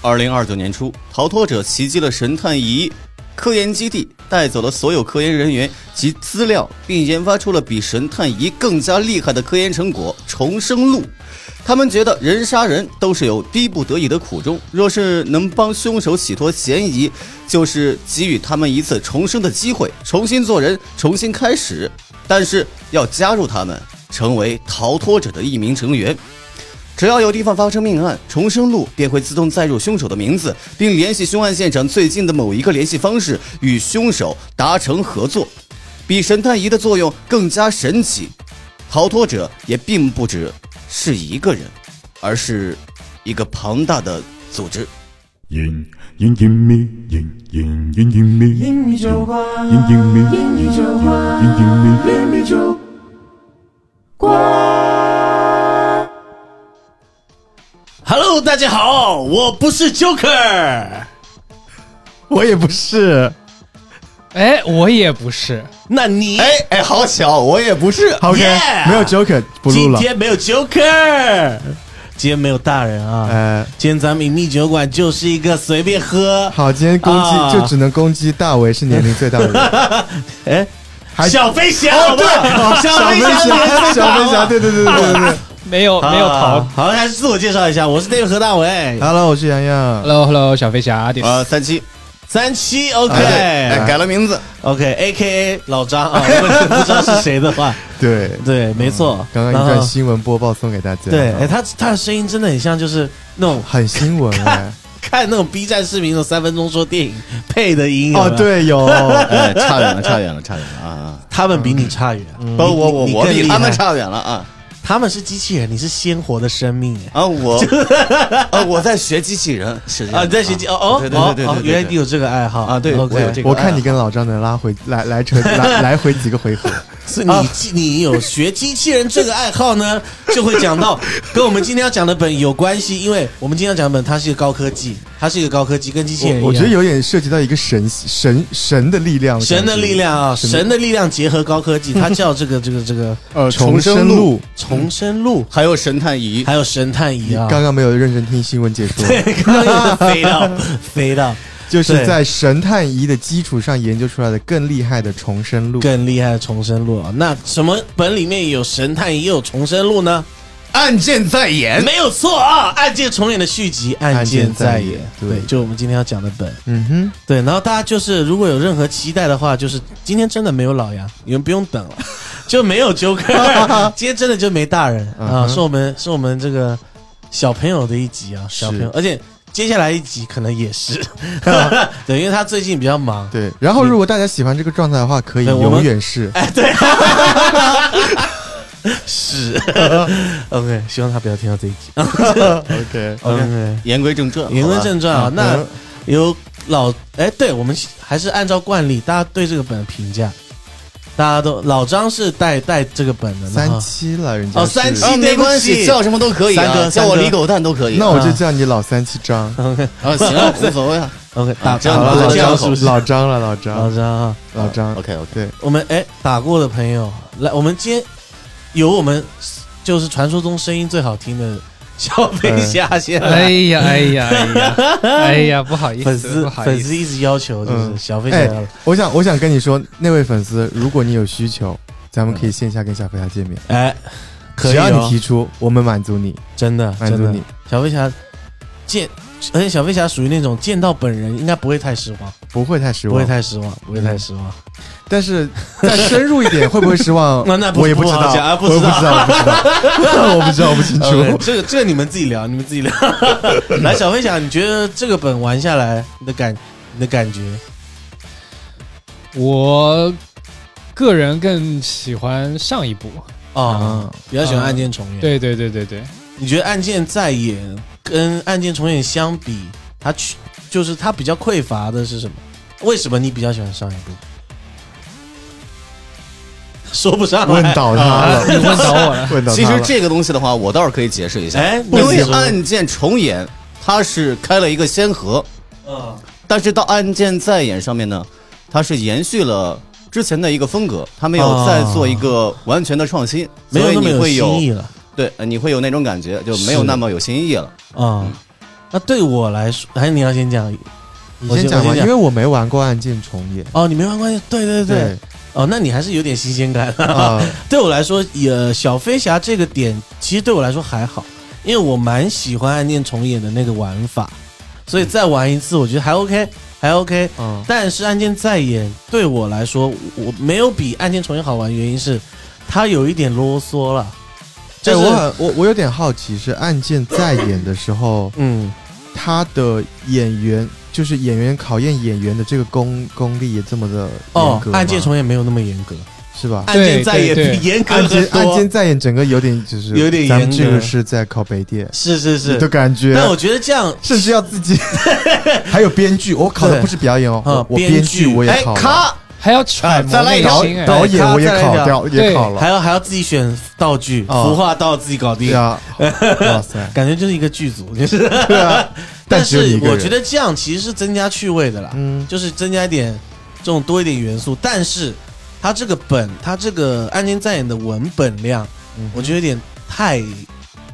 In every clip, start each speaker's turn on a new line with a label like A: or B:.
A: 二零二九年初，逃脱者袭击了神探仪科研基地，带走了所有科研人员及资料，并研发出了比神探仪更加厉害的科研成果——重生录。他们觉得人杀人都是有逼不得已的苦衷，若是能帮凶手洗脱嫌疑，就是给予他们一次重生的机会，重新做人，重新开始。但是要加入他们，成为逃脱者的一名成员。只要有地方发生命案，重生录便会自动载入凶手的名字，并联系凶案现场最近的某一个联系方式，与凶手达成合作。比神探仪的作用更加神奇，逃脱者也并不只是一个人，而是一个庞大的组织。
B: 隐隐隐秘，隐隐隐隐秘，隐
C: 英语酒馆，
B: 隐秘，
C: 英语酒馆，
B: 隐隐秘。
C: 英语酒馆。
D: Hello，大家好，我不是 Joker，
E: 我也不是，
F: 哎，我也不是，
D: 那你、
A: 哎哎，好巧，我也不是。
E: 好 OK，
D: Yeah！
E: 没有 Joker 不录
D: 今
E: 了。
D: 天没有 Joker，今天没有大人啊，
E: 呃，
D: 今天咱们隐秘酒馆就是一个随便喝，
E: 好，今天攻击、
D: 啊
E: 就只能攻击大为是年龄最大的人。
D: 哎，
E: 还哦
D: 小飞侠，好不好
E: 小
D: 小
E: 飞侠，小飞侠，对对对对对对。
F: 没有没有逃。
D: 啊好，好还是自我介绍一下，我是那个何大为，
E: Hello，我是洋洋。
F: Hello Hello，小飞侠，点
A: 呃，三七，
D: 三七
A: 哎，
D: OK
A: 改了名字。
E: 哎
D: OK，A K A 老张啊，如果 是不知道是谁的话，
E: 对，
D: 对，没错，
E: 嗯刚刚一
D: 然
E: 段
D: 后
E: 新闻播报送给大家。
D: 对，哎，他他的声音真的很像，就是那种
E: 很新闻哎。
D: 看那种 B 站视频那种三分钟说电影配的音有没
E: 哦
D: 有，，
E: 对，有。
A: 哎，差远了，差远了，差远了啊！
D: 他们比你差远，
A: 不，
D: 你
A: 我我
D: 你
A: 我
D: 更
A: 比
D: 厉
A: 他们
D: 害
A: 差远了啊
D: 他们是机器人，你是鲜活的生命哎
A: 啊！ 我啊，我在学机器人，是这样的
D: 啊！你在学机哦哦
A: 对对
D: 哦
A: 对对
D: 哦
A: 对，对
D: 原来你有这个爱好
A: 啊对我有这
D: ，OK，
A: 个
E: 我看你跟老张能拉回来来扯来来回几个回合，
D: 是你既你有学机器人这个爱好 呢，就会讲到跟我们今天要讲的本有关系，因为我们今天要讲的本它是一个高科技，它是一个高科技，跟机器人一样。
E: 我我觉得有点涉及到一个神神神的力量，
D: 神的力量啊，
E: 神
D: 神的力量结合高科技，它叫这个这个这 个
E: 呃
A: 重
E: 重
A: 生
E: 生
A: 路
E: 路。
D: 重生录，
A: 还有神探仪，
D: 还有神探
E: 你
D: 仪啊。
E: 刚刚没有认真听新闻解说，
D: 刚刚有点飞到飞到
E: 就是
D: 对
E: 在神探仪的基础上研究出来的更厉害的重生路。
D: 更厉害的重生录啊！那什么本里面有神探仪，也有重生录呢？
A: 案件在
E: 哎
A: 演。
D: 没有错啊！案件重演的续集，案件再演，
E: 案件再演
D: 对，
E: 对
D: 就我们今天要讲的本。
E: 嗯哼，
D: 对，然后大家就是如果有任何期待的话，就是今天真的没有老杨，你们不用 等了，就没有 Joker，今天真的就没大人啊，
E: 嗯哼
D: 是我们是我们这个小朋友的一集啊，小朋友，而且接下来一集可能也 是，对，因为他最近比较忙，
E: 对。然后如果大家喜欢这个状态的话，可以
D: 对哎我们
E: 永 远是
D: 是 ，OK，希望他不要听到这一集。
E: OK。
D: OK，
A: 言归正传，
D: 言归正传啊，那
E: 嗯
D: 由老哎，对我们还是按照惯例，大家对这个本的评价，大家都老张是带带这个本的，然
E: 三
D: 后
E: 七了，人家
D: 哦
E: 是
D: 三七
A: 啊，没关
D: 对不
A: 系，
D: 起
A: 叫什么都可以
D: 三
A: 啊，
D: 哥
A: 叫我
D: 三哥
A: 李狗蛋都可以。
E: 那我就叫你老三七张。
A: 啊，行 啊，无所谓啊。
D: OK
A: 啊
D: 打
A: 这样
D: 打
E: 好
A: 子
D: 过
E: 了，
D: 的
A: 这样
E: 老
A: 子是不
E: 张，老张了，老
D: 老
E: 张，
D: 张啊，
E: 老张。
A: OK OK，
E: 对，
D: 我们哎打过的朋友来，我们今天有我们就是传说中声音最好听的小飞侠先
A: 啊
F: 哎呀哎
D: 来，
F: 呀哎呀哎呀，不好意思，
D: 粉丝
F: 不好意
D: 粉
F: 思，
D: 丝一直要求就是
E: 嗯
D: 小飞侠
E: 哎
D: 要来，
E: 我想我想跟你说，那位粉丝，如果你有需求，咱们可以线下跟小飞侠见面，
D: 哎，可
E: 只
D: 以
E: 要
D: 哦
E: 你提出，我们满足你，
D: 真的，
E: 满
D: 真
E: 足
D: 的
E: 你，
D: 小飞侠见，而且小飞侠属于那种见到本人应该不会太失望，
E: 不会太失
D: 不会
E: 望。
D: 太失望，不会太失望。？
E: 但是再深入一点，会不会失望
D: 那那不
E: 我也不知
D: 不好
E: 道，
D: 讲啊不
E: 我也
D: 知
E: 不
D: 道
E: 知道，我不知道，我不知道，我不清
D: OK，
E: 楚。
D: 呃这个这个你们自己聊，你们自己聊。来，小飞侠，你觉得这个本玩下来，你的感你的感觉？
F: 我个人更喜欢上一部，
D: 哦，比较喜欢
F: 啊
D: 案件重演。，
F: 对对对对对，
D: 你觉得案件再演跟案件重演相比，它去就是它比较匮乏的是什么？为什么你比较喜欢上一部？说不上
E: 问
D: 来。
E: 倒他 了，
F: 你问倒我了，
E: 问倒
A: 其
E: 他
A: 实
E: 了。
A: 这个东西的话，我倒是可以解释一下，
D: 哎，
A: 因为
D: 你说
A: 案件重演它是开了一个先河，
D: 嗯
A: 但是到案件再演上面呢，它是延续了。之前的一个风格，他没有
D: 哦
A: 再做一个完全的创新，
D: 没
A: 所
D: 有
A: 以
D: 那么
A: 你会
D: 新
A: 有
D: 意了
A: 对，呃你会有那种感觉，就没有
D: 是
A: 那么有新意了。
D: 啊。那对我来说，还是你要先讲
E: 你
D: 我
E: 先
D: 先
E: 讲
D: 我
E: 吧，
D: 先讲
E: 因为我没玩过《暗箭重演》。
D: 哦，你没玩关系，对对对， 哦，那你还是有点新鲜感。
E: 啊，
D: 对我来说，呃，小飞侠这个点其实对我来说还好，因为我蛮喜欢暗恋重演的那个玩法，所以再玩一次，我觉得还 OK，还 OK。
E: 嗯，
D: 但是案件再演对我来说，我没有比案件重演好玩，原因是它有一点啰嗦了，
E: 对
D: 就是
E: 哎我很我我有点好奇，是《案件》在演的时候，
D: 嗯，
E: 他的演员就是演员考验演员的这个功功力也这么的
D: 哦
E: 严格，吗
D: 案件重演没有那么严格，
E: 是吧？
D: 案件再演
F: 对对
D: 比严格
E: 案
D: 很
E: 件
D: 多，
E: 案件在演整个有点就是
D: 有点严格
E: 咱们这个是在靠北电
D: 是是是
E: 的，感觉，啊
D: 但我觉得这样
E: 甚至要 自己，还有编剧，我考的
D: 对
E: 不是表演哦，
D: 嗯
E: 我我
D: 编
E: 编剧我也
A: 哎
E: 考，了，
A: 咔，
F: 还要揣
E: 啊
F: 摩
A: 哎再来一
F: 内
E: 导
F: 心哎
E: 导演
D: 咔
E: 我也
D: 再来一
E: 考
D: 条哎
E: 掉也
F: 对
E: 考了，
D: 还要还要自己选道具，
E: 哦
D: 服化道自己搞定
E: 对。啊，哇塞，
D: 感觉就是一个剧 组， 就是。
E: 对啊，
D: 但
E: 只有你
D: 是
E: 一个
D: 我
E: 人
D: 觉得这样其实是增加趣味的啦，
E: 嗯
D: 就是增加一点这种多一点元素。但是它这个本，它这个《暗间在演》的文本量，
E: 嗯
D: 我觉得有点太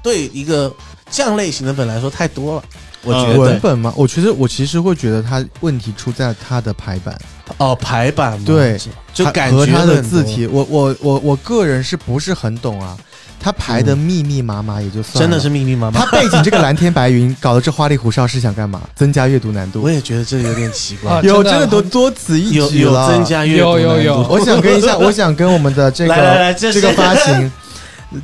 D: 对一个这样类型的本来说太多了。我觉
A: 嗯
D: 得、
E: 呃文本吗？我其实我其实会觉得他问题出在他的排版，
D: 哦排版嘛
E: 对
D: 是就
E: 它
D: 感
E: 和
D: 觉
E: 他的
D: 很多
E: 字体，我我我我个人是不是很懂啊？他排的
D: 嗯
E: 密密麻麻也就算了，
D: 真的 是密密麻麻。
E: 他背景这个蓝天白云搞得这花里胡哨是想干嘛？增加阅读难
D: 我
E: 度？
D: 也觉得这个有点奇怪，
F: 啊
E: 有
F: 真的
E: 真的多
F: 很
E: 多此一
D: 哦有
E: 举
D: 有
E: 了。
D: 增加阅
F: 有
D: 读
F: 有
D: 难
F: 有
D: 度
E: 我想跟一下，我想跟我们的这 个
D: 来来来这
E: 这
D: 是
E: 个发 行，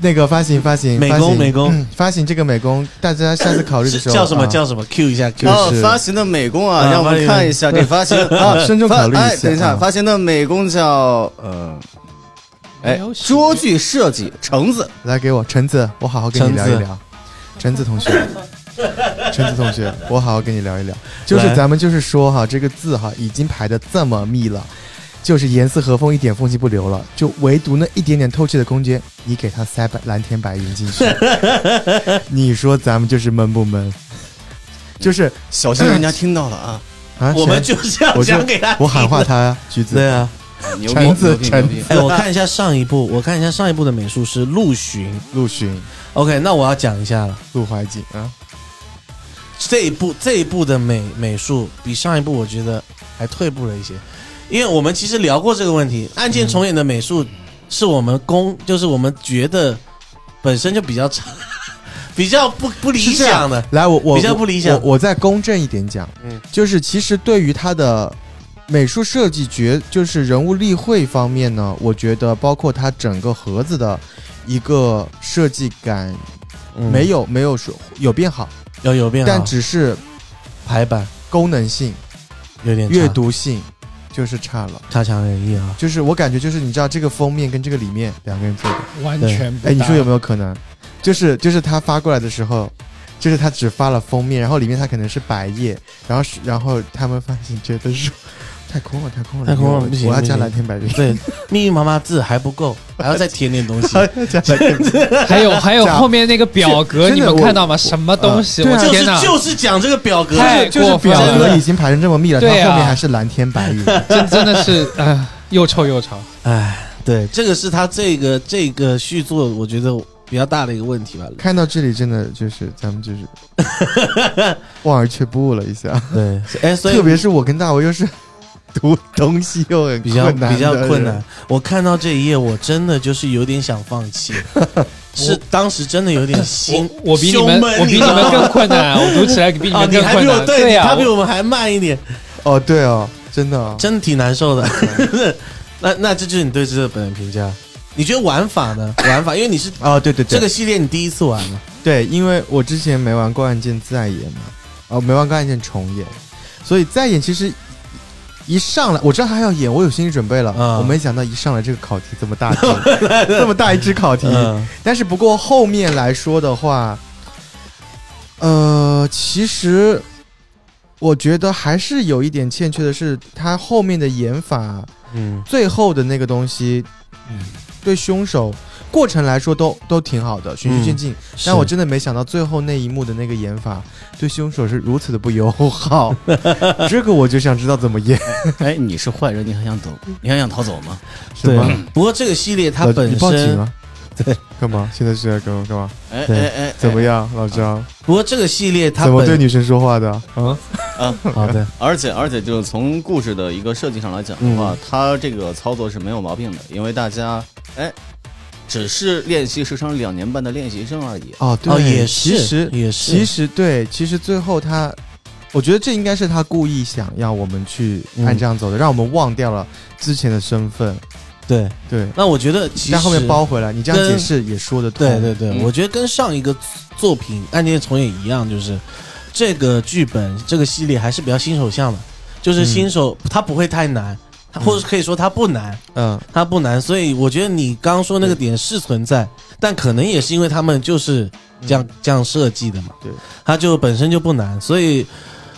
E: 那个发行发行
D: 美工
E: 发行
D: 美工
E: 嗯发行这个美工，大家下次考虑的
D: 是
E: 时候
D: 叫什么、
E: 啊
D: 叫什么 Q 一下 Q
E: 就是
A: 哦，发行的美工啊，
D: 啊
A: 让我们看一下 这发行
E: 啊，
A: 啊，
E: 慎重考虑一
A: 发
E: 下。
A: 哎，等一下，
E: 啊
A: 发行的美工叫呃，
F: 没
A: 哎
F: 有，写
A: 桌具设计橙子，
E: 来给我橙子，我好好跟你聊一聊。橙子同学，橙子同学，我好好跟你聊一聊。就是
D: 来
E: 咱们就是说哈，这个字哈已经排的这么密了，就是严丝合缝，一点缝隙不留了，就唯独那一点点透气的空间，你给它塞白蓝天白云 进去，你说咱们就是闷不闷？就是
A: 小心人家听到了 啊，
E: 啊，
D: 哦我们
E: 谁
D: 就是要
E: 我就
D: 讲给他听的，
E: 我喊话他呀，橘子，
D: 对啊。
A: 哎牛逼
E: 橙
A: 牛
E: 子
A: 逼牛 逼
D: 哎，我看一下上一部，我看一下上一部的美术师陆巡。
E: 陆巡、
D: OK，那我要讲一下了，
E: 陆怀瑾啊，
D: 这一部这一部的美美术比上一部我觉得还退步了一些，因为我们其实聊过这个问题，《案件重演》的美术是我们公，就是我们觉得本身就比较差， 比较不不理
E: 是这样
D: 想的。
E: 来，我我
D: 比较不理想
E: 我我再公正一点讲，
D: 嗯
E: 就是其实对于他的美术设计角，就是人物立绘方面呢，我觉得包括他整个盒子的一个设计感，
D: 嗯
E: 没有没有说有变好，
D: 有有变好，啊
E: 但只是
D: 排版
E: 功能性、
D: 有点差
E: 阅读性就是差了。
D: 差强人意 啊。
E: 就是我感觉就是你知道这个封面跟这个里面两个人做的，
F: 完全不搭。
E: 哎，你说有没有可能？就是就是他发过来的时候，就是他只发了封面，然后里面他可能是百页，然后是然后他们发行觉得说太空了，太空了，
D: 太空了
E: 我
D: 不行
E: 我要
D: 不
E: 加
D: 行
E: 蓝天白云，
D: 对，密密麻麻字还不够，还要再填点 东西。
E: 加蓝天白云。
F: 还有还有
E: 假
F: 后面那个表格，
E: 真的
F: 你们
E: 我
F: 看到吗？什么东西？
E: 呃对
F: 我
E: 啊
D: 就
F: 天
D: 是
F: 哪！
D: 就是讲这个表格，
F: 太
E: 就是就是
F: 过分
E: 表
F: 了
E: 格已经排成这么密了，它后
F: 对啊
E: 面还是蓝天白云，
F: 真真的是啊、呃又臭又长。
D: 唉，哎对，这个是他这个这个续作，我觉得比较大的一个问题吧。
E: 看到这里真的就是咱们就是 望而却步了一下，
D: 对，哎，所以
E: 特别是我跟大为又是读东西又很
D: 比较
E: 困难
D: 比较
E: 的
D: 困
E: 人
D: 难。。我看到这一页，我真的就是有点想放弃，是当时真的有点心，
F: 我我比你
D: 胸
F: 们
D: 闷
F: 我比你们
D: 知道
F: 更
D: 吗
F: 困难，我读起来比你
D: 啊，
F: 们
D: 你
F: 更
D: 还
F: 困
D: 比
F: 难。
D: 我对，
F: 对
D: 你
F: 呀、
D: 他比我们还慢一点，
E: 哦，对哦，真的哦，
D: 真的挺难受的。 那那这就是你对这个本的评价？你觉得玩法呢？玩法，因为你是
E: 哦，对对对，
D: 这个系列你第一次玩嘛，
E: 对，因为我之前没玩过案件再演嘛，哦，没玩过案件重演，所以再演其实一上来我知道他要演，我有心理准备了，
D: 嗯
E: 我没想到一上来这个考题 这么大只，这么大一只考题。
D: 嗯
E: 但是不过后面来说的话，呃，其实我觉得还是有一点欠缺的是，他后面的演法
D: 嗯
E: 最后的那个东西，对凶手过程来说都都挺好的，循序渐进。但我真的没想到最后那一幕的那个演法对凶手是如此的不友 好，这个我就想知道怎么演，
A: 哎，你是坏人，你还想走？你还想逃走吗？
E: 是
D: 对
E: 吗？，
D: 不过这个系列它
E: 老
D: 本
E: 你报警
D: 身
E: 了，干嘛？现在是在跟我干嘛？
A: 哎
E: 对
A: 哎哎，
E: 怎么样，老张？
D: 不过这个系列它
E: 怎么对
D: 本嗯
E: 女生说话的？啊，
D: 好的，
A: 哎而且而且，就是从故事的一个设计上来讲的
E: 嗯
A: 话，它这个操作是没有毛病的，因为大家哎，只是练习时长两年半的练习生而已。
E: 哦，对，
D: 哦也
E: 其
D: 是
E: 实
D: 也
E: 其
D: 是，
E: 实对，其实最后他，我觉得这应该是他故意想要我们去按这样走的，让我们忘掉了之前的身份。
D: 对。
E: 对，
D: 那我觉得其实
E: 但后面包回来，你这样
D: 跟
E: 解释也说得通。
D: 对对对，
A: 嗯
D: 我觉得跟上一个作品《暗恋重演》一样，就是这个剧本这个系列还是比较新手向的，
E: 嗯
D: 就是新手、他不会太难，他或者可以说他不难，
E: 嗯，
D: 他不难，所以我觉得你刚刚说那个点是存在，但可能也是因为他们就是这样、这样设计的嘛，
E: 对，
D: 他就本身就不难，所以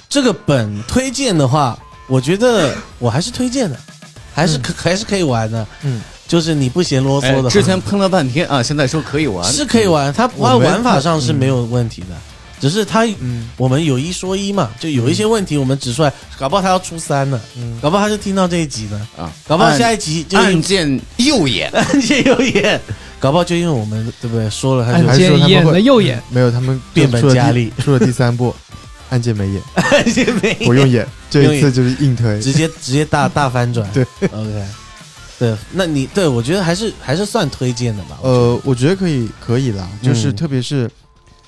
D: 这个本推荐的话，我觉得我还是推荐的，还是可、还是可以玩的，
E: 嗯，
D: 就是你不嫌啰嗦
A: 哎
D: 的话，
A: 之前喷了半天啊，现在说可以玩，
D: 是可以玩，它它
E: 我们
D: 玩法上是没有问题的，只是它
E: 嗯
D: 我们有一说一嘛，就有一些问题我们指出来，搞不好他要出三呢，
E: 嗯
D: 搞不好他就听到这一集呢，
A: 啊，
D: 搞不好
A: 按
D: 下一集就
A: 按键右眼，
D: 按键有眼，搞不好就因为我们对不对说了他
E: 按
D: 就
E: 还
F: 按
E: 是说他们
F: 键
E: 会
F: 演的右眼，
E: 嗯没有，他们
D: 变本
E: 出了第
D: 加厉
E: 出了第 三部，按键没演，
D: 按键没
E: 我用演，这
D: 用
E: 一
D: 演
E: 次就是硬推。
D: 直接直接大大翻转，
E: 对
D: ，OK，对，那你对我觉得还是还是算推荐的吧，
E: 呃，我觉得可以，可以啦，就是
D: 嗯
E: 特别是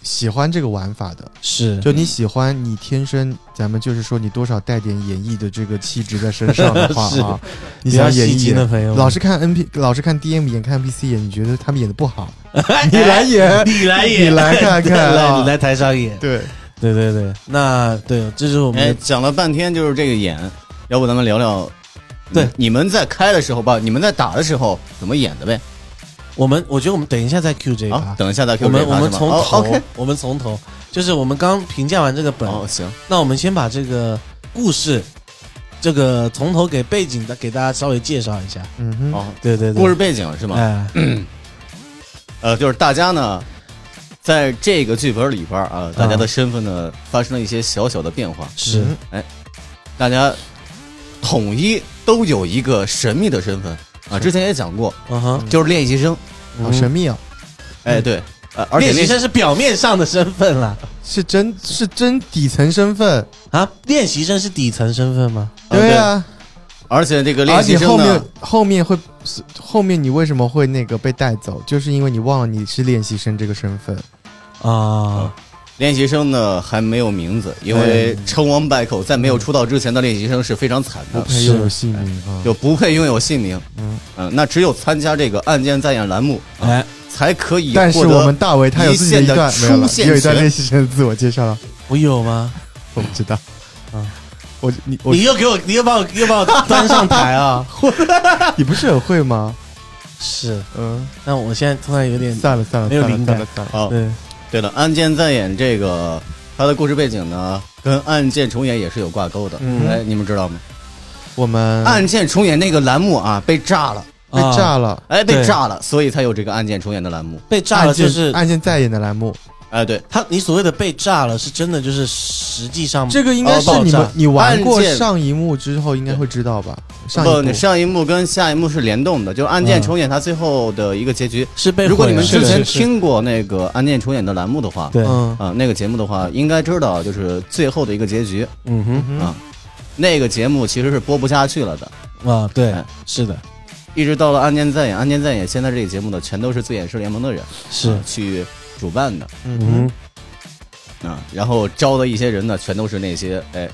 E: 喜欢这个玩法的，
D: 是
E: 就你喜欢，你天生，咱们就是说你多少带点演绎的这个气质在身上的 话
D: 是
E: 啊，你
D: 比较
E: 想演
D: 吸
E: 绎
D: 睛的
E: 演，
D: 朋友们，
E: 老是看 N P，老是看 D M 演，看 N P C 演，你觉得他们演的 不好，你来演，
D: 你来
E: 你
D: 演，
E: 来看看
D: 来
E: 啊
D: 你来台上演，
E: 对，
D: 对对对，那对，这是我们
A: 哎，
D: 的
A: 讲了半天就是这个眼，要不咱们聊聊，
D: 对
A: 你你们在开的时候吧，你们在打的时候怎么演的呗？
D: 我们我觉得我们等一下再 Q 这一
A: 好
D: 趴，，
A: 等一下再 Q
D: 啊我们
A: 这一趴
D: 我们
A: 是吗
D: 从
A: 哦
D: 头，
A: OK，
D: 我们从头，就是我们刚评价完这个本，
A: 哦行，
D: 那我们先把这个故事，这个从头给背景的给大家稍微介绍一下。
E: 嗯哼，
A: 哦，
D: 对对对，
A: 故事背景是吗？
D: 哎，
A: 呃，就是大家呢，在这个剧本里边儿啊，大家的身份呢、发生了一些小小的变化，
D: 是
E: 嗯
A: 大家统一都有一个神秘的身份啊。之前也讲过，
D: 嗯哼，
A: 就是练习生，
E: 好神秘啊，
A: 哎，对，呃，而且
D: 练习
A: 练
D: 生是表面上的身份啦，
E: 是真是真底层身份，
D: 啊，练习生是底层身份吗？
A: 呃
E: 对啊，
A: 而且这个
E: 而
A: 练习
E: 且后
A: 生
E: 面
A: 呢，
E: 后面会后面你为什么会那个被带走，就是因为你忘了你是练习生这个身份，
D: 啊，
A: 练习生呢还没有名字，因为成王败寇，在没有出道之前的练习生是非常惨
E: 不
A: 的，
E: 配又有姓名啊，
A: 就不配拥有姓名。
E: 嗯
A: 嗯、那只有参加这个案件再演栏目，
D: 哎，
A: 才可以
E: 但是
A: 获
E: 我
A: 得。
E: 们大为他有自己的一段
A: 一
E: 没
A: 线的
E: 有
A: 出，
E: 了
A: 现
E: 有一段
A: 权
E: 练习生的自我介绍了，
D: 我有吗？
E: 我不知道。
D: 嗯
E: 啊，我你我
D: 你又给我，你又把我又把 我端上台啊！
E: 你不是很会吗？
D: 是，
E: 嗯，
D: 那我现在突然有点
E: 算了算了
D: 没有
E: 算
D: 灵
E: 了
D: 感
E: 算了算了。
A: 哦，
D: 对
A: 对了，《案件再演》这个它的故事背景呢，跟《案件重演》也是有挂钩的。
E: 嗯
A: 哎，你们知道吗？
E: 我们
A: 案件重演》那个栏目啊被炸了，
E: 被
D: 啊
E: 炸了，
A: 哎，被
D: 对
A: 炸了，所以才有这个《案件重演》的栏目。
D: 被炸了，
E: 案件
D: 就是
E: 案件再演的栏目，
A: 哎，对，
D: 他，你所谓的被炸了，是真的就是实际上
E: 这个应该
D: 哦
E: 是你
D: 爆
E: 们
D: 炸
E: 你玩过
A: 案件
E: 上一幕之后应该会知道吧？上
A: 不，
E: 一幕
A: 你上一幕跟下一幕是联动的，就是《案件
D: 嗯
A: 重演》它最后的一个结局。
D: 是被毁了。
A: 如果你们
F: 是
A: 之
F: 的
A: 前
F: 是的
A: 听过那个《案件重演》的栏目的话，
D: 对，
E: 嗯
A: 啊、那个节目的话，应该知道就是最后的一个结局。
D: 嗯
A: 啊，那个节目其实是播不下去了的，
D: 哼，啊，对
A: 哎，
D: 是的，
A: 一直到了《案件再演》，《案件再演》现在这个节目呢，全都是最演师联盟的人
D: 是
A: 啊，去主办的
E: 嗯
D: 嗯
A: 啊，然后招的一些人呢，全都是那些哎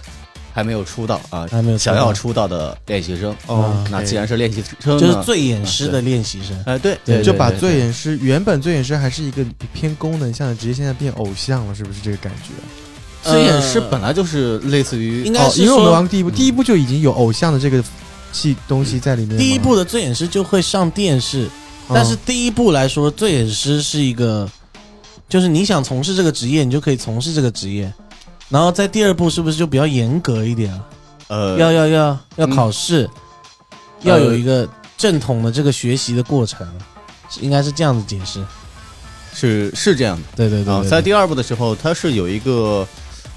A: 还没有出道啊
D: 哼，，还没有
A: 想要出道的练习生。
E: 哦
D: 啊，
A: 那既然是练习生呢，
D: 道，就是最演师的练习生，
A: 哎对
D: 对
A: 对，
E: 就
A: 对
E: 把
A: 对
E: 醉眼师原本醉眼师还是一个偏功能向的职业，现在变偶像了，是不是这个感觉？
D: 呃
A: 最演师本来就是类似于
D: 应该
E: 哦，
D: 是
E: 因为我们
D: 说
E: 玩第一部，第一部就已经有偶像的这个气东西在里面吗。
D: 呃第一部的最演师就会上电视，
E: 嗯，
D: 但是第一部来说，最演师是一个，就是你想从事这个职业，你就可以从事这个职业。然后在第二部是不是就比较严格一点了？啊
A: 呃
D: 要要要要
A: 嗯
D: 考试，要有一个正统的这个学习的过程，是应该是这样子解释。
A: 是是这样的
D: 对对对
A: 啊，
D: 对
A: 在
D: 对
A: 第二部的时候，它是有一个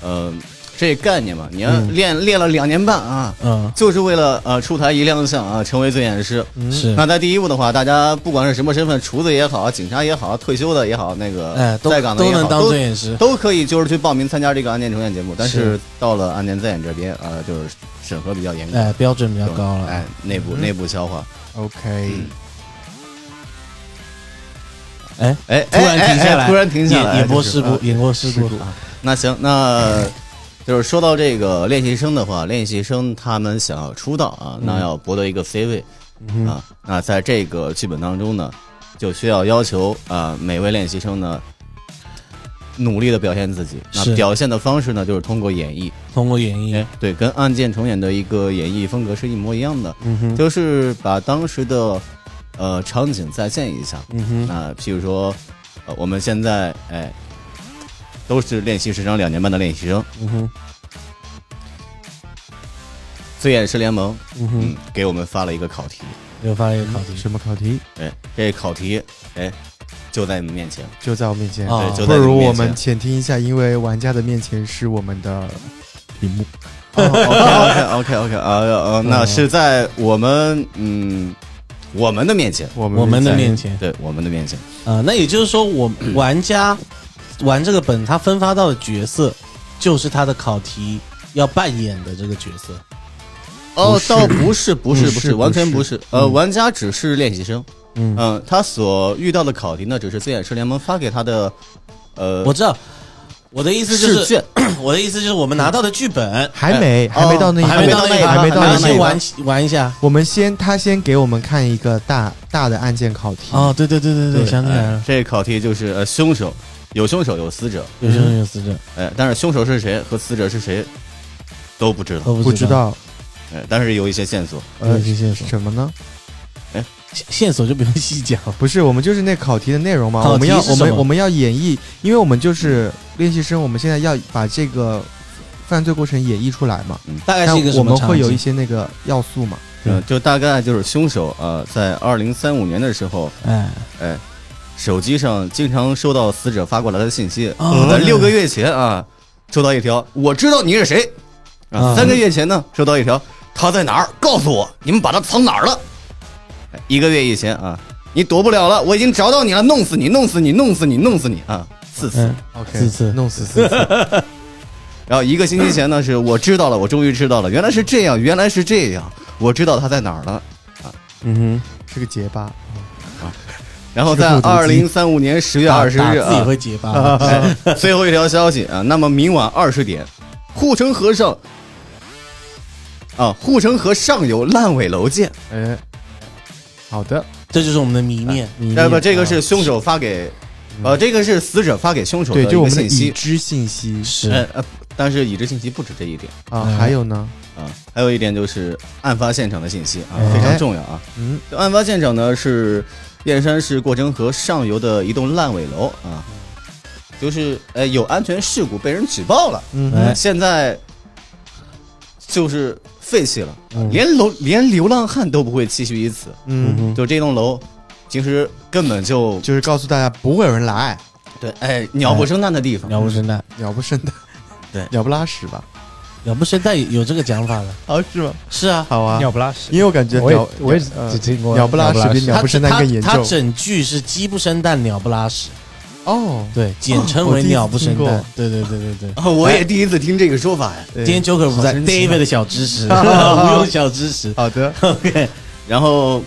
A: 呃。这概念嘛，你要练、练了两年半啊，
D: 嗯，
A: 就是为了呃出台一亮相啊，成为醉眼师。
E: 嗯
D: 是
A: 那在第一步的话，大家不管是什么身份，厨子也好，警察也好，退休的也好，那个
D: 哎，都
A: 在岗的
D: 都
A: 也好，
D: 能当
A: 都
D: 醉眼师。
A: 都可以就是去报名参加这个案件重现节目。但是
D: 是
A: 到了案件再演这边，呃，就是审核比较严格，
D: 哎，标准比较高了。
A: 哎，内部、
D: 嗯
A: 内部消化。
E: OK，
D: 哎，
A: 哎，
D: 突然
A: 哎
D: 停下
A: 哎
D: 来，
A: 哎突然停下来，
D: 演演播
A: 就是
D: 事故
A: 啊，
D: 演播事故。
A: 那行，那就是说到这个练习生的话，练习生他们想要出道啊，那要博得一个 C 位
D: 嗯，
A: 啊。那在这个剧本当中呢，就需要要求啊，每位练习生呢。努力的表现自己，那
D: 是
A: 表现的方式呢，就是通过演绎。
D: 通过演绎
A: 哎，，对，跟案件重演的一个演绎风格是一模一样的，
D: 嗯哼，
A: 就是把当时的呃场景再现一下。
D: 嗯哼，
A: 那譬如说，呃，我们现在哎都是练习时长两年半的练习生，
D: 嗯哼，
A: 醉眼师联盟，嗯
D: 嗯哼，，
A: 给我们发了一个考题，
D: 又发现一个嗯考题，
E: 什么考题
A: 哎，这考题哎就在你们面前，
E: 就在我面前。
D: 啊
A: 对，哦就
E: 不
A: 在你
E: 如
A: 们
E: 我
A: 面 前
E: 们。浅听一下，因为玩家的面前是我们的
B: 屏幕
A: OK OK OK 啊呃，那是在我们嗯我们的面前，
E: 我们
D: 我们的面
E: 前
D: 前
A: 对我们的面前，
D: 啊，那也就是说，我玩家玩这个本，他分发到的角色就是他的考题要扮演的这个角色。
A: 哦
E: 不，是
A: 倒不是，不是，
E: 不
A: 不
E: 是
A: 是，完全
E: 不
A: 不是。呃，玩家只是练习生，
D: 嗯
A: 嗯，他所遇到的考题呢，只是最眼师联盟发给他的，呃，
D: 我知道，我的意思就
A: 试
D: 是，
A: 卷
D: 我的意思就是我们拿到的剧本，
E: 还没还没到那一
A: 哦
D: 还没到那一
E: 步还没
D: 趴
E: 到
A: 那一趴
D: 那
E: 那
D: 先
E: 一
D: 玩
E: 步。
D: 玩一下。
E: 我们先他先给我们看一个大大的案件考题，
D: 哦，对对对对对，想起来
A: 哎
D: 了，
A: 这个考题就是呃，凶手有凶手有死者，
D: 有些人有死者
A: 哎，但是凶手是谁和死者是谁都不知道，
D: 都
E: 不知，道
A: 哎，但是有一些线索，
D: 有
E: 呃
D: 一些线索，
E: 什么呢？
D: 线线索就不用 细讲了。
E: 不是，我们就是那考题的内容嘛。
D: 考
E: 我
D: 题
E: 们要
D: 是
E: 我
D: 什
E: 们
D: 么
E: 我们要演绎，因为我们就是练习生，我们现在要把这个犯罪过程演绎出来嘛。
D: 大概
E: 但
D: 是一个什
E: 我
D: 么
E: 们
D: 场景？
E: 会有一些那个要素嘛。
A: 嗯，就大概就是凶手呃，在二零三五年的时候，
D: 哎，
A: 哎，手机上经常收到死者发过来的信息。
D: 哦
A: 在六个月前啊，收到一条“我知道你是谁”，啊，
D: 啊
A: 三个月前呢，收到一条“他在哪儿？告诉我，你们把他藏哪儿了？”哎一个月以前啊，你躲不了了，我已经找到你了，弄死你，弄死你，弄死你，弄死你啊，四次。
D: 嗯，
E: OK，
D: 四次
E: 弄死四次。
A: 然后一个星期前呢，是我知道了，我终于知道了，原来是这样，原来是这样，我知道他在哪儿了。
D: 嗯
E: 是个结巴，
A: 然后在
E: 是复
A: 二
E: 读机
A: 零三五年十
D: 哼，
A: 月
D: 打
A: 二十日
D: 打自己
A: 啊，
D: 会结巴。
A: 哎最后一条消息啊，那么明晚二十点，护城河上啊，护城河上游烂尾楼见。
E: 哎，好的，
D: 这就是我们的谜面。谜
A: 那
D: 面啊
A: 么呃这个是凶手发给，呃，这个是死者发给凶手的
E: 对，就
A: 一
E: 我
A: 个
E: 们的
A: 信
E: 已
A: 息。
E: 知信息
D: 是
A: 呃呃，但是已知信息不止这一点
E: 啊，
D: 嗯
E: 还有呢，
A: 啊，还有一点就是案发现场的信息啊，
E: 哎
A: 非常重要啊。
E: 嗯，
A: 就案发现场呢是燕山市过城河上游的一栋烂尾楼啊，就是呃有安全事故被人举报了。
E: 嗯
D: 哎
E: 哼，
A: 现在就是废弃了，啊
D: 嗯
A: 连楼连流浪汉都不会栖息于此。
D: 嗯
E: 嗯，
D: 哼，
A: 就这栋楼，其实根本就
E: 就是告诉大家不会有人来，
A: 对，哎，鸟不生蛋的地方。
D: 鸟不生蛋，
E: 鸟不生蛋，
A: 对
E: 鸟不拉屎吧？
D: 鸟不生蛋有这个讲法的。
E: 啊，是吗？
D: 是啊，
E: 好啊，
F: 鸟不拉屎
E: 因。为我感觉
F: 我也
E: 鸟，
F: 我也
E: 鸟呃
F: 只听过
E: 鸟不拉屎比鸟
D: 他
E: 不生蛋更严
D: 他他
E: 重
D: 整句是鸡不生蛋，鸟不拉屎，
E: 哦。
D: 对，简称
E: 我
D: 为
E: 第一次
D: 鸟不生
E: 听
D: 蛋
E: 过。
D: 对对对对对。
A: 啊我也第一次听这个说法呀。
E: 对
D: 今天 Joker 不在
E: 好神奇啊
D: ，David 的小知 识， 无用小知识。
E: 好 的，
D: OK，
A: 然后，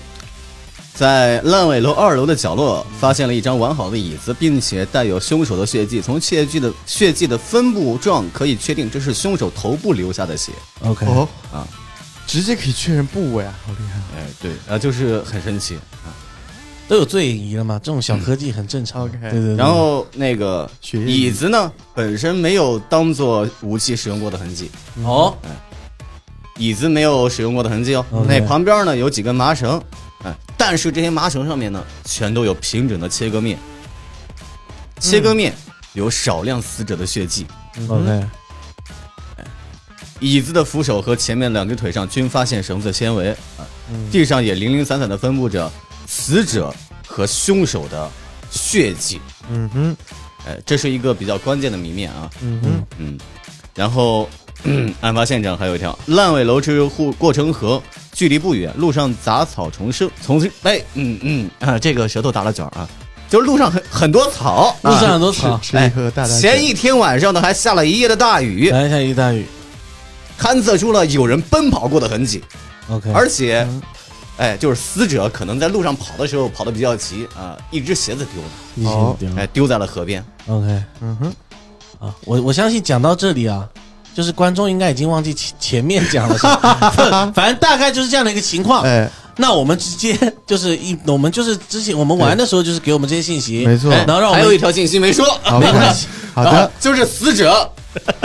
A: 在烂尾楼二楼的角落发现了一张完好的椅子，并且带有凶手的血迹。从血迹的血迹的分布状可以确定，这是凶手头部留下的血。
D: OK，
E: 哦
A: 啊，
E: 直接可以确认部位啊，好厉害
A: 哎，对，啊，就是很神奇。
D: 都有罪影仪了嘛，这种小科技很正常。
E: OK
D: 对对对。
A: 嗯然后那个
E: 嗯血液
A: 椅子呢，本身没有当做武器使用过的痕迹，
D: 哦，
A: 椅子没有使用过的痕迹哦。
D: OK
A: 那旁边呢有几根麻绳，哎，但是这些麻绳上面呢全都有平整的切割面，切割面有少量死者的血迹。
D: 嗯
A: 哎
D: OK，
A: 椅子的扶手和前面两只腿上均发现绳子纤维，啊，地上也零零散散的分布着死者和凶手的血迹。呃
E: 嗯哼，
A: 哎，这是一个比较关键的谜面啊。
E: 嗯哼，
A: 嗯，然后 嗯案发现场还有一条烂尾楼至护过城河，距离不远，路上杂草丛生，丛生。哎，嗯嗯啊，这个舌头打了卷儿啊，就是路上很很多草，啊哎
D: 路上很多
E: 吃
D: 草，
E: 吃一颗大大
A: 前一天晚上呢还下了一夜的大雨，
D: 来一下一大雨
A: 勘测出了有人奔跑过的痕迹，
D: ，OK，
A: 而且，哎，就是死者可能在路上跑的时候跑得比较急啊，一只鞋子丢了，
D: 一起
E: 哦
D: 丢
A: 哎，丢在了河边。
D: ，OK，
E: 嗯哼，
D: 啊，我我相信讲到这里啊，就是观众应该已经忘记前前面讲了什么， 反正大概就是这样的一个情况。
E: 哎，
D: 那我们直接就是一，我们就是之前我们玩的时候就是给我们这些信息，
E: 没错
A: 哎
D: 然后嗯让我
A: 还有一
D: 们
A: 条信息没说，
E: 好
D: 没关 系，
E: 好
A: 啊
E: 的，
A: 就是死者，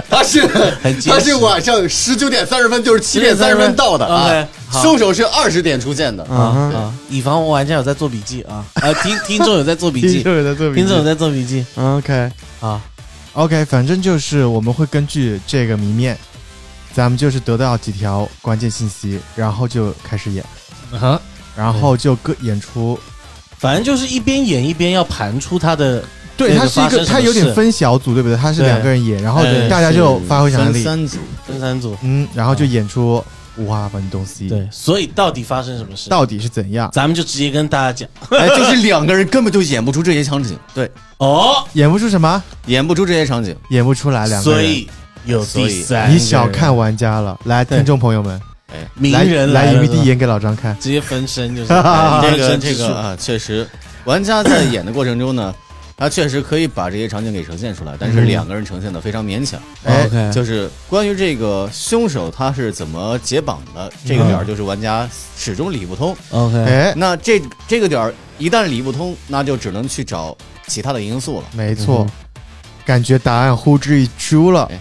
A: 他是
D: 很结实
A: 他是晚上十九点三十分，就是七点三十分到的啊
D: OK，，好
A: 凶手是二十点出现的。
E: 嗯
D: 啊啊，以防玩家有在做笔记啊， 呃，听听众有在做笔
E: 听
D: 记
E: 众，有在做笔
D: 听众有
E: 记
D: 在做笔记
E: ，OK
D: 啊，
E: OK，反正就是我们会根据这个谜面，咱们就是得到几条关键信息，然后就开始演，
F: 啊，
E: 然后就各演出。
D: 反正就是一边演一边要盘出他的
E: 对，
D: 那
E: 它
D: 个
E: 是一
D: 发
E: 个，
D: 生什
E: 它
D: 么
E: 有
D: 事
E: 点分小组，对不对？它是
D: 对
E: 两个人演，然后
D: 哎
E: 大家就发挥想象
A: 分
E: 力，
A: 三组，
D: 分三组，
E: 嗯，然后就演出五花八门东西。，
D: 对，所以到底发生什么事，
E: 嗯到底是怎样？
D: 咱们就直接跟大家讲
A: 哎，就是两个人根本就演不出这些场景，对，
D: 哦，
E: 演不出什么，
A: 演不出这些场景。
E: 演不出来。啊两个
D: 所
E: 人，
D: 以有
A: 所
D: 第
A: 以
D: 三个
E: 你
D: 人，
E: 小看玩家了。来，
D: 对
E: 听众朋友们，
D: 名
E: 来
D: 人
E: 来
D: 了
E: 一
D: 是
E: 地
D: 吧
E: 演给老张看。
D: 直接分身 就是
A: 啊，这个这
D: 这个哦这
A: 个
D: 个
A: 啊，确实，玩家在演的过程中呢，他确实可以把这些场景给呈现出来，但是
E: 嗯
A: 两个人呈现的非常勉强。
E: 哎
D: OK
A: 就是关于这个凶手他是怎么解绑的这个点儿，就是玩家始终理不通。
D: OK，
E: 嗯哎，
A: 那这这个点儿一旦理不通，那就只能去找其他的因素了。
E: 没错，感觉答案呼之欲出了
A: 哎。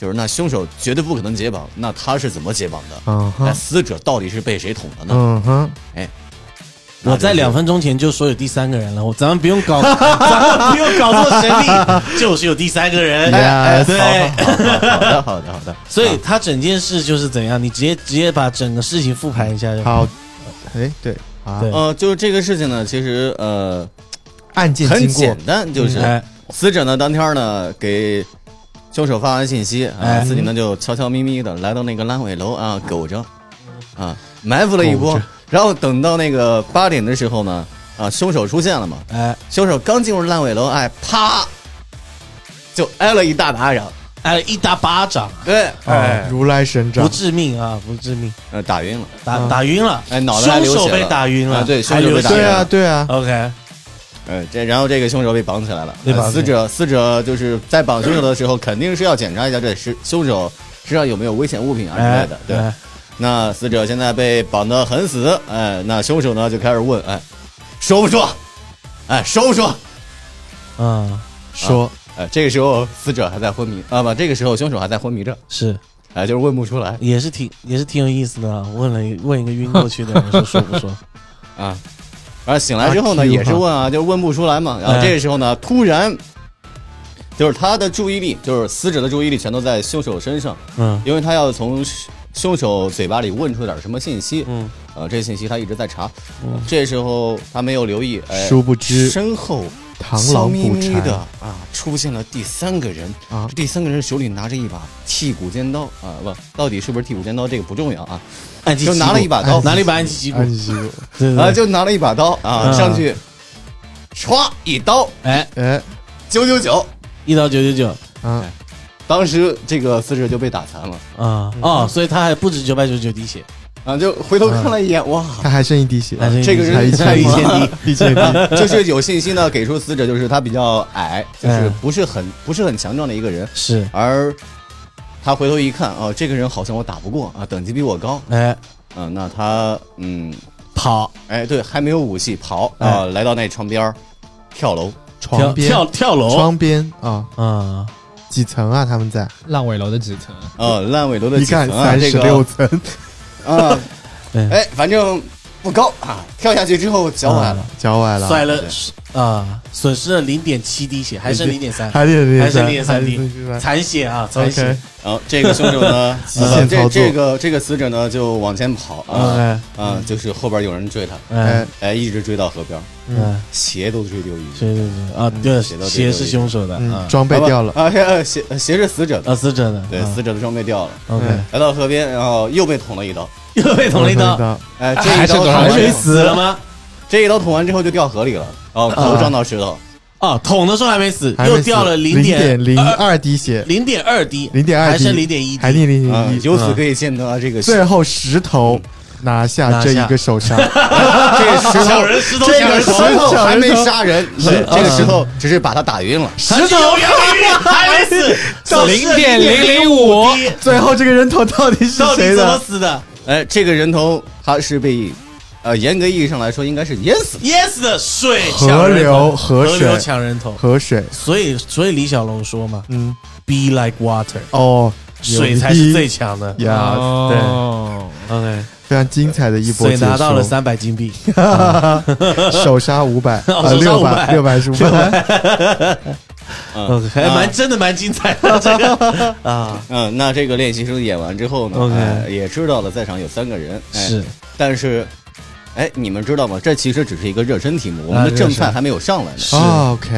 A: 就是那凶手绝对不可能解绑，那他是怎么解绑的？
E: 嗯
A: 那
E: 哼，
A: 死者到底是被谁捅的呢？
E: 嗯哼，
D: 我在两分钟前就说有第三个人了，我咱们不用搞，咱们不用搞错神 秘，就是有第三个人。
E: Yes
D: 哎对，
A: 好的，好的，好的。
D: 所以他整件事就是怎样，你直接直接把整个事情复盘一下就。
E: 好，哎，对啊，
D: 对
A: 呃，就是这个事情呢，其实呃
E: 案件
A: 很
E: 经过嗯
A: 简，单，就是
D: 哎，
A: 死者呢当天呢给凶手发完信息啊，
D: 哎
A: 自己呢就悄悄咪咪的来到那个烂尾楼啊，苟着啊，埋伏了一波，然后等到那个八点的时候呢，啊，凶手出现了嘛，
D: 哎，
A: 凶手刚进入烂尾楼，哎，啪就挨了一大巴掌，
D: 挨了哎一大巴掌，
A: 对，
E: 哎，如来神
D: 不
E: 掌，
D: 致命啊，不致命，
A: 呃，打晕了，
D: 打
E: 嗯
D: 打晕了，
A: 哎脑袋还流
D: 凶
A: 血
D: 手被
A: 了
D: 打晕
A: 啊
D: 了，
A: 对凶
D: 还
A: 手被
D: 流
A: 打
D: 血
E: 对啊，
A: 了
E: 对啊，
D: OK，
A: 呃，这然后这个凶手被绑起来了，
D: 被绑
A: 呃
D: 起
A: 死
D: 来
A: 者死者就是在绑凶手的时候，肯定是要检查一下这是凶手身上有没有危险物品啊之类
D: 哎
A: 的，，对。
D: 哎，
A: 那死者现在被绑得很死，哎，那凶手呢就开始问，哎，说不说？哎，说不说？
D: 嗯，
E: 说
A: 哎，这个时候死者还在昏迷啊，不，这个时候凶手还在昏迷着，
D: 是，
A: 哎，就是问不出来
D: 也是挺也是挺有意思的啊，问了一问一个晕过去的人说说 不说？
A: 啊。而醒来之后呢，
E: 啊
A: 也是问啊，就是问不出来嘛。然后
D: 哎
A: 这个时候呢，突然就是他的注意力，就是死者的注意力全都在凶手身上，
D: 嗯
A: 因为他要从凶手嘴巴里问出点什么信息，
D: 嗯，
A: 呃，这信息他一直在查。这时候他没有留意，哎，
E: 殊不知
A: 身后
E: 螳螂
A: 悄
E: 捕
A: 咪咪的
E: 蝉
A: 啊，出现了第三个人
E: 啊
A: 这第三个人手里拿着一把剔骨尖刀啊，不，到底是不是剔骨尖刀这个不重要啊，
D: 按击
A: 就拿了一
D: 击鼓，
A: 把刀，
D: 哎拿了一把安琪击鼓
E: 安，息了，
D: 对
A: 啊，
D: 对对，
A: 就拿了一把刀啊，
D: 嗯
A: 上去，歘一刀
D: 哎，
E: 哎，
A: 九九九，
D: 一刀九九九
E: 啊，
A: 当时这个死者就被打残了
D: 啊
A: 嗯
D: 哦，所以他还不止九百九十九滴血，
A: 啊，就回头看了一眼，哇。
E: 他还剩一滴血，
D: 还剩一滴
A: 这个
E: 还
A: 人
E: 哎一
A: 太猛
E: 千滴，
A: 了
E: 一千 滴，
A: 就是有信息呢，给出死者就是他比较矮，就是
D: 嗯
A: 不是很不是很强壮的一个人，
D: 是，
A: 而他回头一看啊，这个人好像我打不过啊，等级比我高，
D: 哎，
A: 嗯、那他嗯，
D: 跑
A: 哎，对，还没有武器，跑啊、
D: 哎
A: 来到那床边儿，跳楼，
D: 跳
E: 床边，
D: 跳跳楼
E: 窗边啊，
D: 啊，
E: 几层啊？他们在，
F: 烂尾楼的几层？
A: 呃，烂尾楼的
E: 一
A: 几层
E: 看
A: 啊，
E: 三
A: 这
E: 十
A: 个
E: 六层，
A: 啊，
D: 对
A: 哎，反正不高啊，跳下去之后脚崴了，
E: 脚崴了，
D: 摔了啊，损失了零点七滴血，还剩零点三，
E: 还得
D: 还是练三 D
E: 滴。
D: 残血啊，残
E: OK，
D: 血。
A: 然后这个凶手呢，
E: 极限
A: 呃这
E: 操作
A: 这个这个死者呢就往前跑啊
D: 哎
A: 啊，就是后边有人追他，
D: 哎
E: 嗯哎，
A: 哎，一直追到河边，
D: 嗯，
A: 鞋都追丢一地。
D: 对对对啊，对，
A: 写到这
D: 鞋
A: 个
D: 是
A: 位置
D: 凶手的
E: 嗯，
D: 啊，
E: 装备掉了，
A: 啊，不啊鞋呃鞋是死者的，
D: 啊，死者的，
A: 对，
D: 啊
A: 死者的装备掉了，
D: ，OK，
E: 嗯
A: 来到河边，然后又被捅了一刀，
D: 又被捅了一刀，
E: 刀，
A: 哎，这
F: 还
A: 一
F: 是
A: 刀
F: 多
A: 捅
F: 少
A: 完
F: 人
A: 之
D: 谁
A: 后
D: 死了吗？
A: 这一刀捅完之后就掉河里了，哦，头撞到石头，
D: 哦，捅的时候还没死，
E: 还没
D: 又
E: 死
D: 掉了
E: 零
D: 点
E: 零二滴血，
D: 零点二滴，
E: 零点二
D: 还
E: 滴，
D: 剩零点一
E: 还
D: 滴，
E: 零零
A: 啊
E: 零，一。嗯
A: 由此可以见得啊这个
E: 最后石头拿下这一个 手上，
A: 这石头
D: 小人石头，
A: 这
D: 小
A: 个
D: 人
A: 石
D: 头
A: 头还没杀人，是这个石头只是把他打晕了。
D: 石头还没死，
F: 到
D: 零
F: 0.005
D: 滴，
E: 最后这个人头到底是
D: 到底
E: 谁
D: 怎么
E: 的？
D: 死的
A: 哎，这个人头他是被，呃，严格意义上来说应该是淹死的。
D: ？Yes 的水
E: 河流
D: 河
E: 河水
D: 流抢人头，
E: 河水，
D: 所以所以李小龙说嘛
E: 嗯，
D: ，Be like water，
E: 哦，
D: 水才是最强的。
E: 呀，
F: 哦，
D: OK，
E: 非常精彩的一波
D: 所以
E: 解说，
D: 拿到了三百金币。
E: 首杀五百，
D: 哦
E: 呃，
D: 首杀
E: 六
D: 500
E: 百，六百是五百，
D: OK，还
A: 啊
D: 蛮真的蛮精彩的 这个啊，
A: 嗯，那这个练习生演完之后呢
D: OK
A: 哎也知道了在场有三个人，哎，
D: 是
A: 但是，哎，你们知道吗？这其实只是一个热身题目，我们
D: 啊
A: 的
D: 热
A: 正
D: 身
A: 菜还没有上来呢。
D: 是
E: 哦，OK，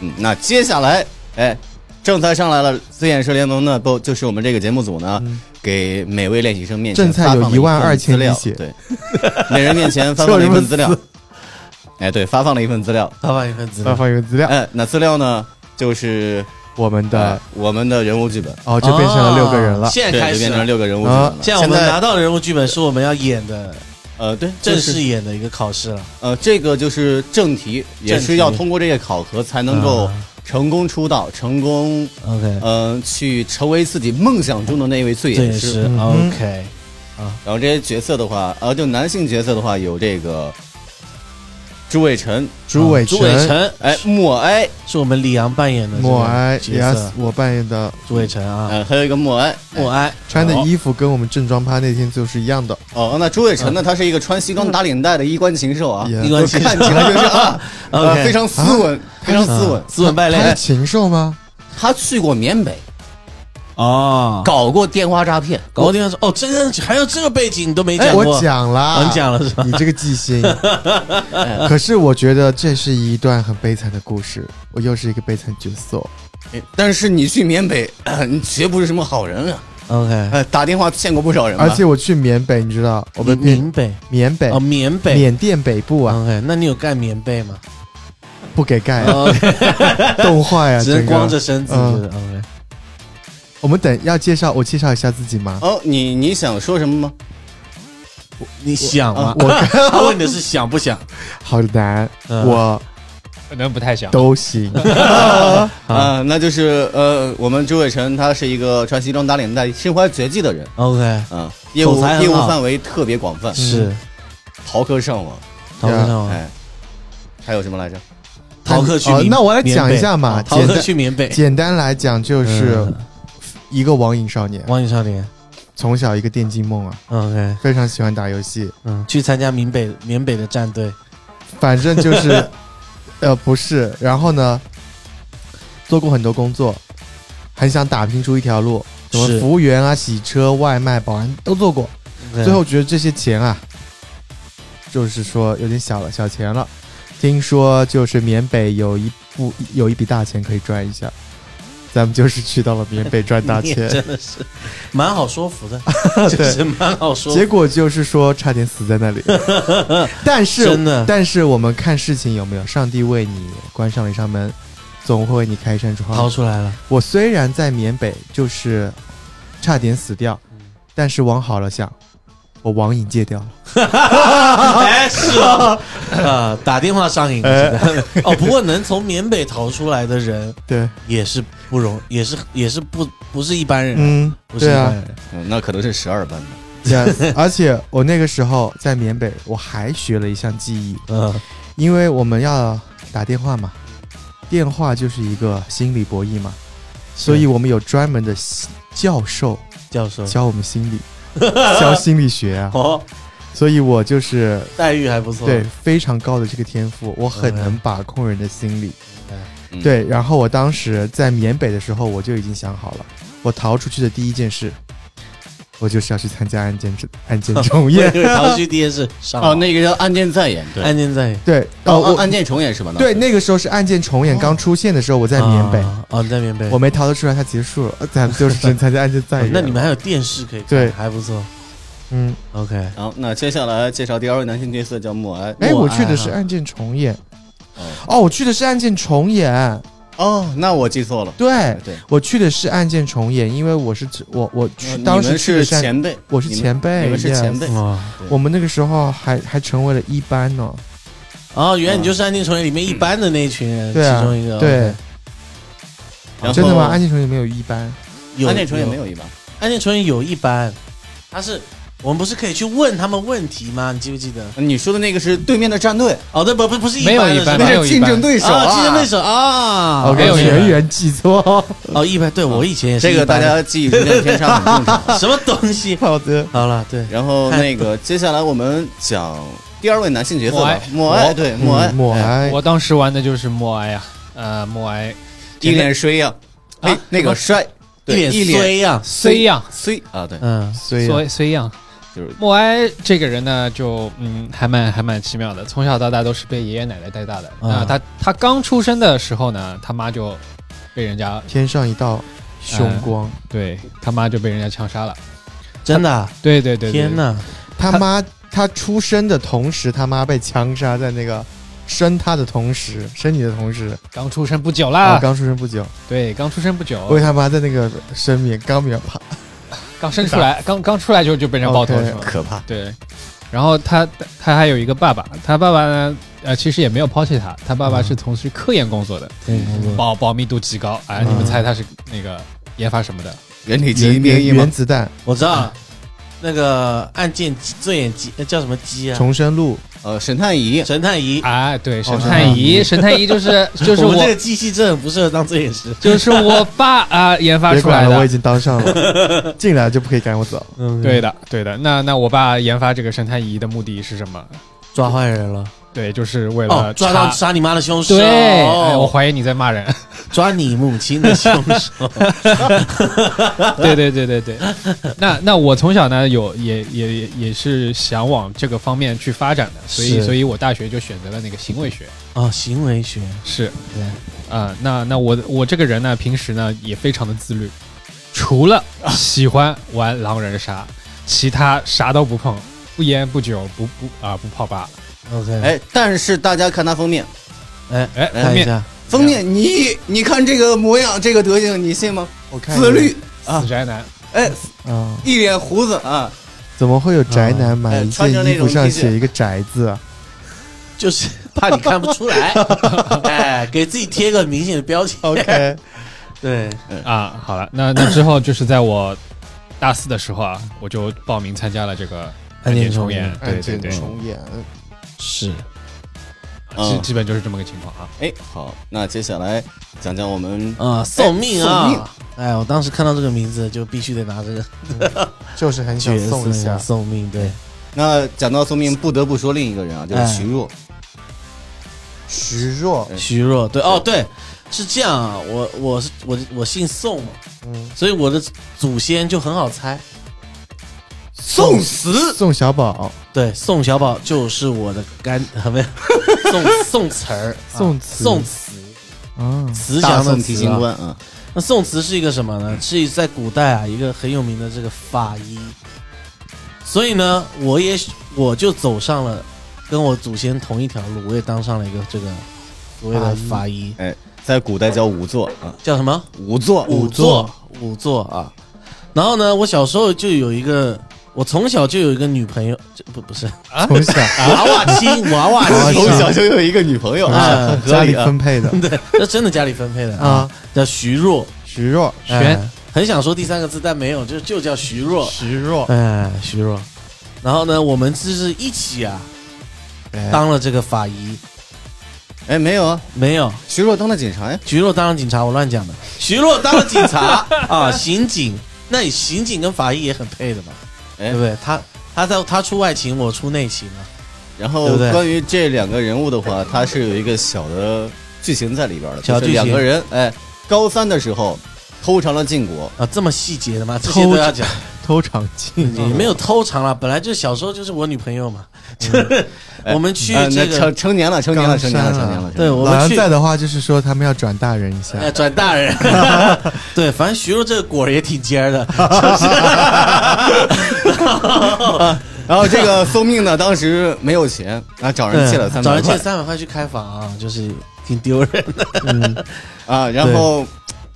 A: 嗯，那接下来，哎，正菜上来了，自演社联盟呢，不就是我们这个节目组呢，给每位练习生面前
E: 正菜
A: 发
E: 有
A: 放了一份资料
E: 12,000滴血
A: 对，每人面前发放了一份资料， 哎，对，发放了一份资料，
D: 发放一份资
E: 再
D: 料。
E: 放一个资料，
A: 哎，那资料呢，就是
E: 我们
A: 呃
E: 的
A: 我们的人物剧本，
E: 哦，就变成了六个人
D: 嗯哦
E: 了，
D: 现在
A: 对，
D: 开
A: 就
D: 始
A: 变成
D: 了。
A: 六个人物剧本了
E: 啊。
D: 现在我们
A: 现
D: 拿到的人物剧本是我们要演的
A: 呃，对，
D: 正
A: 就是
D: 式演的一个考试了，
A: 呃，这个就是正题，也
D: 正
A: 是
D: 题
A: 要通过这些考核才能够成功出道，成功
D: OK，
A: 嗯、呃去成为自己梦想中的那一位最
D: 这
A: 演
D: 也
A: 师。
D: 是
E: 嗯
D: OK，
A: 然后这些角色的话，呃，就男性角色的话有这个朱伟辰，
E: 朱伟
D: 朱伟
E: 辰、
D: 辰
A: 哎，默哀，
D: 是我们李阳扮演的这个
E: 默哀、
D: 角色
E: yes，，我扮演的
D: 朱伟辰啊，
A: 呃，还有一个默哀，
D: 默哀
E: 穿的
A: 好
E: 衣服跟我们正装趴那天就是一样的，
A: 哦，那朱伟辰呢，他是一个穿西装打领带的衣冠禽兽啊，
E: Yeah
D: 衣冠禽兽
A: 看起来就是 啊，呃
D: OK
A: 非常斯文，非常斯文。
D: 哦
A: 哎
D: 斯文败
E: 嗯他是
D: 类
E: 禽兽吗？
A: 他去过缅北，
D: 哦，
A: 搞过电话诈骗，
D: 搞定了说哦，这个还有这个背景你都没讲过，
E: 哎我讲
D: 啊
E: 啦，
D: 你讲了是吧？
E: 你这个 记性。可是我觉得这是一段很悲惨的故事，我又是一个悲惨角色。
A: 哎但是你去缅北， 你绝不是什么好人啊！
D: OK，
A: 呃，打电话骗过不少人吧，
E: 而且我去缅北，你知道，我们缅
D: 缅北
E: 缅北
D: 哦，缅北。哦
E: 缅甸北部哎啊，
D: OK，那你有盖棉被吗？
E: 不给盖啊，
D: 哦，
E: 冻坏啊，
D: 只能
E: 整个
D: 光着。身子。
E: 嗯
D: 就是 OK，
E: 我们等要介绍，我介绍一下自己
D: 嗯
E: 吗？
A: 哦，你你想说什么吗？
D: 你想吗？
E: 啊 我
D: 他问的是想不想？
E: 好难，
D: 嗯
E: 我
F: 可能不太想。
E: 都行。
A: 啊、那就是呃，我们朱伟辰他是一个穿西装打领带、身怀绝技的人，
D: OK，
A: 啊、业务
D: 口才很好
A: 业务范围特别广泛，
D: 是
A: 逃课上网，
E: 嗯
D: 逃课上网，
A: 哎，还有什么来着？
D: 逃课去
E: 哦
D: 缅
E: 那我来讲一下嘛
D: 缅北哦逃
E: 简
D: 课
E: 单
D: 去缅北，
E: 简单来讲，就是
D: 嗯
E: 一个网瘾少年，
D: 网瘾少年。
E: 从小一个电竞梦啊，
D: OK，
E: 非常喜欢打游戏，
D: 嗯，去参加缅北缅北的战队，
E: 反正 就是，呃，不是。然后呢，做过很多工作，很想打拼出一条路，什么
D: 是
E: 服务员啊、洗车、外卖、保安都做过。
D: 对
E: 最后觉得这些钱啊，就是说有点小了，小钱了。听说就是缅北有一部有一笔大钱可以赚一下，咱们就是去到了缅北赚大
D: 你也
E: 钱。
D: 真的是蛮好说服 的，就是
E: 对，
D: 蛮好说服
E: 结果就是说差点死在 那里。但是
D: 真的
E: 但是我们看事情有没有，上帝为你关上了一扇门，总会为你开一扇
D: 逃
E: 窗。
D: 出来了。
E: 我虽然在缅北，就是差点死掉，
D: 嗯
E: 但是往好了想，我网瘾戒掉了。
D: 哎，是 啊，啊，打电话上瘾
E: 哎
D: 了现在。哦，不过能从缅北逃出来的人
E: 对，
D: 也是不容，也是也是不不是一般人，
E: 嗯，
D: 不是一
E: 对
D: 般
E: 啊
D: 人。
A: 嗯，那可能是十二班的，
E: ，yes 而且我那个时候在缅北，我还学了一项技艺，
D: 嗯，
E: 因为我们要打电话嘛，电话就是一个心理博弈嘛，所以我们有专门的教授
D: 教授
E: 教我们心理，教心理学啊。
D: 哦，
E: 所以我就是
D: 待遇还不错。
E: 对，非常高的这个天赋，我很能
D: 嗯
E: 把控人的心理。
D: 哎
A: 嗯
E: 对，然后我当时在缅北的时候，我就已经想好了，我逃出去的第一件事，我就是要去参加案件案 件重
D: 我以
E: 演。
D: 为逃去爹是上
A: 哦，那个叫案件再演，对，
D: 案件在
E: 对，
A: 哦，
E: 哦，
A: 案
E: 我
A: 件哦重演是吧？那
E: 对那个时候是案件重演刚出现的时候，我在缅北，
D: 啊哦，你在缅北，
E: 我没逃得出来，它结束了，呃咱 就是真参加案件再
D: 哦
E: 演。
D: 那你们还有电视可以看，
E: 对
D: 还不错。
E: 嗯，
D: OK，
A: 好，那接下来介绍第二位男性角色叫默哀。
E: 哎，
D: 默
E: 我去
D: 哀
E: 的是
D: 哈
E: 案件重演
A: 哦。
E: 哦，我去的是案件重演，
A: 哦，那我记错了。
E: 对
A: 对，
E: 我去的是案件重演，因为我是我我去
A: 哦你
E: 当时
A: 们
E: 去的
A: 是
E: 是案
A: 前辈，
E: 我是
A: 你们
E: 前辈
A: 你们是
E: yes
A: 前辈。
D: 哇，
E: 我们那个时候还还成为了一班呢。
D: 哦，原来你就是《案件重演》里面一般的那一群人，
E: 对啊
D: 其中一个。
E: 对，
A: 哦然后
E: 真的吗？案件重演没有一班，
D: 有
A: 案件重演没
D: 有？
A: 有一般。
D: 案件重演有一般，他是我们不是可以去问他们问题吗？你记不记得？
A: 你说的那个是对面的战队，
D: 哦，对，不不不哎是一
F: 没有
D: 般的
F: 一
D: 是
F: 般
D: 吧
F: 没有
A: 那是竞争对手
D: 啊，竞争对
A: 手。
D: 手啊，
E: 我
F: 没有一班
E: 远远记错。？
D: 哦，一般，对我以前也是
A: 这
D: 一
A: 个大
D: 般的
A: 家记忆逐渐偏差很嗯正常。
D: 什么东西
E: 好的，
D: 好了，对，
A: 然后那个接下来我们讲第二位男性角色吧，默
F: 默哀
A: 哀，对默哀，
E: 嗯默
A: 哎，
E: 哀，
F: 我当时玩的就是默哀啊，呃，默哀
A: 一脸衰呀，
F: 啊
A: 哎，那个衰，
D: 一
A: 对
D: 脸
A: 一脸
D: 衰呀，
F: 虽样，
A: 衰啊，对，
D: 嗯，
E: 虽
F: 虽虽样。
A: 就是
F: 默哀这个人呢，就嗯，还蛮还蛮奇妙的。从小到大都是被爷爷奶奶带大的。
D: 嗯
F: 那他他刚出生的时候呢，他妈就被人家
E: 天上一道凶光，
F: 对他妈就被人家枪杀了。
D: 真的啊，
F: 对对对对
D: 天哪！
E: 他妈他出生的同时，他妈被枪杀在那个生他的同时，生你的同时，
F: 刚出生不久
E: 啊，
F: 啦，
E: 刚出生不久，
F: 对，刚出生不久，
E: 为他妈在那个生命刚秒啪，
F: 刚生出来，刚刚出来就就被人爆头
E: OK，
F: 是吗？
A: 可怕。
F: 对，然后他他还有一个爸爸，他爸爸呢，呃，其实也没有抛弃他，他爸爸是从事科研工作的，
D: 嗯，
F: 保保密度极高。哎，
E: 嗯
F: 你们猜他是那个研发什么的？
A: 人体基
E: 原
A: 因变异
E: 原
A: 吗
E: 原？子弹
F: 啊
D: 我知道了，那个案件罪眼机呃叫什么机啊？
E: 重生录，
A: 呃，沈探仪，
D: 神探仪，
F: 哎，对，神
E: 神探
F: 探仪，神探仪就是就是
D: 我们这
F: 我
D: 个机器真的很不适合当罪眼师。
F: 就是我爸啊研发
E: 别
F: 出
E: 管
F: 来
E: 了，我
F: 的。
E: 已经当上 了，进来就不可以赶我走。
D: 嗯，
F: 对，的，对的。那那我爸研发这个神探仪的目的是什么？
D: 抓坏人了，
F: 对，就是为
D: 哦
F: 了，
D: 抓到
F: 查
D: 杀你妈的凶手，哦
F: 对，哎我怀疑你在骂人。
D: 抓你母亲的凶手，
F: 对对对对对， 那那我从小呢有也也也也是想往这个方面去发展的，所以
D: 是
F: 所以我大学就选择了那个行为学，
D: 哦，行为学，
F: 是
D: 对，
F: 啊、那那我我这个人呢，平时呢也非常的自律，除了喜欢玩狼人杀， 其他啥都不碰，不烟不酒不不啊、不泡吧，
D: OK，哎
A: 哎，但是大家看他封面，
D: 哎，
F: 哎，
A: 哎
F: 后
D: 看一
F: 面
D: 下，
A: 封面你你看这个模样，这个德行，你信吗？
E: 我看一
A: 自
E: 眼
A: 律，啊
F: 死宅男，
A: 哎，
E: 啊，
A: 一脸胡子啊，
E: 怎么会有宅
F: 嗯
E: 男
A: 哎
E: 买一
A: 穿着
E: 件
A: 那
E: 衣服
A: 种
E: 上
A: T 恤
E: 写一个宅 字啊？
D: 就是 怕你看不出来，哎，给自己贴个明显的标签
E: OK，
D: 对，
F: 啊，好了，那那之后就是在我大四的时候啊，我就报名参加了这个
D: 案件
F: 重
D: 重演
F: 对对对，
E: 重演，
D: 是
F: 基
A: 嗯
F: 基本就是这么个情况啊。
A: 哎，好，那接下来讲讲我们
D: 啊，送命
A: 送命
D: 啊，哎，我当时看到这个名字就必须得拿这个
E: 就是很想
D: 角
E: 送一
D: 色
E: 下
D: 呀，送命，对，
A: 那讲到送命，不得不说另一个人啊，就是徐若，
E: 徐若，
A: 对
D: 徐若，对，哦，对，是这样啊，我我是我我姓宋嘛，
E: 嗯，
D: 所以我的祖先就很好猜，
A: 送死
E: 宋小宝，
D: 对，宋小宝就是我的干， 啊没有，宋宋词儿，
E: 宋
D: 词，
E: 词
D: 宋词，
E: 啊，
D: 慈
A: 大
D: 祥的
A: 宋提
D: 词
A: 刑
D: 啊。
A: 官啊，
D: 那宋词是一个什么呢？是在古代啊，一个很有名的这个法医。所以呢，我也我就走上了跟我祖先同一条路，我也当上了一个这个所谓的法医，
A: 哎，在古代叫仵作啊，
D: 叫什么？
A: 仵作，
D: 仵作，仵作啊。然后呢，我小时候就有一个，我从小就有一个女朋友，这不不是
E: 从小
D: 娃娃亲，娃啊娃
E: 娃
D: 亲，
E: 娃亲
A: 从小 就有一个女朋友啊，
D: 啊
A: 很合
E: 家里
A: 理啊，
E: 分配的
D: 对，那真的家里分配的啊
E: 啊，，
D: 叫徐若，
E: 徐若，
F: 玄
D: 哎很想说第三个字，但没有，就就叫徐若，
E: 徐若，
D: 哎，徐若。然后呢，我们就是一起啊，
E: 哎
D: 当了这个法医，
A: 哎，没有啊，
D: 没有，
A: 徐若当了警察呀，
D: 徐若当了警察，我乱讲的，徐若当了 警察啊，刑警，那你刑警跟法医也很配的嘛，
A: 哎
D: 对不对？他他在他出外勤，我出内勤啊。
A: 然后
D: 对不对
A: 关于这两个人物的话，它是有一个小的剧情在里边的，
D: 小
A: 就是
D: 剧情
A: 两个人哎，高三的时候偷尝了禁果，
D: 啊，这么细节的吗？这些都要讲，
E: 偷尝镜，
D: 你没有偷尝了，本来就小时候就是我女朋友嘛。
E: 嗯
A: 哎
D: 我们去
A: 呃
D: 这
A: 那
D: 个
A: 成成年了，成年了，
E: 刚
A: 成年了，
E: 上
A: 成
E: 啊
A: 年了，成
D: 对
A: 年了
D: 我
E: 老
D: 们
E: 杨
D: 去
E: 在的话，就是说他们要转大人一下。
D: 哎，转大 人，对，反正徐若这个果儿也挺尖儿 的，就是，
A: 然后这个送命呢，当时没有钱啊，找人 借了三
D: 找
A: 百
D: 人借
A: 块
D: 三百块去开房、就是挺丢人的。
A: 啊，然后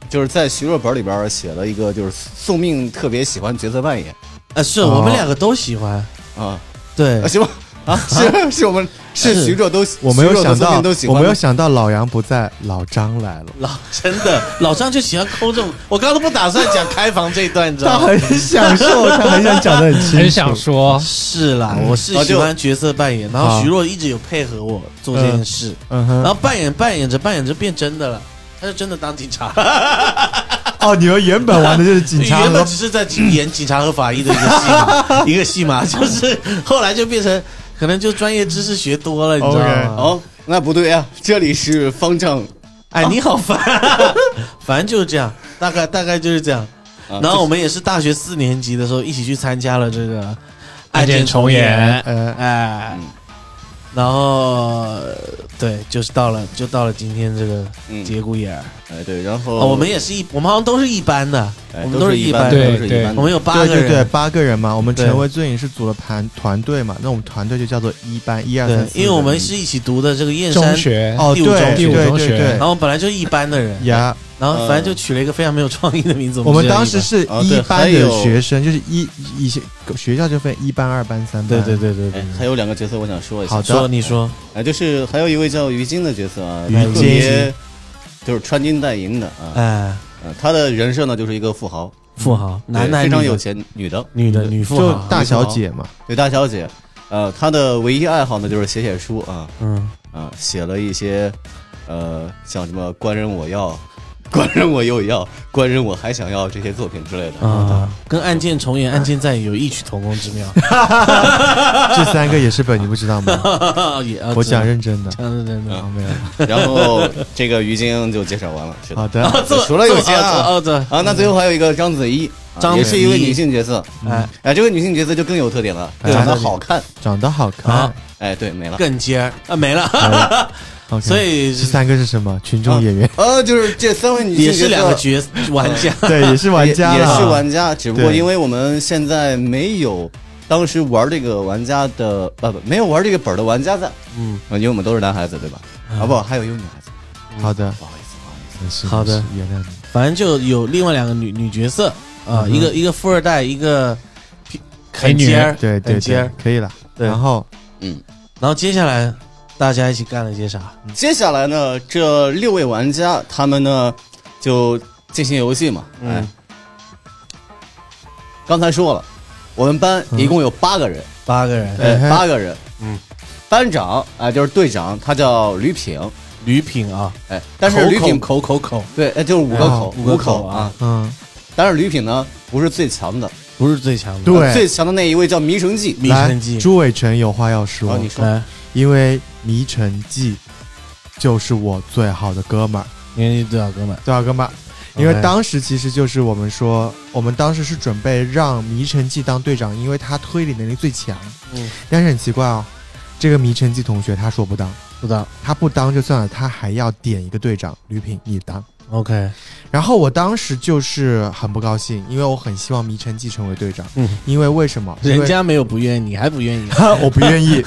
A: 就是在徐若本里边写了一个，就是送命特别喜欢角色扮演
D: 呃，是
E: 哦
D: 我们两个都喜欢，
A: 啊，
D: 对
A: 啊，行吧。啊，是是我们是
D: 是
A: 徐若都，
E: 我没有
A: 徐若和
E: 想
A: 宋
E: 到
A: 命都喜，
E: 我
A: 欢吗，
E: 没有想到老杨不在，老张来了。
D: 老真的 老张就喜欢抠这种，我刚刚都不打算讲开房这一段，你知
E: 他
D: 道吗？
E: 很享受，他很想讲的很清楚，
F: 很想说，
D: 是啦，我是
A: 啊
D: 喜
A: 就
D: 欢角色扮演，然
E: 好
D: 后徐若一直有配合我做这件事，
E: 嗯
D: 然
E: 哼，
D: 后扮演扮演着扮演着变真的了，他就真的当警察了。
E: 哦，你们原本玩的就是警察
D: 原
E: 和
D: 本只是在 演警察和法医的一个戏嘛， 一个戏嘛，就 是后来就变成可能就专业知识学多了，你知道吗
E: OK
A: 哦，那不对啊，这里是方丈
D: 哎，你好烦， 反正就是这样，大概大概就是这样。
A: 啊
D: 然后我们也是大学四年级的时候一起去参加了这个
F: 案件重演，
E: 呃，
D: 哎
A: 嗯，
D: 然后对，就是到了就到了今天这个
A: 嗯
D: 节骨眼儿。
A: 哎，对，然后
D: 啊我们也是一，我们好像都是一班的，
A: 哎
D: 我们
A: 都
D: 都
A: 是
D: 是
A: 一
D: 一
A: 般
D: 班
A: 的，
F: 对
A: 都是一
F: 对
A: 般
D: 我
A: 的。
D: 们有八
E: 对
D: 个人，
E: 对对，八个人嘛，我们
D: 对
E: 成为罪影是组了团团队嘛，那我们团队就叫做一班一二三
D: 对
E: 四，，
D: 因为我们是一起读的这个燕
F: 中
D: 山
F: 学
E: 哦
D: 第
E: 对
D: 五中
E: 对
F: 第五
E: 对
F: 中
E: 对
F: 学
E: 对
D: 然后我本来就是一般的人，
E: 呀，
D: 然后反正就取了一个非常没有创意的名字。
E: 呃我们
D: 就叫
E: 当时是
A: 哦对
E: 一
A: 还
E: 班的
A: 有
E: 学生，就是一一些学校就分一班、二班、三
D: 一
E: 班
D: 般，对对对对
A: 哎
D: 对，，
A: 还有两个角色我想说一下，
E: 好的
D: 说你说
A: 哎，就是还有一位叫于晶的角色啊，
E: 于
A: 他
E: 晶
A: 特别就是穿金戴银的啊，
D: 哎，
A: 啊他的人设呢就是一个富豪，
D: 富豪
A: 嗯对
D: 男男
A: 非常
D: 女的
A: 有钱，女的，
D: 女的女富
E: 就
D: 豪，
E: 大小姐 嘛，
A: 对大小姐，呃，她的唯一爱好呢就是写写书啊
D: 嗯，
A: 啊，写了一些呃像什么官人我要，官人我又要，官人我还想要这些作品之类的
D: 啊，跟案件重演、案件再演有异曲同工之妙。
E: 这三个也是本，你不知道吗？
D: 也啊
E: 我讲
D: 这嗯
E: 认真的，
D: 真的真的。
A: 嗯
E: 好没有，
A: 然后这个于晶就介绍完了，是的
E: 好的，
D: 这么
A: 除了有些
D: 这么
A: 啊
D: 哦对，
A: 啊，那最后还有一个章子怡，啊
D: 章
A: 也
D: 子
A: 是一位
D: 怡
A: 女性角色，
D: 哎，
A: 哎，这位女性角色就更有特点了，
E: 哎
A: 长得好看，
E: 长得好看
D: 好，
A: 哎，对，没了。
D: 更尖儿啊没了，
E: 好看
D: 所以
E: 这三个嗯是什么？群众演员，
A: 呃，就是这三位女性
D: 也是两个
A: 角色
D: 角玩家。
E: 对， 也是玩家啊
A: 也，也
E: 啦
A: 是玩家，只不过
E: 对
A: 因为我们现在没有当时玩这个玩家的，呃不不，没有玩这个本儿的玩家在，啊
D: 嗯，
A: 因为我们都是男孩子，对吧？啊不，还有一个女孩子，
E: 好的，
A: 不好意思，不好意思。
E: 没事
D: 好的
E: 没事原谅你。
D: 反正就有另外两个女女角色啊，一个一个富二代，一个
F: 美
D: 很
F: 女
D: 尖儿，
E: 对对
D: 很尖
E: 对
D: 儿。，
E: 可以了。
D: 对
E: 然后
D: 然后接下来大家一起干了些啥？
A: 接下来呢，这六位玩家他们呢就进行游戏嘛，
D: 嗯
A: 哎，刚才说了，我们班一共有八个人，
D: 八个人，
A: 哎
E: 嗯哼
A: 八个人，
D: 嗯，
A: 班长啊、就是队长，他叫吕品，
D: 吕品啊，
A: 哎，但是吕品
D: 口口口口
A: 对，哎，就是五个口，
D: 哎五个
A: 口
D: 口啊，
E: 嗯，
A: 但是吕品呢不是最强的，
D: 不是最强的，
E: 对，
A: 最强的那一位叫迷城记，
D: 迷
E: 来
D: 城记，
E: 朱伟成有话要说，
A: 哦，你说，
D: 来，
E: 因为《迷城记》就是我最好的哥们儿，
D: 年纪最小哥们儿，
E: 最好哥们儿。因为
D: OK
E: 当时其实就是我们说，我们当时是准备让《迷城记》当队长，因为他推理能力最强。
D: 嗯，
E: 但是很奇怪哦，这个《迷城记》同学他说不当，
D: 不知道
E: 他不当就算了，他还要点一个队长吕品，你当。
D: ，OK，
E: 然后我当时就是很不高兴，因为我很希望《迷城记》成为队长，
D: 嗯
E: 因为为什么？因为
D: 人家没有不愿意，你还不愿意
E: 我不 愿意，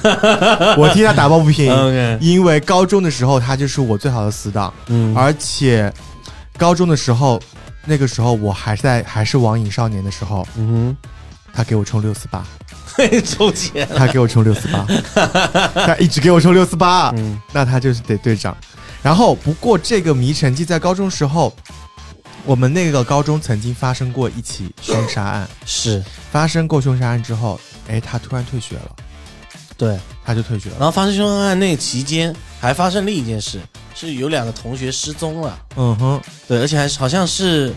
E: 我替他打抱不平。
D: ，OK，
E: 因为高中的时候他就是我最好的死党，
D: 嗯，
E: 而且高中的时候，那个时候我还在还是网瘾少年的时候，
D: 嗯
E: 他给我充六四 八，
D: 哼，周杰，
E: 他给我充六四八，他一直给我充六四八，
D: 嗯
E: 那他就是得队长。然后不过这个迷城记在高中时候，我们那个高中曾经发生过一起凶杀案，
D: 是
E: 发生过凶杀案之后，哎，他突然退学了，
D: 对，
E: 他就退学
D: 然
E: 了，
D: 后发生凶杀案那期间还发生另一件事，是有两个同学失踪了。
E: 嗯哼，
D: 对，而且还是好像是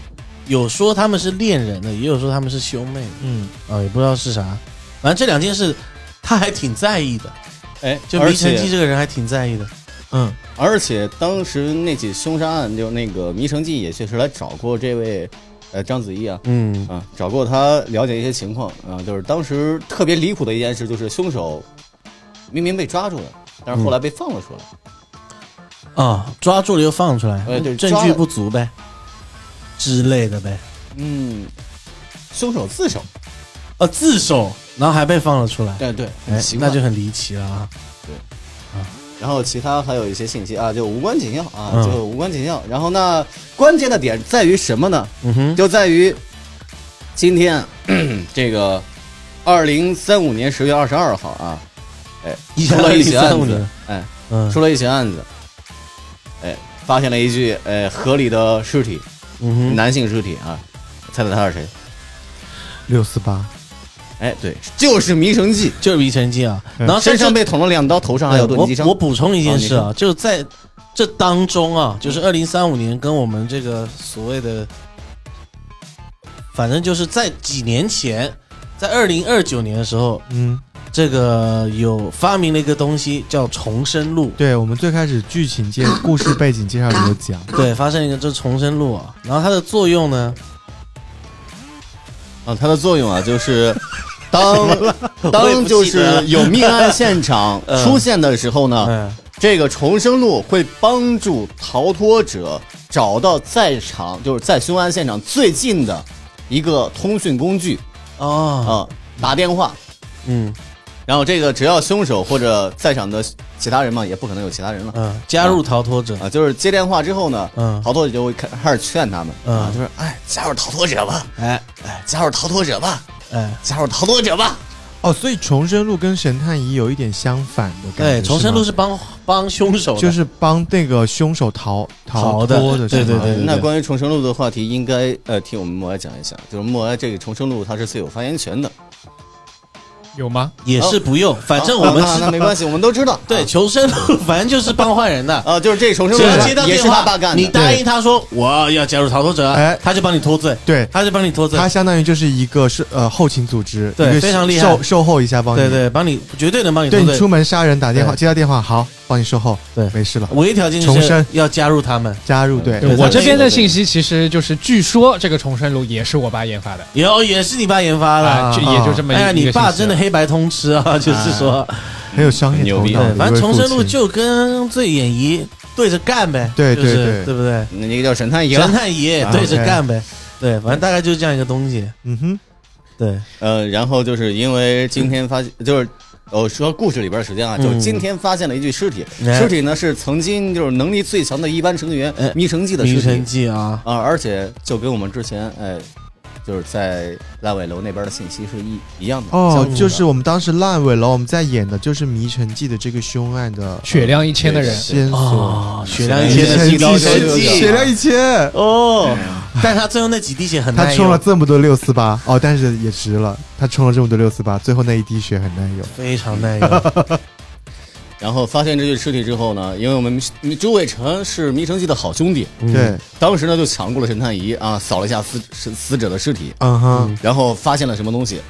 D: 有说他们是恋人的，也有说他们是兄妹
E: 嗯。
D: 的，啊、也不知道是啥。反正这两件事，他还挺在意的。
A: 哎，
D: 就
A: 而
D: 迷城记
A: 且
D: 这个人还挺在意的。嗯，
A: 而且当时那起凶杀案，就那个迷城记也确实来找过这位呃章子怡啊，
D: 嗯，
A: 啊，找过他了解一些情况啊，就是当时特别离谱的一件事，就是凶手明明被抓住了，但是后来被放了出来。
D: 啊，抓住了又放出来
A: 哎对，
D: 证
A: 抓
D: 据
A: 了
D: 不足呗，之类的呗。
A: 嗯，凶手自首。
D: 呃，自首，然后还被放了出来，
A: 对对，
D: 哎
A: 很奇，怪
D: 那就很离奇了啊。
A: 然后其他还有一些信息啊，就无关紧要啊，
D: 嗯
A: 就无关紧要。然后那关键的点在于什么呢？
D: 嗯哼，
A: 就在于今 天这个二零三五年十月二十二号啊，
D: 一
A: 出
D: 九
A: 了一起案
D: 三五
A: 子
D: 年，，
A: 哎，
D: 嗯
A: 出了一起案子，哎，发现了一具哎河里的尸体，
D: 嗯哼，
A: 男性尸体啊，猜猜他是谁？
E: 六四八，
A: 哎，对，就是迷城记，
D: 就是迷城记啊。然后
A: 身
D: 在这
A: 上被捅了两刀，头上还有钝击伤
D: 哎我我。补充一件事
A: 啊
D: 啊，就在这当中啊，就是二零三五年跟我们这个所谓的，反正就是在几年前，在二零二九年的时候，
E: 嗯，
D: 这个有发明了一个东西叫重生录。
E: 对，我们最开始剧情介、故事背景介绍里有讲，
D: 对，发生一个这重生录啊，然后它的作用呢，
A: 啊，它的作 用啊，就是当当就
D: 我也不记得
A: 是
D: 了
A: 有命案现场
D: 嗯
A: 出现的时候呢，
D: 嗯，
A: 这个重生录会帮助逃脱者找到在场，就是在凶案现场最近的一个通讯工具
D: 哦，
A: 啊、打电话。
D: 嗯
A: 然后这个只要凶手或者在场的其他人嘛，也不可能有其他人了
D: 嗯，加入逃脱者，
A: 啊，就是接电话之后呢，
D: 嗯
A: 逃脱者就会开开始劝他们
D: 嗯
A: 啊，就是哎，加入逃脱者吧，
D: 哎
A: 哎，加入逃脱者吧，
D: 哎，
A: 加入逃脱者吧。
E: 哦，所以重生路跟神探一有一点相反的感觉。
D: 对，重生录
E: 是
D: 是帮帮凶手的，
E: 吗就是帮那个凶手逃
D: 逃的
E: 脱的是吗，
D: 对对对
A: 嗯那关于重生录的话题，应该呃听我们默哀讲一下，就是默哀这个重生录它是最有发言权的，
F: 有吗？
D: 也是不用，反正我
A: 啊
D: 们
A: 那
D: 知
A: 那没关系，我们都知道，
D: 对，
A: 啊
D: 求生 路反正就是帮坏人 的。
A: 啊，就是这重生
D: 只
A: 录
D: 要接到
A: 也
D: 电
A: 是他
D: 话
A: 爸，干
D: 你
A: 的，
D: 答应他说我要加入逃脱者，
E: 哎
D: 他就帮你脱罪，
E: 对
D: 他就帮你脱罪
E: 它，相当于就是一个是呃后勤组织，
D: 对
E: 一个
D: 非常厉害
E: 售售后一下帮你，
D: 对对，帮你绝对能帮你脱
E: 对你
D: 罪
E: 出。门杀人打电话
D: 对
E: 接到电话，好帮你售后，
D: 对
E: 没事了，
D: 唯一条件就
E: 重
D: 是
E: 生
D: 要加入他们。
E: 加入对
A: 对
F: 我
A: 他
F: 这
A: 没
F: 边
A: 有这
F: 的信
A: 个
F: 息其实就是，据说这个重生录也是我爸研发的
D: 有也是你爸研发的
F: 啊，就
D: 啊，
F: 也就这么一
D: 哎呀，
F: 一个
D: 你
F: 啊
D: 爸
F: 信息
D: 真的黑白通吃啊，就是说，
E: 很有商业
A: 牛
E: 头
A: 逼
E: 脑
A: 啊
E: 的一
D: 对
E: 位，
D: 反正重生
E: 父
D: 路
E: 亲
D: 就跟醉眼仪对着干呗，
E: 对
D: 就是
E: 对对
D: 对不对？
A: 那那个叫神探一
D: 神
A: 了，
D: 探仪
E: 啊
D: 对着
E: OK
D: 干呗，对，反正大概就是这样一个东西，
E: 嗯哼，
D: 对，
A: 呃，然后就是因为今天发现，就是我说故事里边的时间啊，
D: 嗯
A: 就是今天发现了一具尸体，
D: 哎
A: 尸体呢是曾经就是能力最强的一班成员
D: 哎
A: 迷城记的
D: 迷
A: 尸体
D: 城记啊，
A: 啊，而且就跟我们之前哎，就是在烂尾楼那边的信息是一一样的
E: 哦
A: 相，同
E: 就是
A: 的
E: 我们当时烂尾楼我们在演的就是《迷城记》的这个凶案的
F: 血量一千的人，
E: 线索，
D: 啊，血量
A: 一
D: 一
A: 千的
D: 千的
A: 剃
D: 剃
A: 刀
D: 刀
A: 手
D: 神
A: 就有
D: 技
E: 血量一千，
D: 哦，但他最后那几滴血很
E: 哎他
D: 耐
E: 充了
D: 用，
E: 这么多六四八哦，但是也值了，他充了这么多六四八，最后那一滴血很耐用。
D: 非常耐用。
A: 然后发现这具尸体之后呢，因为我们迷朱伟成是迷城记的好兄弟，
D: 嗯
E: 对，
A: 当时呢就抢过了神探仪啊，扫了一下死死死者的尸体，
E: 嗯哼，
A: 然后发现了什么东西，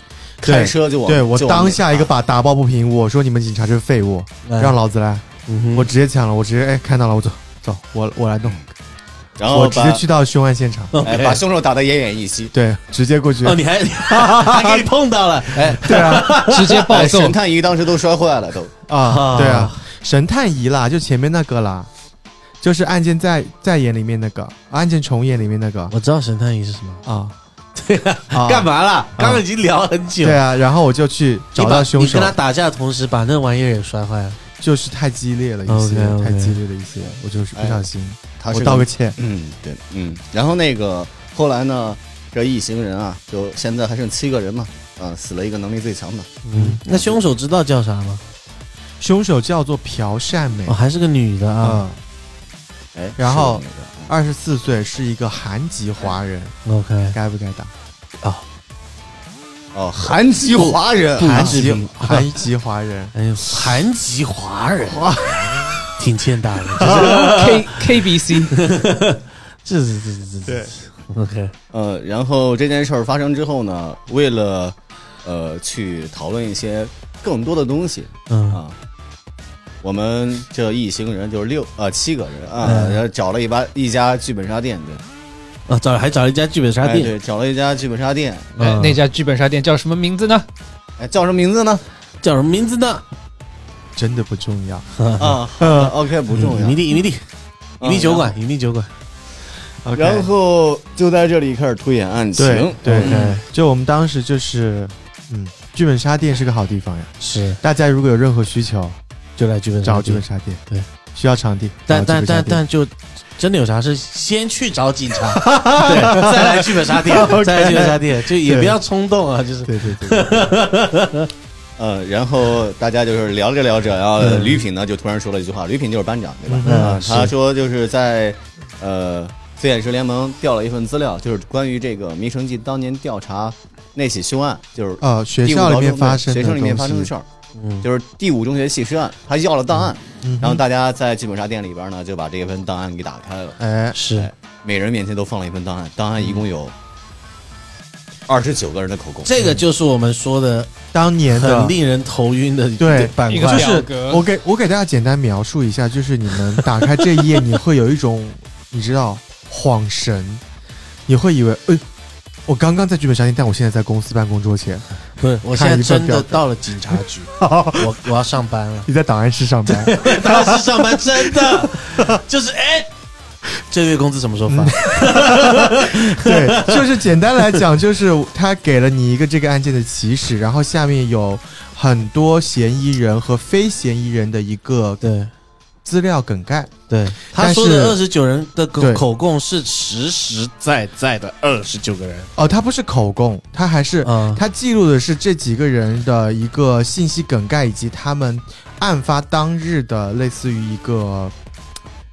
E: 对
A: 开车就往
E: 对我
A: 就往
E: 当
A: 那啊
E: 下一个把打抱不平，我说你们警察就是废物，
D: 嗯
E: 让老子来，
D: 嗯哼
E: 我直接抢了，我直接哎看到了，我走走，我我来弄，
A: 然
D: 哦
A: 后
E: 我直
A: 把
E: 接去到凶案现场，
A: 哎
D: OK
A: 把凶手打得奄奄一息，
E: 对，直接过去，
D: 哦 哦，你 还还给你碰到了，
A: 哎，
E: 对啊
F: 直接暴
A: 哎
F: 揍
A: 神。 探仪当时都摔坏了都，
E: 啊对啊，神探仪啦，就前面那个啦，就是案件再再演里面那个，案件重演里面那个
D: 我知道神探仪是什么，
E: 啊，
D: 对啊，
E: 啊
D: 干？嘛啦？刚刚已经聊很久，
E: 对啊，然后我就去
D: 你
E: 找
D: 把
E: 到凶
D: 你
E: 手
D: 跟，他打架的同时把那玩意儿也摔坏了，
E: 就是太激烈了一些，
D: OK，OK
E: 太激烈了一些，我就是不小心，
A: 哎他
E: 我
A: 是
E: 道个歉，
A: 嗯对嗯，然后那个后来呢，这一行人啊，就现在还剩七个人嘛，啊死了一个能力最强的，
D: 嗯，那凶手知道叫啥吗？
E: 凶手叫做朴善美
D: 哦，，还是个女的啊
E: 嗯。
A: 哎，
E: 然后
A: 是那
E: 二十四岁，是一个韩籍华人，
D: ，OK，
E: 该不该打？
A: 个哦韩籍华人啊
D: 不
E: 韩
D: 知
E: 籍
D: 名
E: 韩籍华人，
D: 哎呦，韩籍华人，挺欠打的，
F: K K B C，哎
D: 这这这这这，
E: 对
D: ，OK，
A: 呃，然后这件事儿发生之后呢，为了呃去讨论一些更多的东西
D: 嗯，
A: 啊。我们这一行人就是六呃七个人啊，
D: 嗯
A: 然后找了一把一家剧本杀店，对，
D: 啊，找还找了一家剧本杀
A: 哎
D: 店，
A: 对，找了一家剧本杀店，
F: 哎
D: 嗯，
F: 那家剧本杀店叫什么名字呢？
A: 哎，叫什么名字呢？
D: 叫什么名字呢？
E: 真的不重要。
D: 嗯
A: 啊好的，OK，不重要
D: 米。粒米粒米粒
A: 嗯
D: 酒馆，米粒酒馆，
A: 然
E: OK
A: 后就在这里开始推演案情。
E: 对对对
D: 嗯，
E: 就我们当时就是，嗯，剧本杀店是个好地方呀。
D: 是
E: 大家如果有任何需求，
D: 就来剧本杀
E: 找
D: 店
E: 剧本杀店。
D: 对，
E: 需要场地，
D: 但
E: 找
D: 但
E: 剧本
D: 但
E: 杀店
D: 但就真的有啥事，先去找警察，对，再来剧本杀店，再来剧本杀店，就也不要冲动啊，就是
E: 对对对对，
A: 呃，然后大家就是聊着聊着，然后
D: 嗯
A: 吕品呢就突然说了一句话，吕品就是班长对吧？
D: 嗯
A: 啊
D: 是
A: 他说就是在呃飞眼石联盟调了一份资料，就是关于这个迷城记当年调查那起凶案，就是
E: 呃，学
A: 第五
E: 校
A: 高
E: 里面
A: 中
E: 发
A: 对
E: 生的
A: 学生里面发生的
E: 东西
A: 事儿，
D: 嗯，
A: 就是第五中学弃尸案，他要了档案，
E: 嗯哼
A: 然后大家在剧本杀店里边呢就把这份档案给打开了，
E: 哎，
D: 是
A: 每人面前都放了一份档案，档案一
E: 嗯
A: 共有二十九个人的口供。
D: 这个就是我们说的
E: 当年的
D: 很令人头晕的
E: 对
D: 板
F: 呃一个
D: 块，
F: 表
E: 我
F: 格，
E: 给我给大家简单描述一下，就是你们打开这一页，你会有一种你知道恍神，你会以为，哎，我刚刚在剧本杀店，但我现在在公司办公桌前，，
D: 不是，我现在真的到了警察局，我我要上班了
E: 你在档案室 上班，
D: 当时上班真的就是哎，这月工资什么时候发？
E: 对，就是简单来讲，就是他给了你一个这个案件的起始，然后下面有很多嫌疑人和非嫌疑人的一个
D: 对。
E: 资料梗概，
D: 对，他
E: 但
D: 说的二
E: 是
D: 十九人的口
E: 对
D: 口供是实实在在的二十九个人，
E: 哦，他不是口供，他还是
D: 嗯，
E: 他记录的是这几个人的一个信息梗概，以及他们案发当日的类似于一个，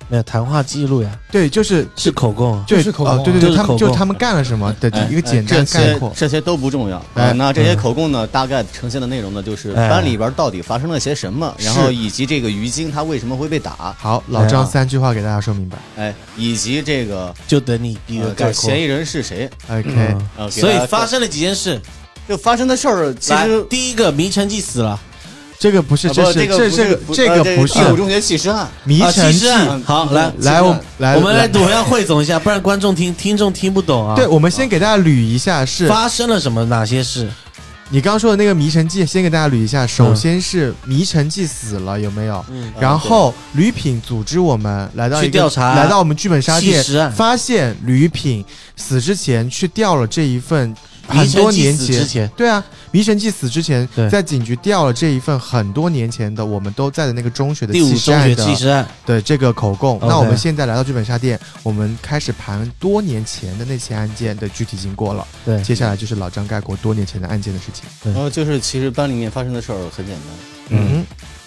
D: 没有谈话记录呀，
E: 对，就是
D: 是口供啊，
F: 就是口供啊
E: 哦对对
D: 就
E: 对，
D: 是
E: 他们
D: 口供
E: 就他们干了什么的
A: 哎
E: 一个简
A: 哎这
E: 单
A: 些
E: 概括。
A: 这些都不重要。
E: 哎
A: 啊那这些
D: 嗯
A: 口供呢，大概呈现的内容呢，就是
D: 哎
A: 班里边到底发生了些什么，
E: 是
A: 然后以及这个于晶他为什么会被打，
E: 好，老张
D: 哎呀
E: 三句话给大家说明白。
A: 哎，以及这个
D: 嗯就等你逼
A: 呃
D: 个
A: 就
D: 概
A: 是
D: 括。
A: 嫌疑人是谁，
E: OK，
D: 嗯
A: 呃，给
D: 所以
A: 大家
D: 发生了几件事。
A: 就发生的事儿，其
D: 来
A: 实，
D: 第一个，迷城记死了，
E: 这个不是，
A: 啊不
E: 这是
A: 个不
E: 这
A: 是
E: 这
A: 不
E: 个这
A: 呃
E: 个不是
A: 第五中学弃尸案，
E: 迷
D: 啊，
E: 城
D: 弃
E: 记
D: 尸。案。
A: 记
D: 好，来，
E: 来，
A: 是
E: 我来
D: 我们来，我们要汇总一下，不然观众听听众听不懂啊。
E: 对，，我们先给大家捋一下，是
D: 发生了什么？哪些事？
E: 你刚说的那个迷城记，先给大家捋一下。首先是迷城记死了，有没有？
D: 嗯，
E: 然后吕品组织我们来到一个
D: 去调查
E: 来到我们剧本杀
D: 弃
E: 店，
D: 尸案。
E: 发现吕品死之前去调了这一份
D: 迷
E: 很
D: 城
E: 多
D: 记
E: 年
D: 死之
E: 前，
D: 前，
E: 对啊，迷神记死之前
D: 对，
E: 在警局调了这一份很多年前的我们都在的那个中学的
D: 第五
E: 弃尸
D: 中
E: 案
D: 学
E: 的
D: 弃尸案。
E: 对这个口供。
D: OK
E: 那我们现在来到剧本杀店，我们开始盘多年前的那起案件的具体经过了。
D: 对，
E: 接下来就是老张概括多年前的案件的事情。
A: 然后嗯就是其实班里面发生的事儿很简单，
E: 嗯，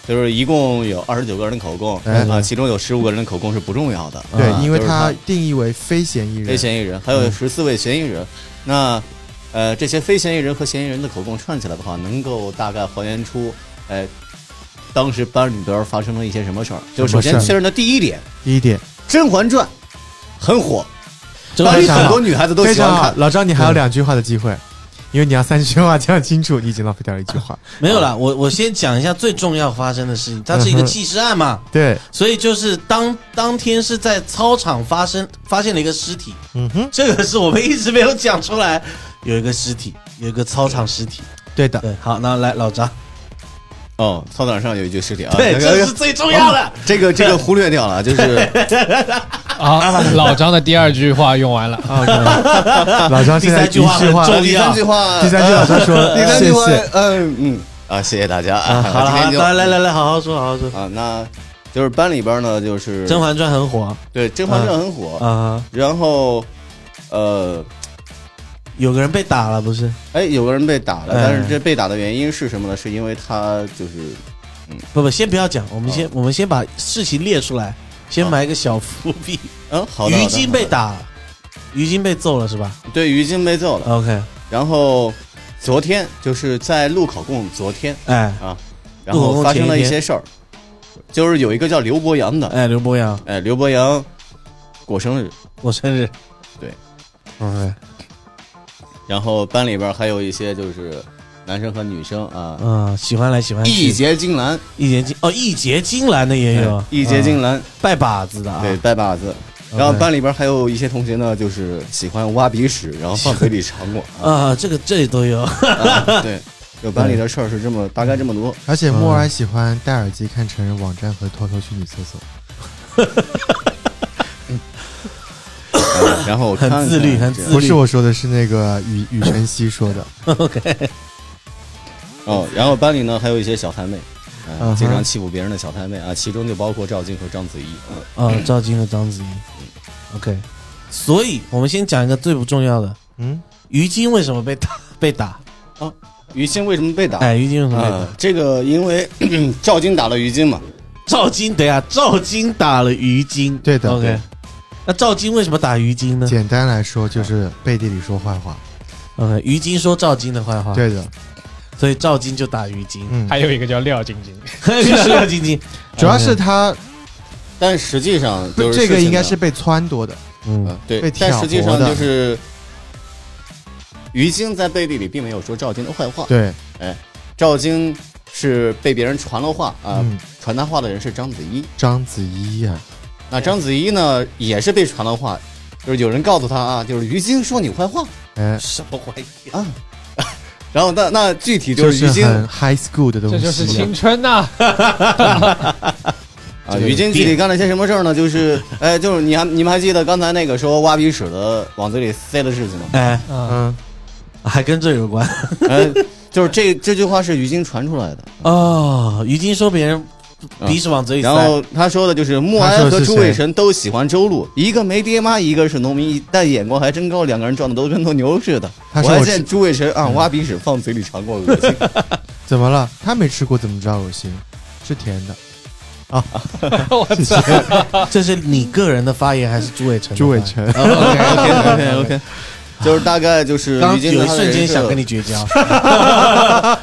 A: 就是一共有二十九个人的口供
E: 哎
A: 啊，其中有十五个人的口供是不重要的，
E: 嗯对
A: 啊，
E: 因为
A: 就是
E: 他定义为非嫌疑
A: 非
E: 人。
A: 嫌疑人，还有
E: 嗯
A: 十四位嫌疑人。那呃，这些非嫌疑人和嫌疑人的口供串起来的话，能够大概还原出，呃，当时班里边发生了一些什么事儿。就首
E: 什
A: 先
E: 么事儿
A: 确认的第一点，
E: 第一点
A: 《甄嬛传》很火，
D: 这
A: 班里
E: 非常
A: 很
E: 好
A: 多女孩子都
E: 非
A: 喜欢
E: 常好
A: 看，。
E: 老张，你还有两句话的机会，因为你要三句话讲清楚，你已经浪费掉了一句话。
D: 没有啦，我我先讲一下最重要发生的事情，它是一个
E: 嗯哼
D: 弃尸案嘛，
E: 对，
D: 所以就是当当天是在操场发生发现了一个尸体，
E: 嗯哼，
D: 这个是我们一直没有讲出来，有一个尸体，有一个操场尸体。
E: 对的。
D: 对，好，那来老张，
A: 哦，操场上有一句尸体啊，
D: 对，
A: 这
D: 这是
A: 个
D: 最重要的。
A: 这个这个忽略掉了，就是
F: 啊，老张的第二句话用完了。
E: 啊，老张现在一
D: 第三句话
E: 句话
D: 很重要
A: 第三句 话，
E: 第三句老张说，
A: 呃，第三句话
E: 谢谢，
A: 嗯嗯啊，谢谢大家啊，
D: 好
A: 今
D: 了好
A: 天就
D: 了，来来来，好好说，好好说。
A: 啊，那就是班里边呢，就是
D: 《甄嬛传》很火
A: 对《甄嬛传》很火，
D: 啊，
A: 然后，呃，
D: 有个人被打了，不是？
A: 哎，有个人被打了，
D: 哎
A: 但是这被打的原因是什么呢？是因为他就是
D: 不不，先不要讲，我们先我们先把事情列出来，先
A: 啊
D: 埋一个小伏笔。
A: 嗯，好的，
D: 于
A: 好的
D: 晶被，打了，于晶被揍了是吧
A: 好的对，于晶被揍了。
D: ？OK，
A: 然后昨天就是在录口供，昨天
D: 哎
A: 啊，然后
D: 哦
A: 发生了一些事儿，就是有一个叫刘伯阳的，
D: 哎，刘博洋，
A: 哎，刘伯阳过生日，
D: 我生日。
A: 对
D: ，OK，
A: 然后班里边还有一些就是男生和女生啊，
D: 嗯，喜欢来喜欢
A: 义
D: 去，
A: 结金兰，
D: 一结金哦，一结金兰的也有，
A: 义结金
D: 嗯
A: 兰，
D: 拜把子的啊，
A: 对，带把子。
D: OK
A: 然后班里边还有一些同学呢，就是喜欢挖鼻屎，然后放嘴里尝 过啊
D: 啊，这个这里都有，
A: 啊。对，就班里的事儿是这么大概这么 多。
E: 而且莫儿还喜欢戴耳机看成人网站和偷偷去女厕所。
A: 嗯然后我看看
D: 很自律很
A: 这
D: 自
A: 样
D: 律
E: 嗯不是我说的，是那个雨雨晨曦说的。
A: 哦，然后班里呢还有一些小太妹，
E: 嗯
A: 啊，
E: 哼
A: 经常欺负别人的小太妹啊，其中就包括赵静和章子怡。嗯
D: 啊，赵晶和章子怡，OK，所以我们先讲一个最不重要的，
E: 嗯，
D: 于晶为什么被打？被打？
A: 于禁为什么被打？
D: 哎，于晶为什么被打？
A: 啊，这个因为 赵静打了于禁嘛，
D: 赵晶，等一下，赵晶打了于晶，
E: 对的
D: ，OK
E: 对。
D: 那赵晶为什么打于晶呢
E: 简单来说就是背地里说坏话。
D: ？OK，于晶说赵晶的坏话，，
E: 对的，
D: 所以赵晶就打于晶，
E: 啊嗯，
F: 还有一个叫廖晶晶，
D: 啊就是要晶晶，
E: 主要是他
A: 但实际上就是
E: 这个应该是
A: 事
E: 被撺掇的。
A: 情呢
D: 嗯
A: 啊对
E: 被，
A: 但
E: 挑
A: 实际
E: 拨
A: 上
E: 的
A: 就是于禁在背地里并没有说赵静的坏话，
E: 对，
A: 赵晶是被别人传了话啊，
E: 嗯，
A: 传他话的人是章子怡。
E: 章子怡呀，
A: 那章子怡呢，也是被传了话，就是有人告诉她啊，就是于晶说你坏话
E: 哎，
D: 什么玩意？
A: 啊。然后那那具体就
E: 就是
A: 于
E: 是
A: 晶
E: 很 high school 的东西
F: 这就
E: 啊。
F: 是青春呐、
A: 啊，于晶具体干了些什么事儿呢？就是 哎，就是你还你们还记得刚才那个说挖鼻屎的往嘴里塞的事情吗？
D: 哎，
F: 嗯，
E: 嗯，
D: 还跟这有关
A: 哎，就是这这句话是于晶传出来的，
D: 哦。于晶说别人鼻屎往嘴里塞，
A: 然后他说的就是默
E: 他
A: 哀
E: 说
A: 和
E: 是
A: 朱
E: 谁
A: 伟辰都喜欢周路，一个没爹妈，一个是农民，但眼光还真高，两个人撞的都跟头牛似的。
E: 他说
A: 我还
E: 我吃
A: 见朱伟辰
D: 嗯
A: 啊挖鼻屎放嘴里尝过，恶 心。
E: 怎么了？他没吃过怎么知道恶心？是甜的。啊
F: 我操，
D: 这是你个人的发言还是朱伟成？
E: 朱伟，成，
D: 啊
A: OK OK OK，就是大概就是
D: 刚
A: 于金
D: 有
A: 的
D: 一
A: 他的
D: 瞬间
A: 人设
D: 想跟你绝交。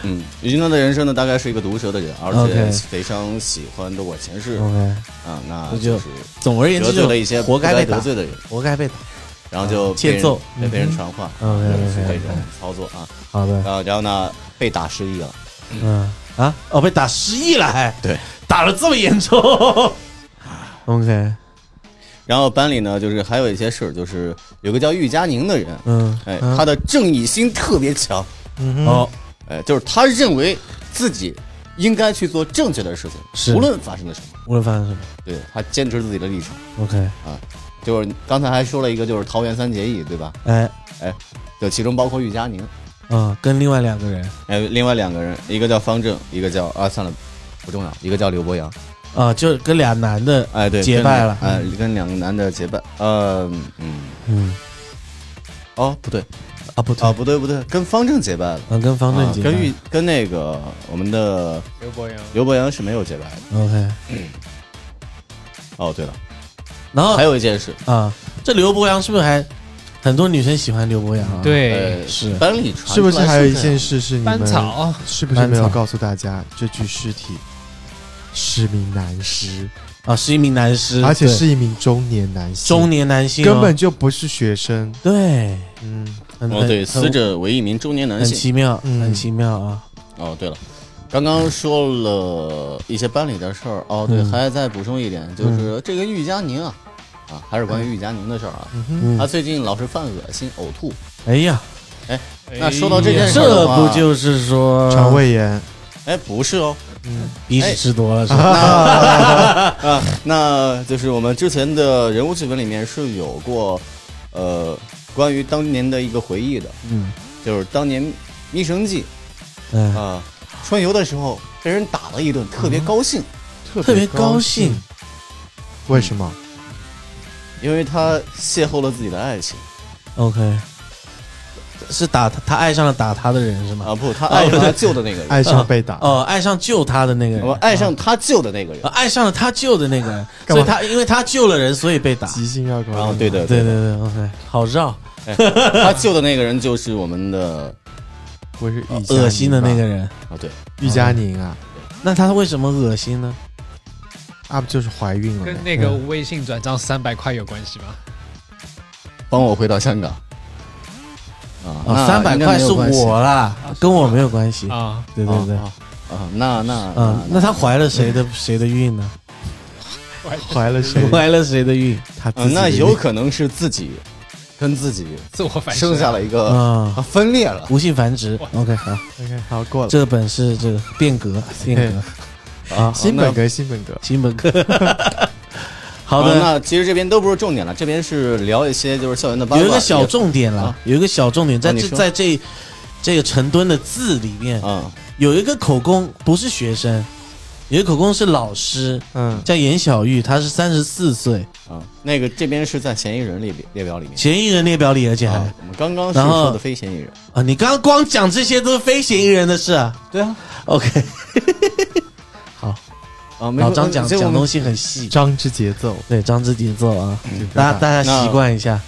A: 嗯，于金他的人生呢，大概是一个毒舌的人，而
D: OK
A: 且非常喜欢的我前世
D: OK，
A: 啊，那
D: 那
A: 就
D: 就是总而言
A: 得
D: 之，
A: 罪
D: 就
A: 了一些
D: 活
A: 不该
D: 该被打
A: 得，罪的人，
D: 活该被打。
A: 然后就被
D: 欠
A: 人
D: 揍嗯
A: 被别人传话，
D: OK
A: 就是这
D: OK，
A: 种操作啊，
D: 好的，
A: 然后然后呢被打失忆了，
D: 嗯啊，哦，被打失忆了，还
A: 对，
D: 打了这么 严重。OK，
A: 然后班里呢就是还有一些事儿，就是有个叫玉佳宁的人，
D: 嗯，
A: 哎，
E: 嗯
A: 他的正义心特别强，
E: 嗯哼，
D: 哦，
A: 哎，就是他认为自己应该去做正确的事
D: 是
A: 情，无论发生了什么，
D: 无论发生什么
A: 对他坚持自己的立场。
D: ，OK，
A: 就是刚才还说了一个，就是桃园三结义，对吧？
D: 哎，
A: 就其中包括玉佳宁，
D: 嗯，跟另外两个人
A: 还有另外两个人，一个叫方正，一个叫啊，算了，不重要，一个叫刘博洋。
D: 啊，就跟俩男的，
A: 哎，对，
D: 结拜了
A: 跟哎、跟两个男的结拜。呃，嗯，
D: 嗯，
A: 哦，不对，
D: 啊不
A: 啊，
D: 对，
A: 不对，不对，跟方正结拜了。
D: 嗯，跟
E: 哦
D: 方正
A: 啊
D: 杰，
A: 跟玉跟那个我们的
F: 刘博洋，
A: 刘博洋是没有结拜的。
D: OK，
A: 哦，对了，
D: 然后
A: 还有一件事，
D: 啊，这刘博洋是不是还很多女生喜欢刘博洋啊？，
F: 对，
A: 呃，
D: 是
A: 班里传
E: 是不是还有一件
A: 事？
E: 事是 你
F: 班
E: 们
F: 草，
E: 是不是没有
D: 班草
E: 告诉大家这具尸体是名男尸，
D: 啊，是一名男尸，
E: 而且
D: 对
E: 是一名中年男性，
D: 中年男性哦，
E: 根本就不是学生。
D: 对，
E: 嗯，
D: 很
A: 哦，对，
D: 很
A: 死者为一名中年男
D: 很
A: 性。
D: 奇妙，
E: 嗯
D: 很奇妙啊！
A: 哦，对了，刚刚说了一些班里的事儿。哦，对，
D: 嗯
A: 还再补充一点，
E: 嗯
A: 就是这个玉佳宁啊，啊，还是关于玉佳宁的事儿啊。他
D: 嗯，
A: 最近老是犯恶心、呕吐。
D: 哎呀，
A: 那说到这件事儿
D: 这
A: 的话
D: 不就是说
E: 肠胃炎。
A: 哎，不是哦，
E: 嗯，
D: 鼻屎吃多了是吧？
A: 啊，那就是我们之前的人物剧本里面是有过，呃，关于当年的一个回忆的，
D: 嗯
A: 就是当年《迷神记》
D: 嗯，
A: 啊、春游的时候被人打了一顿，特别高兴，
D: 嗯特别高兴。嗯
E: 为什么？
A: 因为他邂逅了自己的爱情
D: OK，是打他，他爱上了打他的人是吗？
A: 啊，不，他爱上他救的那个人，
E: 爱上被
A: 啊
E: 打，
D: 哦，爱上救他的那个人
A: 我，爱上他救的那个人
D: 呃，爱上了他救的那个人，
E: 干
D: 所
E: 嘛
D: 以他因为他救了人，所以被打。
E: 急性要高
A: 然后啊对的，
D: 啊对对
A: 的，
D: 对，OK，好绕，
A: 他救的那个人就是我们的
E: 不是玉佳宁吧
D: 恶心的那个人。
A: 啊，对，
E: 玉佳宁啊，
D: 那他为什么恶心呢？
E: 啊不就是怀孕了
F: 哎
E: 嗯
F: 跟
E: 吗？
F: 那个微信转账三百块有关系吗？
A: 帮我回到香港，啊，
D: 啊，三百块是我啦，啊跟我没有关系。
F: 啊，
D: 对对对，
A: 啊啊，那那
D: 嗯，那她怀了谁的谁的孕呢？
E: 怀了谁？
D: 怀了谁的孕？
E: 他自
A: 嗯
E: 己的
A: 那
E: 孕
A: 有可能是自己跟自己
F: 自我反省
A: 生下了一个啊
D: 啊，
A: 分裂了
D: 无性繁殖。OK，好，
E: OK，好过了。
D: 这本是这个变革，变革，
A: 啊，
E: 新
A: 那
E: 本格，新本格，
D: 新本 科。好
A: 啊
D: 的，
A: 那其实这边都不是重点了，这边是聊一些就是校园的八卦。
D: 有一个小
A: 也
D: 重点啦
A: 啊，
D: 有一个小重点，在
A: 啊你
D: 这
A: 说
D: 在这这个成吨的字里面，
A: 啊，
D: 有一个口供不是学生，有一个口供是老师，
E: 嗯，
D: 叫严小玉，她是三十四岁，
A: 啊，那个这边是在嫌疑人列表列表里面。
D: 嫌疑人列表里，而且还
A: 啊，我们刚刚是
D: 然后
A: 说的非嫌疑人。
D: 啊，你刚刚光讲这些都是非嫌疑人的事啊
A: 对啊，
D: ？OK，
A: 啊，没
D: 老
A: 说
D: 张讲
A: 这我
D: 讲
A: 们
D: 东西很细，
E: 张之节奏，
D: 对，张之节奏啊，
E: 就不
D: 大
E: 要
D: 家大家习惯一下。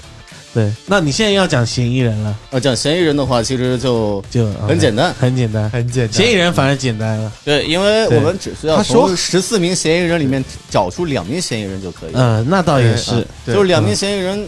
D: 对，那你现在要讲嫌疑人了，
A: 啊，讲嫌疑人的话，其实就
D: 就
A: 很简单。
D: 很简单，
E: 很简
D: 嫌疑
E: 单。
D: 人反而简单了。
A: 对，因为
D: 嗯对
A: 我们只需要
E: 他说
A: 从十四名嫌疑人里面找出两名嫌疑人就可以了。啊
D: 嗯，那倒也是，嗯
E: 对
A: 就是两名嫌疑人，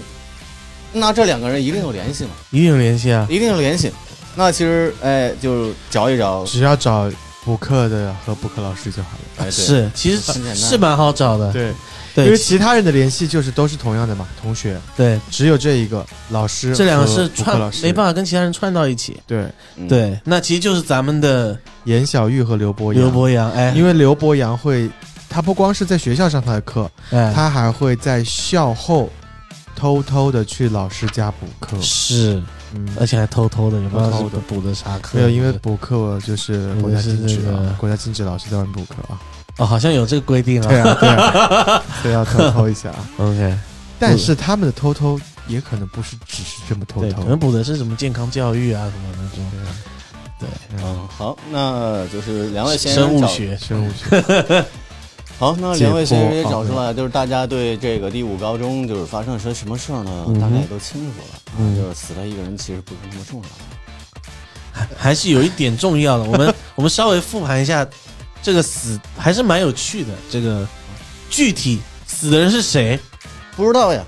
A: 那这两个人一定有联系嘛？
D: 一定有联系啊。
A: 一定有联系。那其实，哎，就找一找，
E: 只要找补课的和补课老师就好了。
A: 哎，对，
D: 是，其
A: 很简
D: 实
A: 单
D: 是蛮好找的。
E: 对，因
D: 对
E: 为其他人的联系就是都是同样的嘛，同学，
D: 对，
E: 只有这一个老师，
D: 这两个是串
E: 老，师，
D: 没办法跟其他人串到一起。
E: 对，
A: 嗯，
D: 对，那其实就是咱们的
E: 严小玉和刘博洋，
D: 刘博洋，哎，
E: 因为刘博洋会，他不光是在学校上他的课，
D: 哎，
E: 他还会在校后偷偷的去老师家补课。
D: 是，
E: 嗯，
D: 而且还偷偷的，也不知道
E: 偷
D: 是
E: 偷地
D: 补的啥课。
E: 没有，因为补课就是国家禁止
D: 因为呃是这个
E: 啊，国家禁止老师在外面补课啊。
D: 哦，好像有这个规定
E: 对
D: 啊。
E: 啊，对啊，所以要偷偷一下啊。
D: OK，
E: 但是他们的偷偷也可能不是只是这么偷
D: 对，可
E: 偷
D: 能。补的是什么健康教育啊什么的那种。
A: 嗯，好，那就是两位嫌疑
D: 生
A: 人
D: 物
A: 找。
D: 学，
E: 生物学，
A: 好，那两位嫌疑人也
E: 解剖
A: 找出来，就是大家对这个第五高中就是发生了些什么事儿呢？
D: 嗯哼
A: 大概也都清楚了。
D: 嗯
A: 就是死了一个人，其实不是那么重要。
D: 还 还是有一点重要的。我们 我们稍微复盘一下这个死，还是蛮有趣的。这个具体死的人是谁？
A: 不知道呀，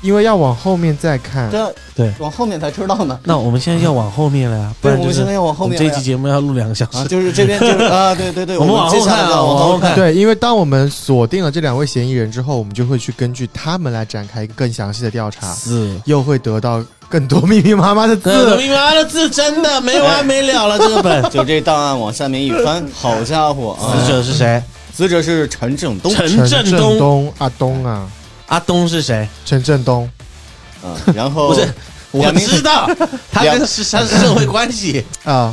E: 因为要往后面再看，
A: 这
D: 嗯对
A: 往后面才知道呢。
D: 那我们现在要往后面了呀，不
A: 对，
D: 然
A: 我
D: 就
A: 们现
D: 是
A: 在要往后
D: 我们
A: 面
D: 这
A: 了
D: 一
A: 呀
D: 期节目要录两个小时
A: 啊，。就是这边就是 啊，对对对，
D: 我们往
A: 接
D: 后
A: 下来
D: 看
A: 再
D: 啊，
A: 往
D: 往后
A: 后。
D: 看。
E: 对，因为当我们锁定了这两位嫌疑人之后，我们就会去根据他们来展开一个更详细的调查，
D: 是，
E: 又会得到更多密密麻麻的
D: 这
E: 字。
D: 密麻的字真的没完没了了，这个 本
A: 就这档案往下面一翻，好家伙
D: 死
A: 啊！
D: 者是谁？
A: 死者是陈正东，
D: 陈
E: 振
D: 振东。
E: 东、阿东啊，
D: 阿东是谁？
E: 陈振东，
A: 啊，然后
D: 不是，我
A: 两名
D: 知道，他
A: 两
D: 跟是他是社会关系。
E: 啊，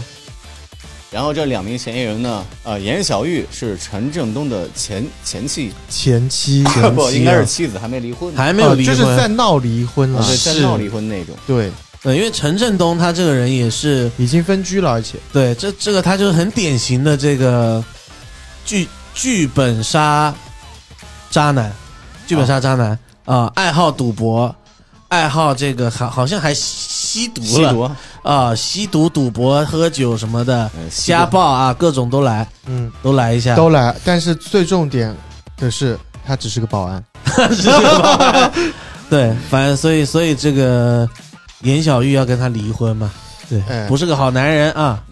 A: 然后这两名嫌疑人呢，呃，严小玉是陈正东的前前妻，
E: 前妻，
A: 不应该是妻子，还没离婚，
D: 啊还没有
E: 哦
D: 离
E: 就是在
D: 婚，
E: 闹离婚了
A: 啊，对，在
D: 是
A: 闹离婚那种。
E: 对，
D: 对，嗯因为陈振东他这个人也是，
E: 已经分居了，而且
D: 对，这这个他就是很典型的这个剧剧本杀渣男，剧本杀渣男啊、爱好赌博，爱好这个好好像还吸毒
A: 吸
D: 了
A: 毒啊，
D: 啊、吸毒、赌博、喝酒什么的，
A: 呃吸毒
D: 家暴啊，各种都来，
E: 嗯，
D: 都来一下，
E: 都来，但是最重点的是，他只是个保安，
D: 是吧？ 对，反正所以所以这个严小玉要跟他离婚嘛，对，
E: 哎
D: 不是个好男人啊，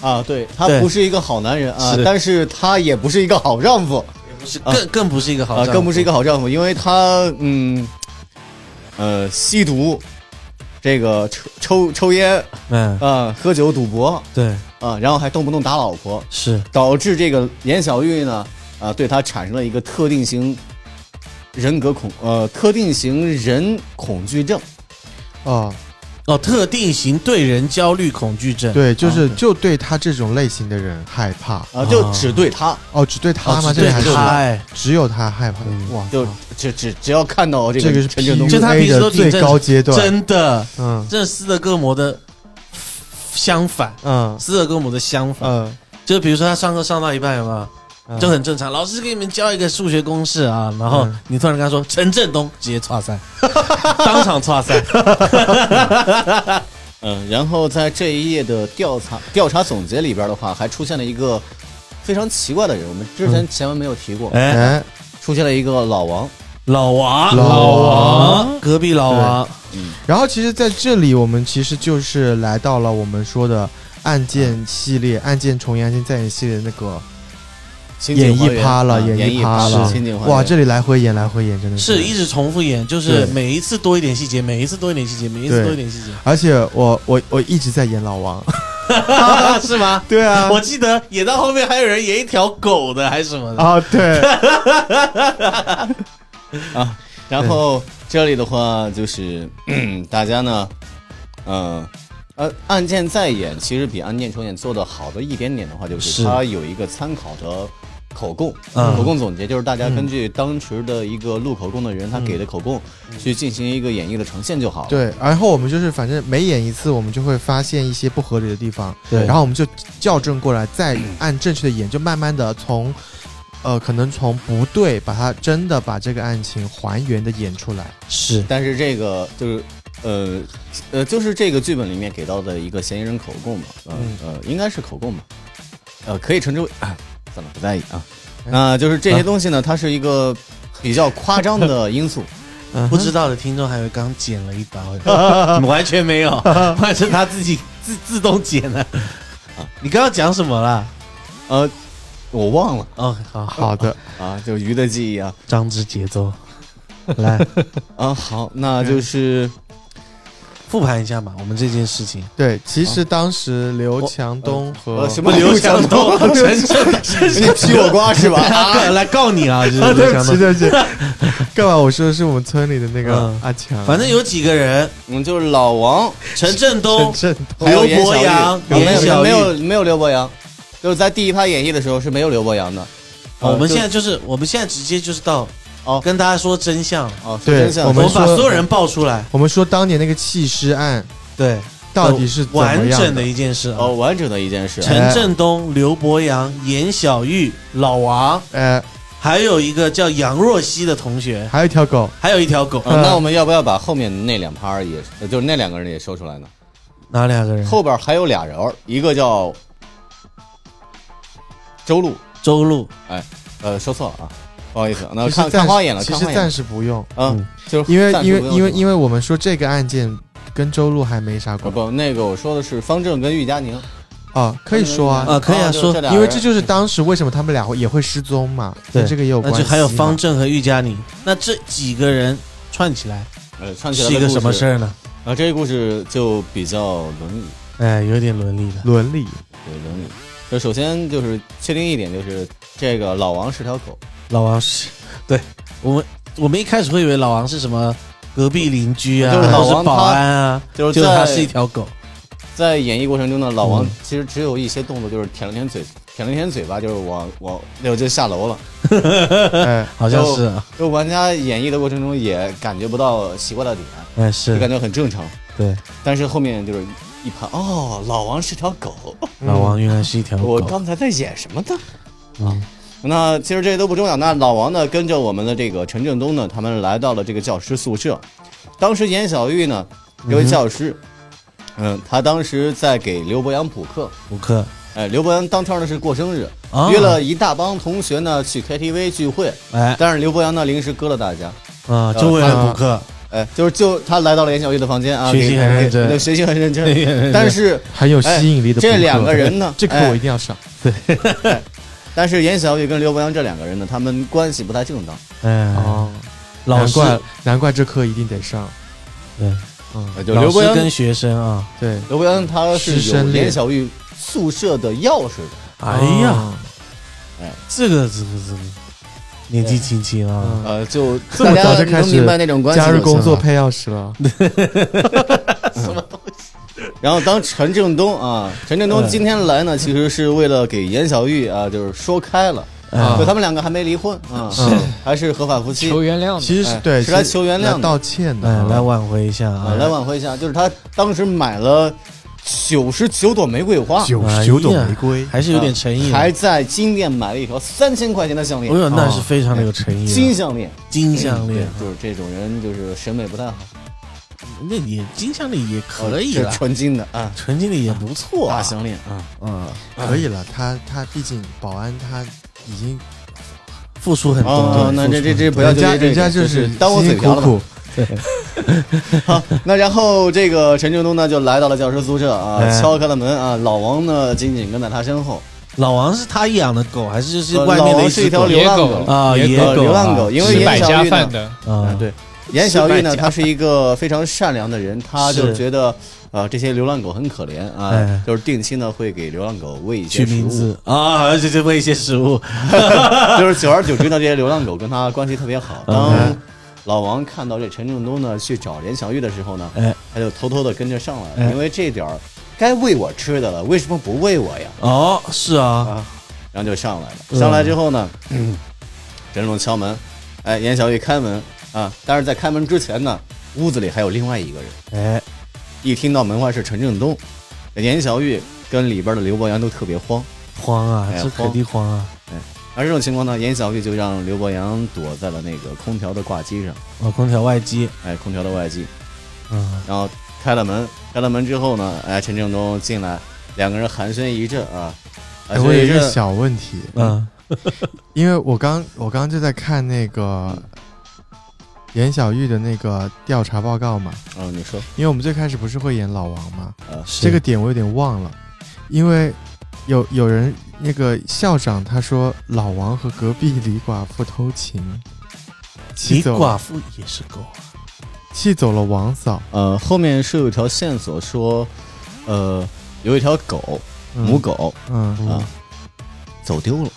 A: 啊，对他
D: 对
A: 不是一个好男人啊，
D: 是
A: 但是他也不是一个好丈夫
D: 是
A: 啊
D: 更、更不是一个好
A: 啊
D: 丈，夫，
A: 更不是一个好丈夫，因为他嗯，呃，吸毒，这个抽抽抽烟
D: 嗯，
A: 啊，喝酒赌博
D: 对，
A: 啊，然后还动不动打老婆，
D: 是
A: 导致这个严小玉呢，啊，对她产生了一个特定型人格恐呃特定型人恐惧症，
E: 哦，
D: 哦，特定型对人焦虑恐惧症，
E: 对，就是就对他这种类型的人害怕，
A: 啊，就只对她，
E: 哦，只对他
D: 哦，
E: 吗？
D: 只
E: 这
D: 对
E: 个还是
D: 他哎，
E: 只有他害怕，哇，
A: 就只只只要看到这
E: 啊这
A: 个
E: 个是
A: 陈振东，
D: 就他平
E: PUA
D: 时都
E: 的
D: 挺正
E: 最高阶段，
D: 真的，
E: 嗯
D: 这斯德哥尔摩的相反，
E: 嗯
D: 斯德哥尔摩的相反，
E: 嗯
D: 就是比如说他上课上到一半，有没有？
E: 嗯，
D: 就很正常。老师给你们教一个数学公式啊，然后
E: 嗯
D: 你突然跟他说陈振东，直接岔 赛，当场岔 赛。
A: 嗯，然后在这一页的调查调查总结里边的话，还出现了一个非常奇怪的人，我们之前前文没有提过，
D: 哎，
E: 嗯哎，
A: 出现了一个老王，
D: 老王，
E: 老
F: 王，
D: 隔壁老王，
E: 然后其实在这里，我们其实就是来到了我们说的案件系列、案件重演、案件再演系列那个
A: 情景花园
E: 演绎趴了
A: 啊
E: 演绎
A: 演绎
E: 趴
D: 了
A: 是情景花园
E: 哇，这里来回演来回演，真的
D: 是一直重复演，就是
E: 对
D: 每一次多一点细节，每一次多一点细节，每一次
E: 对
D: 多一点 细节，
E: 而且我我我一直在演老王，
D: 是吗？
E: 对啊
D: 我记得演到后面还有人演一条狗的，还是什么的。
E: 啊对，
A: 啊。然后这里的话就是、 嗯大家呢，呃。呃，案件再演其实比案件重演做的好的一点点的话，就是
D: 是
A: 它有一个参考的口供，
D: 嗯
A: 口供总结就是大家根据当时的一个录口供的人他给的口供、去进行一个演绎的呈现就好了。
E: 对，然后我们就是反正每演一次，我们就会发现一些不合理的地方，
D: 对
E: 然后我们就校正过来，再按正确的演，就慢慢的从，呃，可能从不对，把它真的把这个案情还原的演出来。
D: 是
A: 但是这个就是，呃，呃，就是这个剧本里面给到的一个嫌疑人口供嘛，呃、
E: 嗯
A: 呃，应该是口供吧，呃，可以称之为，啊、算了，不在意啊。那、就是这些东西呢，它是一个比较夸张的因素，
D: 不知道的听众还以为刚剪了一 刀，哦完全没有，完全他自己自自动剪的。 你刚刚讲什么了？
A: 呃，我忘了
D: 哦，好，
E: 好的，
A: 啊，就鱼的记忆啊，
D: 张之节奏，来
A: 啊，好，那就是
D: 复盘一下嘛，我们这件 事情。
E: 对，其实当时刘
D: 我
E: 强东和
A: 呃什么
D: 刘
A: 强
D: 强东， 陈胜，
A: 你劈我瓜是吧？
D: 啊来告你啊！就是
E: 啊，
D: 刘
E: 对不
D: 强
E: 起，
D: 东。
E: 对不起， 干嘛？我说的是我们村里的那个
D: 嗯
E: 阿强，啊
D: 反正有几个人，
A: 嗯，就是老王，
D: 陈振东、
E: 正正
A: 还有
D: 刘伯阳、
A: 哦严
D: 严
A: 小
D: 小
A: 玉没有没有
D: 玉。
A: 没有没有刘伯阳，就是在第一趴演绎的时候是没有刘伯阳的。
D: 哦
E: 啊
A: 呃
D: 我们现
A: 在
D: 在就是，我们现在直接就是到
A: 哦
D: 跟大家说真相，
A: 哦，是
E: 对
A: 真相
E: 我
D: 我
E: 们
D: 们把
E: 说
D: 所有人爆出来，
E: 我们说当年那个弃尸案
D: 对，
E: 到底是怎么
D: 完
E: 样哎
D: 整的一件事啊
A: 哦，。完整的一件事。
D: 陈振东、刘伯阳、严小玉、老王，
E: 呃，
D: 还有一个叫杨若曦的同学，
E: 还有一条狗，
D: 还有一条狗，
E: 嗯
A: 呃那我们要不要把后面那两趴儿也，呃就是那两个人也说出来呢？
D: 哪两个人？
A: 后边还有俩人儿，一个叫周路，
D: 周路，
A: 呃，说错了啊，不好意思，那
E: 其
A: 看看
E: 实暂
A: 花眼了，
E: 其
A: 看
E: 实
A: 花眼
E: 暂
A: 了，
E: 时不用，
A: 嗯，就是
E: 因为
A: 暂时
E: 因为
A: 不用
E: 因为
A: 说
E: 因为我们说这个案件跟周路还没啥
A: 不
E: 关系
A: 不，那个我说的是方正跟玉佳宁，
E: 啊，可以说啊，
D: 啊可以啊
A: 就
D: 说
A: 这俩人
E: 因为这就是当时为什么他们俩会也会失踪嘛，
D: 对
E: 跟这个也有
D: 那
E: 关系
D: 就
E: 嘛。
D: 还有方正和玉佳宁，那这几个人串起来
A: 呃，串起来
D: 是一个什么事
A: 啊
D: 儿呢？？
A: 呃这个故事就比较伦理，
D: 哎，有点伦理了。
E: 伦 理，
A: 对伦理。就首先就是确定一点，就是这个老王是条狗，
D: 老王是，对我们我们一开始会以为老王是什么隔壁邻居啊，
A: 就是老
D: 或者
A: 王他
D: 保安啊，
A: 就是
D: 结果
A: 在嗯
D: 他是一条狗。
A: 在演绎过程中呢，老王
D: 嗯
A: 其实只有一些动作，就是舔了舔嘴，舔了舔嘴巴，就是往往六就下楼了。
E: 哎，
D: 好像是啊，
A: 就玩家演绎的过程中也感觉不到奇怪的点，啊
D: 哎
A: 就是感，觉很正常。
D: 对，
A: 但是后面就是一盘哦，老王是条狗，
D: 老王原来是一条
A: 嗯我
D: 狗，
A: 刚才啊在演什么呢？
D: 嗯
A: 那其实这些都不重要。那老王呢，跟着我们的这个陈振东呢，他们来到了这个教师宿舍。当时严小玉呢，这位教师，嗯，他当时在给刘伯阳补课。
D: 补课
A: 哎，刘伯阳当天呢是过生日，
D: 啊
A: 约了一大帮同学呢去 KTV 聚会，
D: 哎
A: 但是刘伯阳呢临时割了大家，
D: 啊，
A: 呃
D: 就为了补课，
A: 哎，就是就他来到了严小玉的房间啊，
D: 学习
A: 给
D: 很认
A: 给
D: 真
A: 对学习很认
D: 学习很认
A: 真。
D: 真
A: 但是
E: 很有吸引力的
A: 哎
E: 扑克。
A: 这两个人呢
E: 这课我一定要上。
A: 但是严小玉跟刘伯阳这两个人呢，他们关系不太正当，
D: 哎，
E: 哦，
D: 老
E: 难
D: 师，
E: 怪难怪这课一定得上。
D: 对，
E: 嗯，
A: 就
D: 老
A: 刘伯
D: 师
A: 阳
D: 跟学生啊，
E: 对，
A: 刘伯阳他是
E: 师
A: 有
E: 生恋
A: 严小玉宿舍的钥匙的，
D: 哎呀，
E: 哦，
D: 这个这个这个年纪轻轻啊，
E: 嗯
A: 呃，就
E: 这么
A: 大家
E: 早就开始
A: 能明白那种关系
E: 加入
A: 就行
E: 工作
A: 了
E: 配钥匙了。
A: 然后当陈正东啊，陈正东
D: 嗯
A: 今天来呢，其实是为了给严小玉啊，就是说开了，
D: 哎
E: 啊
A: 就他们两个还没离婚啊，还是合法夫妻
F: 求原谅的。
E: 其实是
A: 哎
E: 对，
A: 是来
E: 其实
A: 求原谅的
E: 来道歉的
D: 哎，
E: 啊。
D: 来挽回一下
A: 啊，，
D: 啊
A: 来挽回一下，就是他当时买了九十九朵玫瑰花，
E: 九
D: 哎呀
E: 十九朵玫瑰，
D: 还是有点诚意的，
A: 还哦在金店买了一条三千块钱的项
D: 我
E: 哎
A: 链，
D: 有那是非常的有诚意的，
A: 金项链，
D: 金项链，
A: 对就是这种人就是审美不太好，
D: 那也金项链也可以
A: 是
D: 了，
A: 纯金的啊，
D: 纯金的也不错
A: 大
D: 啊，
A: 项链啊，
E: 哎
D: 嗯，
E: 可以了。他他毕竟保安他已经
D: 付出很 多。
A: 哦，
D: 对
A: 那这
D: 付出
A: 这这不要
E: 人
A: 纠
E: 家
A: 结这个，
E: 人家就
A: 就是当我
E: 辛
A: 嘴
E: 辛
A: 瓢
E: 苦
A: 了嘛。
E: 苦，对，
A: 好，那然后这个陈振东呢就来到了教师宿舍啊，
E: 哎
A: 敲开了门啊，老王呢紧紧跟在他身后。
D: 老王是他养的狗，还是就是
A: 呃
D: 外
A: 老
D: 面的
A: 王
D: 一
A: 是
D: 只
A: 一条
D: 狗
A: 流
F: 野
A: 浪
F: 狗
A: 狗
D: 啊
F: 野
D: 野
A: 狗
F: 狗
A: 流浪狗因为
F: 吃
A: 严
F: 百
A: 小
F: 家
A: 玉呢
F: 饭的，
A: 啊
D: 啊，？
A: 对，严小玉呢，
F: 失败家
A: 她是一个非常善良的 人，她就是觉得呃这些流浪狗很可怜啊，
E: 哎
A: 就是定期呢会给流浪狗喂一些
D: 取
A: 食
D: 名
A: 物，
D: 字啊，而且就喂一些食 物，
A: 就是久而久之呢，这些流浪狗跟她关系特别好。
D: 嗯
A: 当老王看到这陈正东呢去找严小玉的时候呢，
D: 哎
A: 他就偷偷的跟着上来了，
D: 哎
A: 因为这点儿该喂我吃的了，为什么不喂我呀？
D: 哦，是啊，
A: 啊，然后就上来了。
D: 嗯
A: 上来之后呢，
E: 嗯
A: 任总敲门，哎，严小玉开门啊，但是在开门之前呢，屋子里还有另外一个人。
D: 哎，
A: 一听到门外是陈正东，严小玉跟里边的刘伯阳都特别慌。
D: 慌啊
A: 哎，
D: 这肯定慌啊。
A: 而这种情况呢，严小玉就让刘伯阳躲在了那个空调的挂机上，
D: 哦，空调外机，
A: 哎，空调的外机，
D: 嗯，
A: 然后开了门，开了门之后呢，哎，陈正东进来，两个人寒暄一阵啊，寒
E: 哎
A: 暄
E: 我有
A: 一
E: 一个
A: 阵，
E: 小问题，
D: 嗯，
E: 因为我刚我刚就在看那个严小玉的那个调查报告嘛，
A: 嗯，你说，
E: 因为我们最开始不是会演老王嘛，
A: 啊，
D: 是
E: 这个点我有点忘了，因为有有人那个校长他说老王和隔壁李寡妇偷情，气
D: 李
E: 走
D: 寡妇也是狗啊，
E: 气走了王嫂，
A: 呃，后面是有一条线索说，呃，有一条狗，
E: 嗯
A: 母，狗
E: 嗯，
A: 啊，走丢了，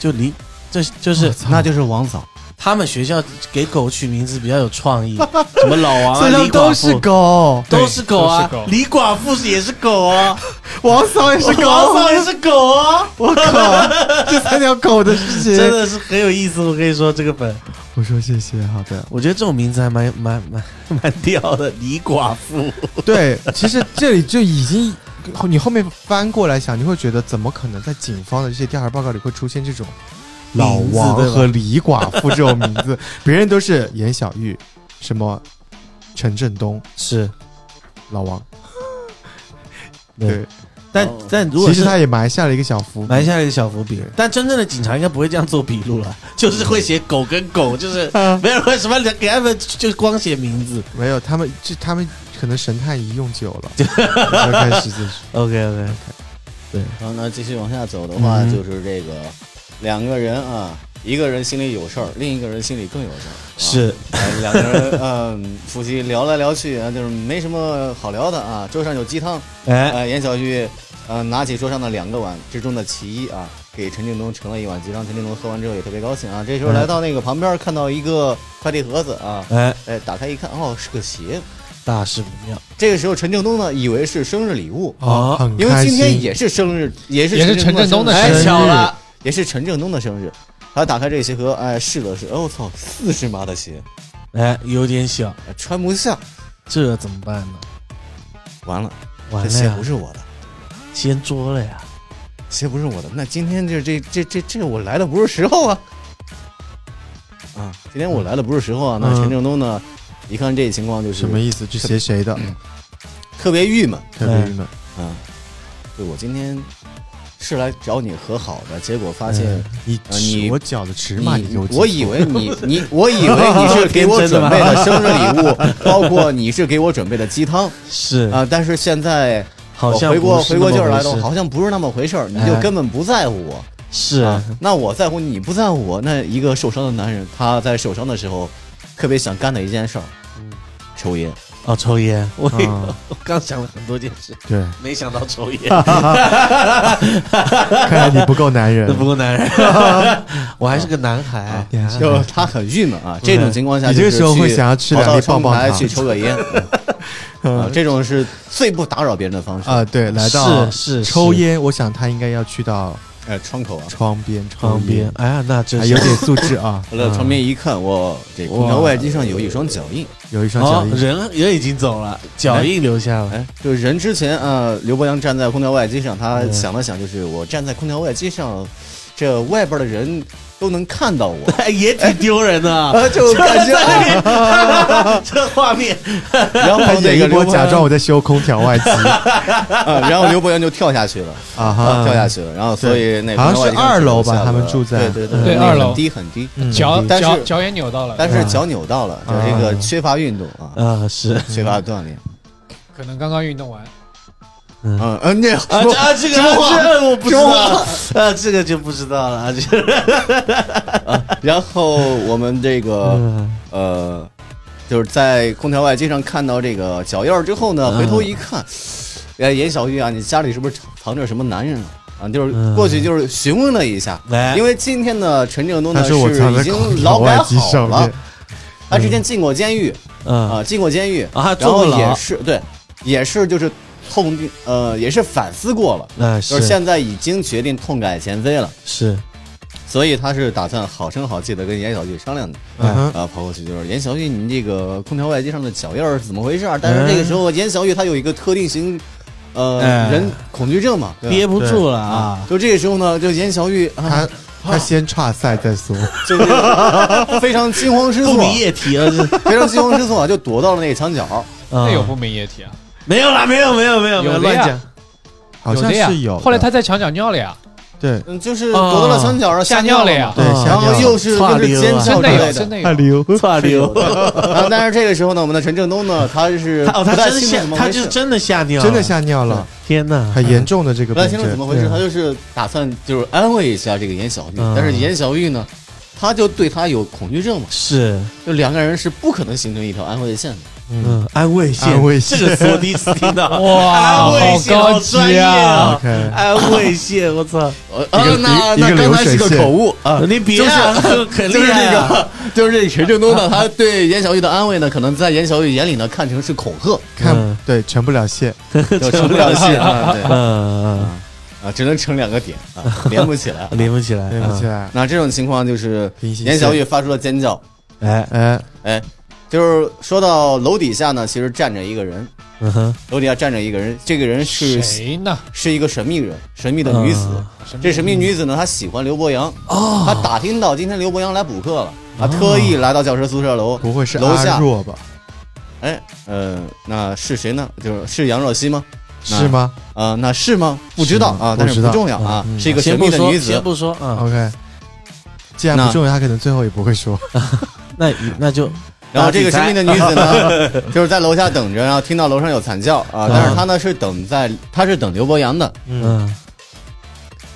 D: 就离，这就是
A: 那就是王嫂。
D: 他们学校给狗取名字比较有创意，什么老王啊，
E: 所以他们
D: 李
E: 都
D: 寡
E: 是
D: 妇。
E: 狗，
D: 都是狗啊
F: 对都是狗，
D: 李寡妇也是狗 啊，
E: 王嫂也是狗，
D: 王 嫂也是狗啊，
E: 我靠，这三条狗的事情，
D: 真的是很有意思。我跟你说，这个本，
E: 我说谢谢，好的，
D: 我觉得这种名字还蛮蛮蛮蛮屌的，李寡妇。
E: 对，其实这里就已经，你后面翻过来想，你会觉得怎么可能在警方的这些调查报告里会出现这种老
D: 名字
E: 王
D: 对吧
E: 和李寡妇这种名字？别人都是严小玉、什么陈振东、
D: 是，
E: 老王，
D: 对
E: 对，
D: 但
A: 哦
D: 但如果
E: 其实
D: 是
E: 他也埋下了一个小伏笔，
D: 埋下了一个小伏笔，但真正的警察应该不会这样做笔录了，就是会写狗跟狗，就是
E: 啊，
D: 没有人会什么给他们就是光写名字。
E: 没有，他们这他们可能神探一用久 了，就开始就是
D: OK OK，
A: 然后呢，继续往下走的话，
D: 嗯
A: 就是这个两个人啊，一个人心里有事儿，另一个人心里更有事儿。啊、
D: 是
A: 哎，两个人，嗯，夫妻聊来聊去啊，就是没什么好聊的啊。桌上有鸡汤，
D: 哎
A: 呃，严小玉，呃，拿起桌上的两个碗之中的其一啊，给陈振东盛了一碗鸡汤。陈振东喝完之后也特别高兴啊。这时候
D: 嗯
A: 来到那个旁边，看到一个快递盒子啊，
D: 哎，
A: 哎，打开一看，哦，是个鞋。
D: 大事不妙
A: 这个时候，陈振东呢，以为是生日礼物，
E: 哦，
D: 啊
E: 很
A: 因为
E: 开
A: 今
E: 心，
A: 天也是生日，也是
F: 也是陈振东的
A: 生日
F: 生
A: 哎
F: 日
A: 巧了，也是陈振东的生日。他打开这鞋盒，哎，试了试，哦，我操，四十码的鞋，
D: 哎，有点小，
A: 哎穿不下，
D: 这怎么办呢？
A: 完了，
D: 完
A: 这
D: 了
A: 鞋
D: 呀
A: 不，是我的，
D: 掀桌了呀！
A: 鞋不是我的，那今天这这这这这我来的不是时候啊，啊，今天我来的不是时候啊。那
E: 嗯
A: 陈振东呢，一看这情况就是嗯
E: 什么意思？这写谁的？
A: 特别郁闷
E: 特别郁闷。
A: 啊，对我今天是来找你和好的，结果发现。
E: 你
A: 呃你
E: 尺我脚的尺码，你给我记
A: 我以 为你你我以为你是给 我准备的生日礼物，包括你是给我准备的鸡 汤
D: 是，
A: 啊，但是现在
D: 好像
A: 我回过
D: 不是
A: 回过劲儿
D: 那么
A: 来
D: 回
A: 了，
D: 事
A: 好像不是那么回事儿，你就
E: 哎
A: 根本不在乎我。
D: 是
A: 啊，那我在乎你不在乎我。那一个受伤的男人，他在受伤的时候，特别想干的一件事儿，
E: 嗯
A: 抽烟。
D: 哦，抽烟，我
E: 啊
D: 我刚想了很多件事，
E: 对，
D: 没想到抽烟，
E: 看来你不够男人
D: 这，不够男人，我还是个男孩，
E: 你还是
A: 就是他很郁闷啊，这种情况下，
E: 哎你这个时候会想要吃两粒棒棒糖
A: 去抽个 烟啊，这种是最不打扰别人的方式
E: 啊，对，来到
D: 是是
E: 抽烟，我想他应该要去到
A: 哎，窗口啊，，
E: 窗边抽
D: 旁边
E: 烟，，
D: 哎呀，那真
E: 还
D: 是
E: 有点素质嗯啊
A: 来到窗边一看，我这空调外机上有一双脚印。
E: 有一双
D: 哦
E: 脚，印，
D: 人人已经走了，脚印留下了。
A: 哎，就是人之前啊，刘伯阳站
E: 嗯
A: 在空调外机上，他想了想，就是我站在空调外机上，这外边的人都能看到 我，
D: 哎也挺丢人的，
A: 啊，就感觉啊
D: 在那边 这画面，
A: 然后
E: 他
A: 那
E: 演
A: 个
E: 一 波
A: 刘伯
E: 假装我在修空调外机
A: 啊，然后刘伯言就跳下去了，
E: 啊
A: 啊，
E: 哈，
A: 跳下去了，然后所以那个
E: 好像是
A: 另外一个
E: 二楼吧
A: 下楼
E: 他们住在
A: 对对
F: 嗯对
A: 那个
F: 二楼
A: 很低很低，
E: 嗯
F: 脚
A: 但是
F: 脚脚也扭到了，
A: 但是脚扭到了，就这个缺乏运动啊，
D: 啊是，
A: 缺乏锻炼，
F: 可能刚刚运动完。
A: 嗯嗯，那
D: 啊这啊这个
A: 什么话
D: 这我不知
A: 什么
D: 道，啊这个就不知道了，啊这 个
A: 然后我们这
E: 嗯
A: 个呃，就是在空调外机上看到这个脚印儿之后呢，
D: 嗯
A: 回头一看，哎，严小玉啊，你家里是不是藏藏着什么男人啊？啊，就是
D: 嗯
A: 过去就是询问了一下，
D: 哎
A: 因为今天呢，陈正东
E: 他
A: 呢
E: 说我藏
A: 已
E: 在
A: 经
E: 空
A: 劳
E: 调
A: 改
E: 外机
A: 好
E: 上
A: 了
E: 面，，
A: 他之前进过监狱
D: 嗯
A: 啊，进过监狱，
D: 啊还
A: 然
D: 坐
A: 后
D: 过
A: 也
D: 牢，
A: 是对，也是就是痛定呃，也是反思过了，
D: 嗯
A: 就是现在已经决定痛改前非了，
D: 是
A: 所以他是打算好声好气的跟严小玉商量的。
E: 嗯哼
A: 啊，跑过去就是严小玉，你这个空调外机上的脚印儿是怎么回事儿？但是这个时候，严小玉她有一个特定型，呃，
D: 哎嗯
A: 人恐惧症嘛，对吧
D: 憋不住了
A: 啊
D: 啊。，
A: 就这个时候呢，就严小玉 啊，
E: 他他先岔赛再说，
A: 就是非常惊慌失
D: 不
A: 措，
D: 明液体啊，这
A: 非常惊慌失措，就躲到了那个墙角。
F: 那有
D: 啊
F: 不明液体啊？
D: 没有啦，没有没有没有没
F: 有的
D: 乱
F: 呀
D: 讲，
E: 好像
F: 的呀
E: 是有的。
F: 后来他在墙角尿了呀，
E: 对
A: 嗯，就是躲到了墙角上
F: 吓
A: 尿
F: 尿了
A: 嘛
F: 呀
E: 对吓
A: 然后
E: 尿
A: 又是
D: 差
A: 又是
D: 溜啊
A: 尖叫之
F: 真的有，
A: 类
F: 真
A: 的。
F: 的
E: 他
F: 有。
E: 溜，
D: 串
A: 是
D: 流
A: 有。的然后，但是这个时候呢，我们的陈正东呢，他是
D: 他哦，
A: 不
D: 他
A: 太
D: 真的
A: 清楚
D: 吓
A: 怎，么
D: 他
A: 回
D: 就是
A: 事，
D: 真的吓尿，
E: 真的！吓尿了，
D: 天哪，
E: 很严重的这个
A: 不太
E: 病
A: 清楚
E: 症
A: 怎么回事，
E: 对啊
A: 他就是打算就是安慰一下这个严小玉，
D: 嗯
A: 但是严小玉呢，他就对他有恐惧症嘛，
D: 是，
A: 就两个人是不可能形成一条安慰的线的。
D: 嗯，安慰线，
E: 安慰线
D: 这个词我第一次听 到，
F: 哇
D: 安慰线
F: 好高级
D: 专业
F: 啊
E: OK
D: 安慰线，我操，
A: 呃，
E: 一个
A: 啊那
E: 一个
A: 那刚才
E: 流水
A: 是个
E: 线
A: 口误啊，
D: 你别啊，可
A: 就
D: 厉
A: 是
D: 害
A: 那
D: 啊，
A: 个，就是这个陈振东呢，他对严小玉的安慰呢，可能在严小玉眼里呢，看成是恐吓，
E: 看
D: 嗯
E: 对成不了线，
A: 就成不了戏啊，对
D: 嗯
A: 啊，只能成两个点啊，连不起来
D: 嗯，。连不起来，
E: 对不起
D: 啊
E: 来。
A: 那这种情况就是
E: 平行线
A: 严小玉发出了尖叫，
D: 哎，
E: 哎，
A: 哎，就是说到楼底下呢，其实站着一个人，
D: 嗯哼，
A: 楼底下站着一个人，这个人是
F: 啊谁呢？
A: 是一个神秘人，神秘的女子。
F: 嗯
A: 这神秘女子呢，她喜欢刘伯阳，她打听到今天刘伯阳来补课了，她特意来到教师宿舍楼，
E: 不会是
A: 楼下
E: 阿若吧？
A: 哎，呃，那是谁呢？就是是杨若曦吗？那
E: 是吗
A: 啊、那是吗？不知道
E: 是
A: 啊，
E: 不
A: 但是
E: 知
A: 不
E: 道
A: 重要啊，
E: 嗯
A: 是一个神
D: 先
A: 秘
D: 不
A: 的
D: 说，
A: 女子
D: 先。不说啊，
E: ？OK，既然
A: 那
E: 不重要，他可能最后也不会说。
D: 那那就
A: 然后这个神秘的女子呢，就是在楼下等着，然后听到楼上有惨叫啊，但是她呢是等在，她是等刘伯阳的。
D: 嗯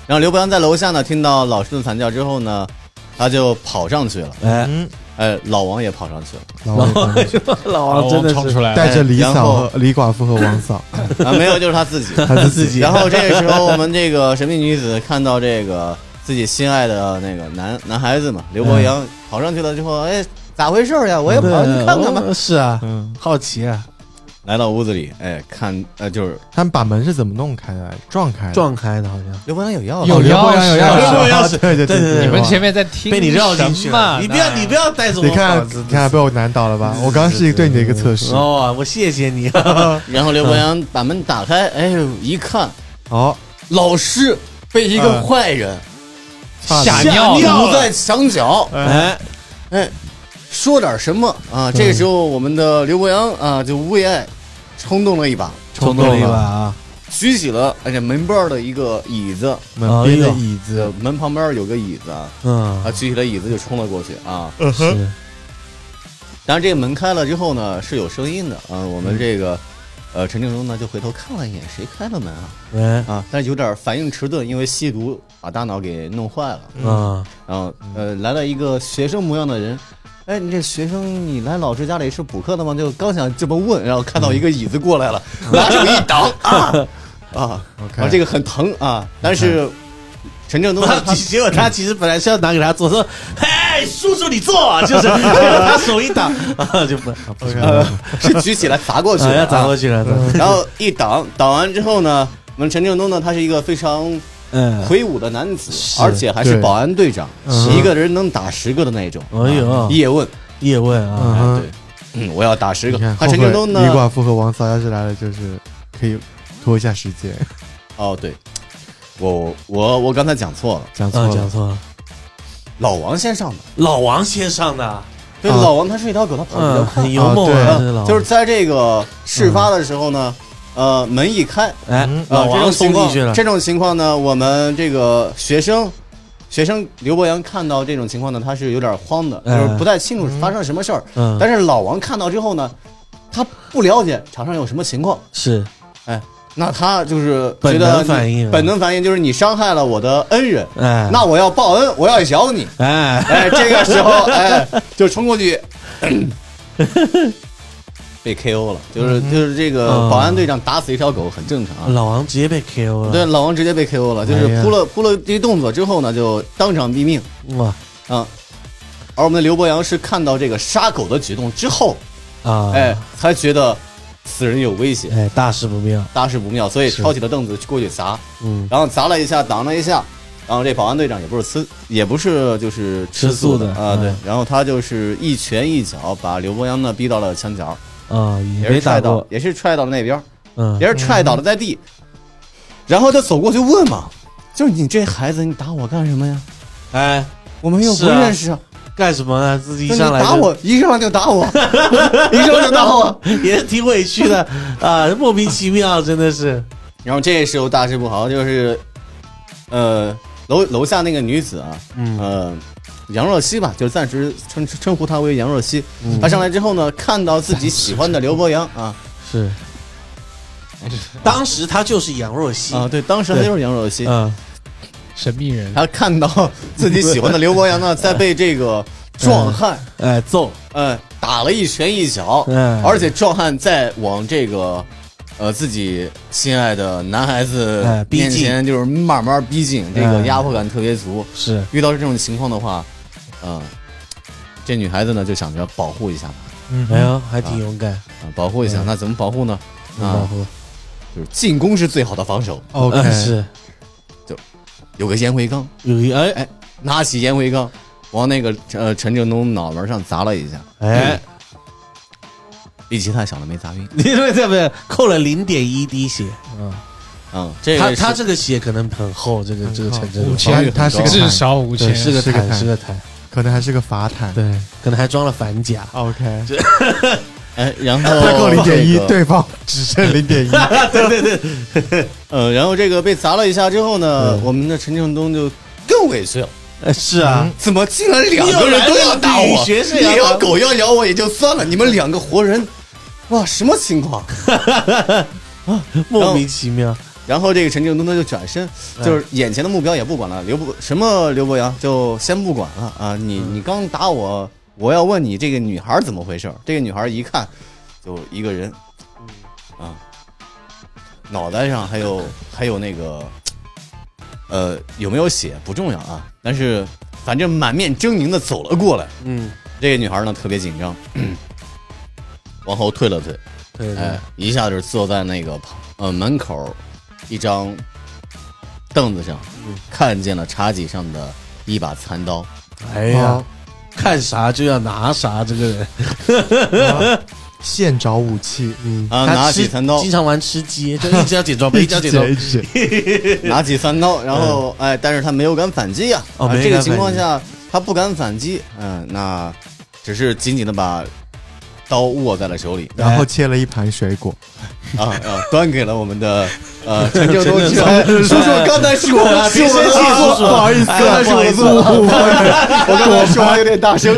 A: 然后刘伯阳在楼下呢，听到老师的惨叫之后呢，他就跑上去了，
D: 哎，
E: 嗯，
A: 呃，老王也跑上去了。
E: 老王也帮
D: 老
E: 忙
F: 老
D: 王哦真
F: 王
D: 的
F: 冲
D: 是
F: 哦出来了，
E: 带着李
A: 然后
E: 嫂和李寡妇和王嫂，
A: 啊，没有，就是他自己。
E: 他自 己
A: 然后这个时候，我们这个神秘女子看到这个自己心爱的那个男男孩子嘛，刘伯阳跑上去了之后，哎，咋回事儿呀？我也跑上
D: 嗯
A: 去看看吧。
D: 吧，是啊，
E: 嗯，
D: 好奇啊，
A: 来到屋子里，哎，看，呃，就是
E: 他们把门是怎么弄开的？撞开的，
D: 撞开的好像。
A: 刘伯阳有钥匙，
F: 有
E: 哦刘伯
F: 钥
E: 阳有
F: 匙
E: 钥
D: 啊
E: 匙，
D: 有钥匙
E: 啊对对
D: 对对对
E: 对，
F: 你们
E: 哇
F: 前面在听
D: 被你绕进去
F: 什
D: 了，
F: 么
D: 你不要，你不要带着我
E: 你看
D: 跑，
E: 你看被我难倒了吧？我刚刚是对你的一个测试。
D: 哦，我谢谢你，啊
A: 然后刘伯阳把门打开，哎呦，一看，
E: 哦，
A: 老师被一个
E: 嗯
A: 坏人
F: 吓
A: 吓
F: 尿了，
A: 堵在墙角，
D: 哎，
A: 哎，说点什么啊？这个时候，我们的刘伯阳啊，就为爱冲动了一把，
D: 冲动了一把啊，
A: 举起了哎这门边儿的一个椅子，
E: 门边的
D: 哎呦
E: 椅
A: 这
E: 子，
A: 呃门旁边有个椅子啊，啊，
D: 嗯，
A: 举起了椅子就冲了过去啊。
D: 是，
A: 当然这个门开了之后呢，是有声音的啊。我们这个呃陈正东呢就回头看了一眼，谁开了门啊？
D: 哎，
A: 啊，但是有点反应迟钝，因为吸毒把大脑给弄坏了。
D: 嗯，
A: 然后呃来了一个学生模样的人。哎，你这学生，你来老师家里是补课的吗？就刚想这么问，然后看到一个椅子过来了，嗯拿手一挡 啊啊！
E: OK
A: 然后这个很疼啊，但是陈正东呢 他
D: 他结果他其实本来是要拿给他做，说， 哎，叔叔你 坐，就是他手一挡，啊，就不，
A: 呃是举起来砸过去
D: 啊，
A: 的
D: 要
A: 啊，
D: 砸过去了，
A: 然后一挡挡完之后呢，我们陈正东呢，他是一个非常
D: 嗯，
A: 魁梧的男子，
D: 是
A: 而且还是
E: 对
A: 保安队长，
E: 嗯
A: 一个人能打十个的那种。
D: 哎呦，
A: 叶问，
D: 叶问
E: 嗯
D: 啊，
E: 哼
A: 对，嗯，我要打十
E: 你
A: 个
E: 看，。
A: 他
E: 后
A: 陈正
E: 悔
A: 东
E: 李
A: 呢？
E: 寡妇和王嫂要是来了，就是可以拖一下时间。
A: 哦，对，我我我刚才讲错了，
E: 讲错
D: 啊，讲
E: 了，
D: 错了，
A: 老王先上的，
E: 嗯
D: 老王先上的，
A: 对，
E: 啊
A: 老王他是一条狗，他跑得比较快
D: 嗯，很。幽默
E: 啊
D: 啊，
E: 对
D: 这个老王
A: 就是在这个事发的时候呢，呃，门一开，
D: 哎
E: 嗯，
D: 老
A: 呃这
D: 王
A: 种情
D: 冲进
A: 况
D: 去了，
A: 这种情况呢，我们这个学生。学生刘博洋看到这种情况呢，他是有点慌的，就
D: 嗯
A: 是不太清楚发生了什么事儿。
D: 嗯，
A: 但是老王看到之后呢，他不了解场上有什么情况，哎
D: 是
A: 那他就是觉
D: 本
A: 得
D: 能反应
A: 你本能反应就是你伤害了我的恩人，
D: 哎，
A: 那我要报恩，我要咬 你。
D: 哎，
A: 哎，这个时候哎，就冲过去，被 KO 了，就是就是这个
D: 嗯
A: 保安队长打死一条狗很正常啊。
D: 老王直接被 KO 了，
A: 对，老王直接被 KO 了，就是
E: 哎呀
A: 扑了扑了这动作之后呢，就当场毙命
D: 哇
A: 啊。而我们的刘伯阳是看到这个杀狗的举动之后，
D: 啊，
A: 哎，才觉得此人有危险，
D: 哎，大事不妙，
A: 大事不妙，所以
D: 是
A: 抄起了凳子过去砸，
D: 嗯，
A: 然后砸了一下，挡了一下，然后这保安队长也不是吃，也不是就是吃素
D: 吃素的
A: 啊，对
D: 嗯，
A: 然后他就是一拳一脚把刘伯阳呢逼到了墙角，
D: 啊，也
A: 也是
D: 没打
A: 踹到
D: 过，，
A: 也是踹到了那边，
D: 嗯，
A: 也是踹倒了在地，然后他走过去问嘛，就是你这孩子，你打我干什么呀？
D: 哎，
A: 我们又不
D: 是啊
A: 认识啊，
D: 干什么啊？自己一
A: 就是
D: 上
A: 你
D: 来就
A: 打 我，一上来就打我， 一上来就打我。
D: 也是挺委屈 的啊，莫名其妙，真的是
A: 然后这时候大事不好，就是，呃，楼楼下那个女子啊，
D: 嗯
A: 呃，杨若曦吧，就暂时称称呼她为杨若曦。
D: 嗯
A: 她上来之后呢，看到自己喜欢的刘伯阳啊
D: 是。当时他就是杨若曦
A: 啊，对，当时她就是杨若曦，
D: 嗯，
F: 神秘人，
A: 她看到自己喜欢的刘伯阳呢，在被这个壮汉。
D: 哎，揍，
A: 呃，打了一拳一脚，
D: 嗯
A: 而且壮汉在往这个，呃，自己心爱的男孩子
D: 哎逼
A: 面
D: 近
A: 前就是慢慢逼近，这个
D: 嗯
A: 压迫感特别足。
D: 是
A: 遇到这种情况的话，呃，这女孩子呢就想着保护一下她，
E: 嗯
D: 哎呦，还挺勇敢，
A: 啊，保护一下，
D: 嗯
A: 那怎么保护呢？
D: 保
A: 啊，
D: 护
A: 就是进攻是最好的防守。
E: ，OK，
D: 嗯是
A: 有个烟灰缸，
D: 有一 哎哎
A: 拿起烟灰缸往那个呃陈正东脑门上砸了一下，
D: 哎，
A: 力气太小了没砸晕。
D: 你对对不对？扣了零点一滴血，嗯，
A: 嗯，这
D: 他
A: 个
D: 他
A: 是
D: 这个血可能很厚，这个这个陈
A: 防
F: 五
D: 真
A: 御
F: 千
A: 很，
E: 他是
A: 高
E: 个
F: 至少五
D: 对
F: 千，
D: 是个
E: 是个
D: 坦
E: 坦
D: 是个坦，
E: 可能还是个法坦。
D: 对，可能还装了反甲，
E: OK，
A: 哎，然后
E: 他扣零点一
A: 这，个
E: 对方只剩零点一。
A: 呃，然后这个被砸了一下之后呢，
D: 嗯
A: 我们的陈正东就更委屈了，
D: 哎是啊，
A: 怎么竟然两个人都要啊打
D: 你有
A: 我？
D: 男人女学士
A: 你
D: 要打我
A: 要狗要咬我也就算了，你们两个活人，哇，什么情况？
D: 莫名其妙，
A: 然后这个陈正东他就转身，就是眼前的目标也不管了，刘伯什么刘伯阳就先不管了啊！你你刚打我，我要问你这个女孩怎么回事儿？这个女孩一看就一个人，啊，脑袋上还有还有那个，呃，有没有血不重要啊，但是反正满面狰狞的走了过来。
D: 嗯，
A: 这个女孩呢特别紧张， 往后退了退，
D: 对对
A: 哎，，一下子坐在那个旁呃门口一张凳子上，看见了茶几上的一把残刀。
D: 哎呀，看啥就要拿啥，这个人，
E: 哦现找武器，嗯，
A: 啊，
D: 他
A: 拿
D: 吃
A: 起三刀
D: 经，常玩吃鸡，就一直要 捡装备，一直要捡装备
E: 一，直
A: 拿起三刀，然后哎，但是他没有敢反击呀、啊。
D: 哦没
A: 这个
D: 敢
A: 情况
D: 反击
A: 下他不敢反击，嗯、那只是紧紧的把刀握在了手里
E: 然后切了一盘水果，
A: 啊啊，端给了我们的呃陈正东去。哎叔叔，刚才 是我
D: 啊
A: 是
D: 别
A: 我
D: 生
A: 的
D: 气叔
A: 错
D: 叔
A: 误，
E: 不好意思啊，
A: 刚才是我的错误，不好意思我刚才说话有点大声。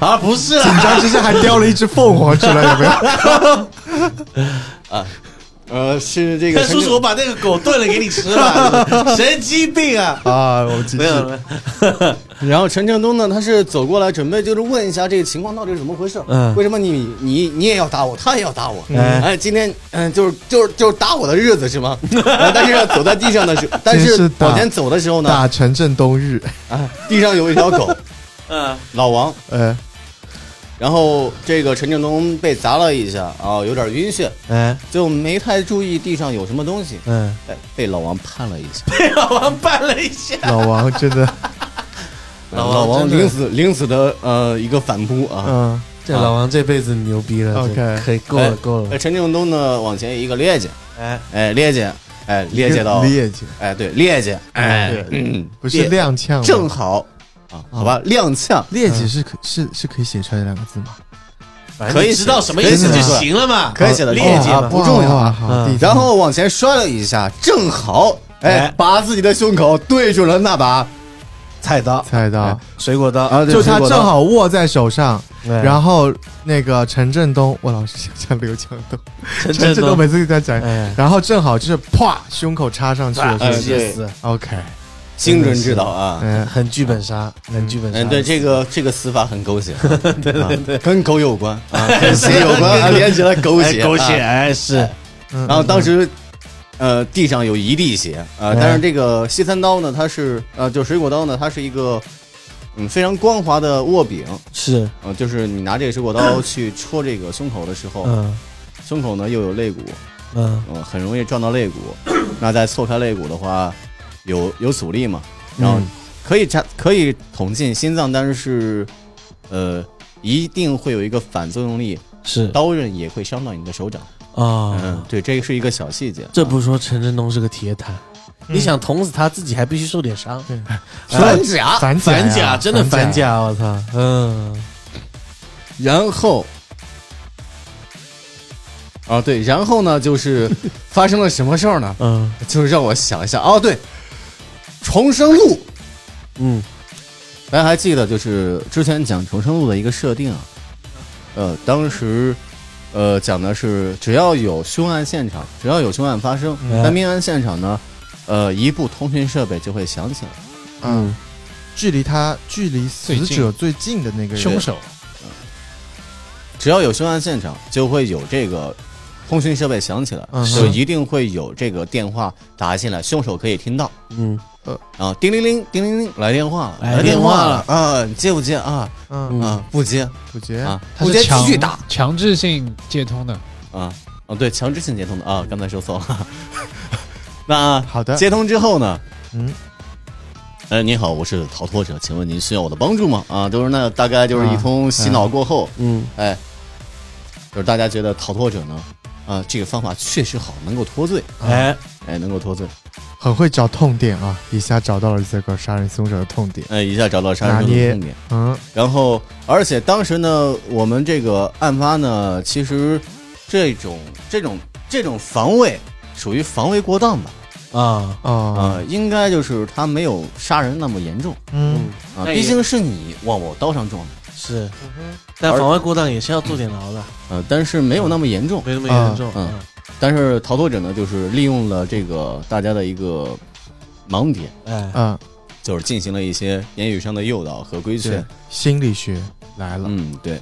D: 啊，不是啦，
E: 紧张之下还叼了一只凤凰出来，有没有？
A: 呃，是这个
D: 看 叔叔，我把那个狗炖了给你吃了， 神经病啊！
E: 啊，我们继续
D: 没。有没有，
A: 陈然后陈正东呢，他是走过来准备就是问一下这个情况到底是怎么回事？
D: 嗯
A: 为什么你你你也要打我，他也要打我？
D: 哎
A: 哎，今天嗯，就是就是就是打我的日子是吗？哎但是走在地上的 时候，但
E: 真是
A: 是
E: 打
A: 往前走的时候呢，
E: 打城镇东日，
A: 哎，地上有一条狗，
D: 嗯，
A: 老王，
E: 呃，
A: 然后这个陈正东被砸了一下啊，有点晕眩，
D: 哎，
A: 就没太注意地上有什么东西，
D: 嗯，
A: 哎，被老王判了一下。
D: 被 老王绊了一下，
E: 老王真的，
D: 老王
A: 老王
D: 真的
A: 临死临死的呃一个反扑啊！
E: 嗯，
D: 这老王这辈子牛逼了
E: OK
D: 这可以够
A: 哎
D: 了够
A: 哎，
D: 了，
A: 陈正东呢往前一个趔趄，
D: 哎，
A: 哎趔趄，哎趔趄到，
E: 趔趄，
A: 哎对趔趄，哎嗯
E: 不是踉跄吗，
A: 正好啊，好吧，踉跄。
E: 劣迹是可是是可以写出来的两个字吗？
D: 反正
A: 可以
D: 你知道
A: 写
D: 什么
A: 可以
D: 意思
E: 写
D: 就
E: 出
A: 来
D: 行了嘛。
A: 可以写的
D: 劣
A: 哦
D: 迹
A: 啊
D: 嘛
A: 不重要
E: 啊。
D: 嗯
E: 好，第一
A: 然后往前摔了一下，正好，哎
D: 哎，
A: 把自己的胸口对准了那把
D: 菜刀、
E: 猜到，
D: 水果刀，
A: 啊，对
E: 就他
A: 水果
E: 正
A: 刀
E: 好握在手上，
D: 对
E: 然后那个陈振东，我老是想讲刘强东，
D: 陈
E: 陈振东
D: 东，
E: 每次都在讲，
D: 哎，
E: 然后正好就是啪胸口插上去了，
A: 哎
E: 是
D: 直
E: 不是
A: 对啊
D: 接死，
E: ？OK，
A: 精准指导啊。
E: 嗯，
D: 很剧本杀，很剧本杀。哎
A: 嗯，对，这个这个死法很狗血， 对对对，跟狗有关啊，跟血有关，啊连起来狗
D: 哎
A: 血，
D: 狗血，
A: 啊
D: 哎是，
E: 然
A: 然后当时，呃，地上有一地血啊、呃
D: 嗯
E: 哎
A: 但是这个西餐刀呢，它是呃，就水果刀呢，它是一个嗯非常光滑的握柄，
D: 是，
A: 呃，就是你拿这个水果刀去戳这个胸口的时候，
D: 嗯
A: 胸口呢又有肋骨，
D: 嗯，
A: 嗯、很容易撞到 肋骨。那再错开肋骨的话，有有阻力嘛，然后
D: 嗯
A: 可以插可以捅进心脏，但是是呃一定会有一个反作用力，
D: 是
A: 刀刃也会伤到你的手掌。嗯
D: 啊，，
A: 对，这是一个小细节。
D: 这不说陈振东是个铁胆，你想捅死他自己还必须受点伤，
A: 反甲
E: 反
D: 反
E: 甲
D: 甲真的反
E: 反甲，
D: 甲，我操，嗯，
A: 然后，啊对，然后呢，就是 发生了什么事儿呢？
D: 嗯
A: 就是让我想一下，哦对，重生路，
D: 嗯，
A: 大家还记得就是之前讲重生路的一个设定啊，呃，当时。呃，讲的是只要有凶案现场，只要有凶案发生，
D: 嗯
A: 在命案现场呢，呃，一部通讯设备就会响起来。
E: 嗯，距离他距离死者最近的那个人
F: 凶，手
A: 只要有凶案现场，就会有这个通讯设备响起来，
E: 嗯哼
A: 就一定会有这个电话打进来，凶手可以听到。
D: 嗯
A: 啊，叮铃铃，叮铃铃，来电话了，
D: 来
A: 电
D: 电
A: 话
D: 话
A: 了啊！你接不接啊？
E: 嗯，哎
A: 啊，不接
E: 普杰，
A: 啊，
F: 他
A: 不
F: 是
A: 接继
F: 强
A: 续打
F: 强制性接通的，
A: 啊！哦，对，强制性接通的啊，刚才说错了。 那
E: 好的
A: 接通之后呢？
E: 嗯，
A: 呃，您好，我是逃脱者，请问您需要我的帮助吗？啊，就是那大概就是一
E: 啊
A: 通洗
E: 嗯
A: 脑过后，
D: 嗯
A: 哎，就是大家觉得逃脱者呢，啊，这个方法确实好，能够脱罪，
D: 哎
A: 哎，能够脱罪，
E: 很会找痛点啊，一下找到了这个杀人凶手的痛点，
A: 哎，一下找到杀
E: 拿
A: 人的
E: 捏
A: 痛点。
E: 嗯
A: 然后，而且当时呢，我们这个案发呢，其实这种这种这种防卫属于防卫过当吧，
D: 啊，
E: 哦，
A: 啊、应该就是他没有杀人那么严重
E: 嗯
D: 嗯
A: 啊，
D: 那也
A: 毕竟是你往我刀上撞的，
D: 是，但防卫过当也是要做点牢的，
A: 呃，但是没有那么严重。
D: 没那么严重，
A: 嗯但是逃脱者呢，就是利用了这个大家的一个盲点，
D: 嗯，哎，
E: 嗯，
A: 就是进行了一些言语上的诱导和规
E: 对
A: 劝。，
E: 心理学来了，
A: 嗯，对。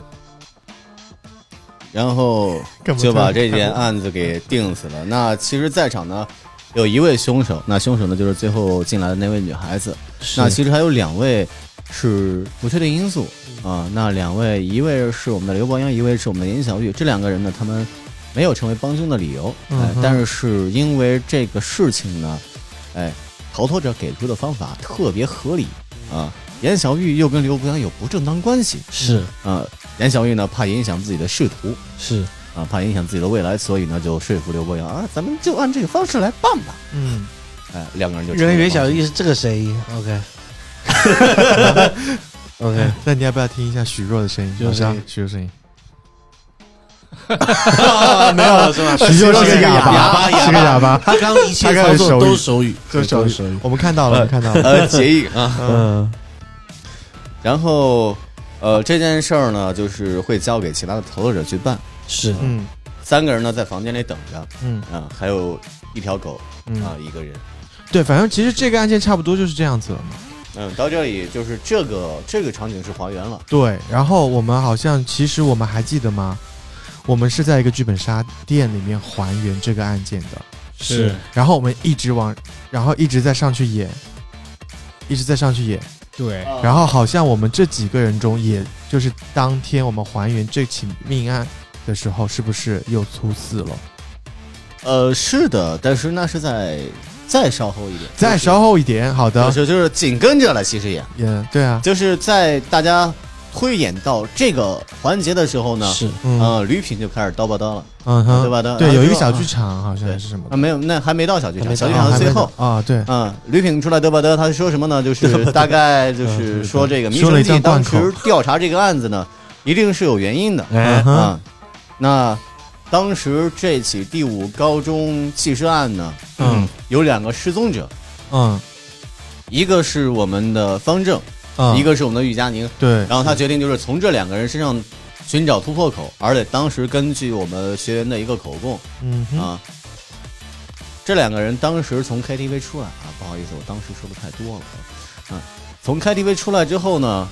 A: 然后
E: 干嘛
A: 就把
E: 这
A: 这
E: 样
A: 件啊案子给定死了。那其实，在场呢有一位凶手，那凶手呢就是最后进来的那位女孩子。那
D: 是
A: 其实还有两位是不确定因素
D: 嗯
A: 啊、那两位，一位是我们的刘博洋，一位是我们的尹小玉。这两个人呢，他们没有成为帮凶的理由，哎、
E: 嗯哼
A: 但是是因为这个事情呢，哎，逃脱者给出的方法特别合理
D: 嗯
A: 啊。严小玉又跟刘博洋有不正当关系，
D: 是
A: 啊，严小玉呢怕影响自己的仕途，
D: 是，
A: 啊，怕影响自己的未来，所以呢就说服刘伯阳啊，咱们就按这个方式来办吧。
E: 嗯，
A: 哎，两个人就成
D: 人
A: 为
D: 袁小
A: 帮
D: 玉是这个声音，OK。OK，
E: 那你要不要听一下许若的声音？
D: 许若
E: 老师啊
D: 声音
E: 许若声音，
D: 啊没有了是吧？
E: 许若是个
A: 哑
E: 巴，
D: 巴，
E: 是个哑巴，
D: 他刚刚一切操作都手语，
E: 这手
D: 手语。
E: 我们看到了，我们看到
A: 凶
E: 了，
A: 呃结义啊。
D: 嗯，
A: 然后呃这件事儿呢，就是会交给其他的投资者去办。
D: 是，
E: 嗯
A: 三个人呢在房间里等着
E: 嗯
A: 啊，还有一条狗啊
E: 嗯，，
A: 一个人。
E: 对，反正其实这个案件差不多就是这样子了嘛。
A: 嗯，到这里就是这个这个场景是还原了，
E: 对，然后我们好像其实我们还记得吗？我们是在一个剧本杀店里面还原这个案件的，
D: 是
E: 然后我们一直往，然后一直在上去演，一直在上去演，
F: 对，
A: 啊
E: 然后好像我们这几个人中，也就是当天我们还原这起命案的时候，是不是又猝死了？
A: 呃是的，但是那是在再稍后一点，
E: 再稍后一点，好的
A: 就，是就是紧跟着了，其实也
E: 也对啊，
A: 就是在大家推演到这个环节的时候呢，
D: 是
E: 嗯
A: 呃，吕品就开始叨吧叨了。
E: 嗯哼，
A: 对吧对
E: 对，
A: 然后
E: 有一个
A: 就嗯
E: 小剧场好像
A: 对
E: 嗯是什么
A: 啊，？没有，那还没到小剧场，
D: 还没
A: 小
D: 到
A: 剧
D: 啊
A: 场
E: 还
A: 的最
E: 没
A: 后，
E: 啊，对，
A: 嗯，吕品出来嘚吧嘚，他说什么呢？就是大概
E: 嗯
A: 就是说这个民
E: 说了
A: 生
E: 一
A: 记
E: 段
A: 当
E: 贯口
A: 时调查这个案子呢，一定是有原因的
E: 嗯
D: 哎，
E: 哼，
A: 啊。那当时这起第五高中弃尸案呢，
E: 嗯
A: 有两个失踪者，
E: 嗯
A: 一个是我们的方正，
E: 嗯，
A: 一个是我们的玉佳宁。
E: 对，
A: 然后他决定就是从这两个人身上寻找突破口，而且当时根据我们学员的一个口供
E: 嗯哼，
A: 啊，这两个人当时从 KTV 出来啊，不好意思，我当时说的太多了啊，从 KTV 出来之后呢，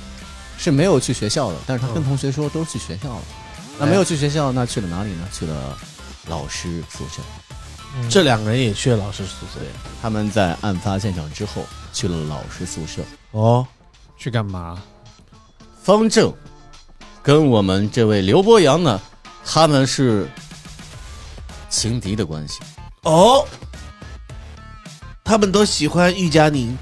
A: 是没有去学校的，但是他跟同学说都去学校了，
E: 嗯
A: 那没有去学校，那去了哪里呢？去了老师宿舍，
D: 这两个人也去了老师宿舍
A: 他们在案发现场之后去了老师宿舍，
D: 哦，
F: 去干嘛？
A: 方正跟我们这位刘伯阳呢，他们是情敌的关系。
D: 哦，他们都喜欢玉佳宁，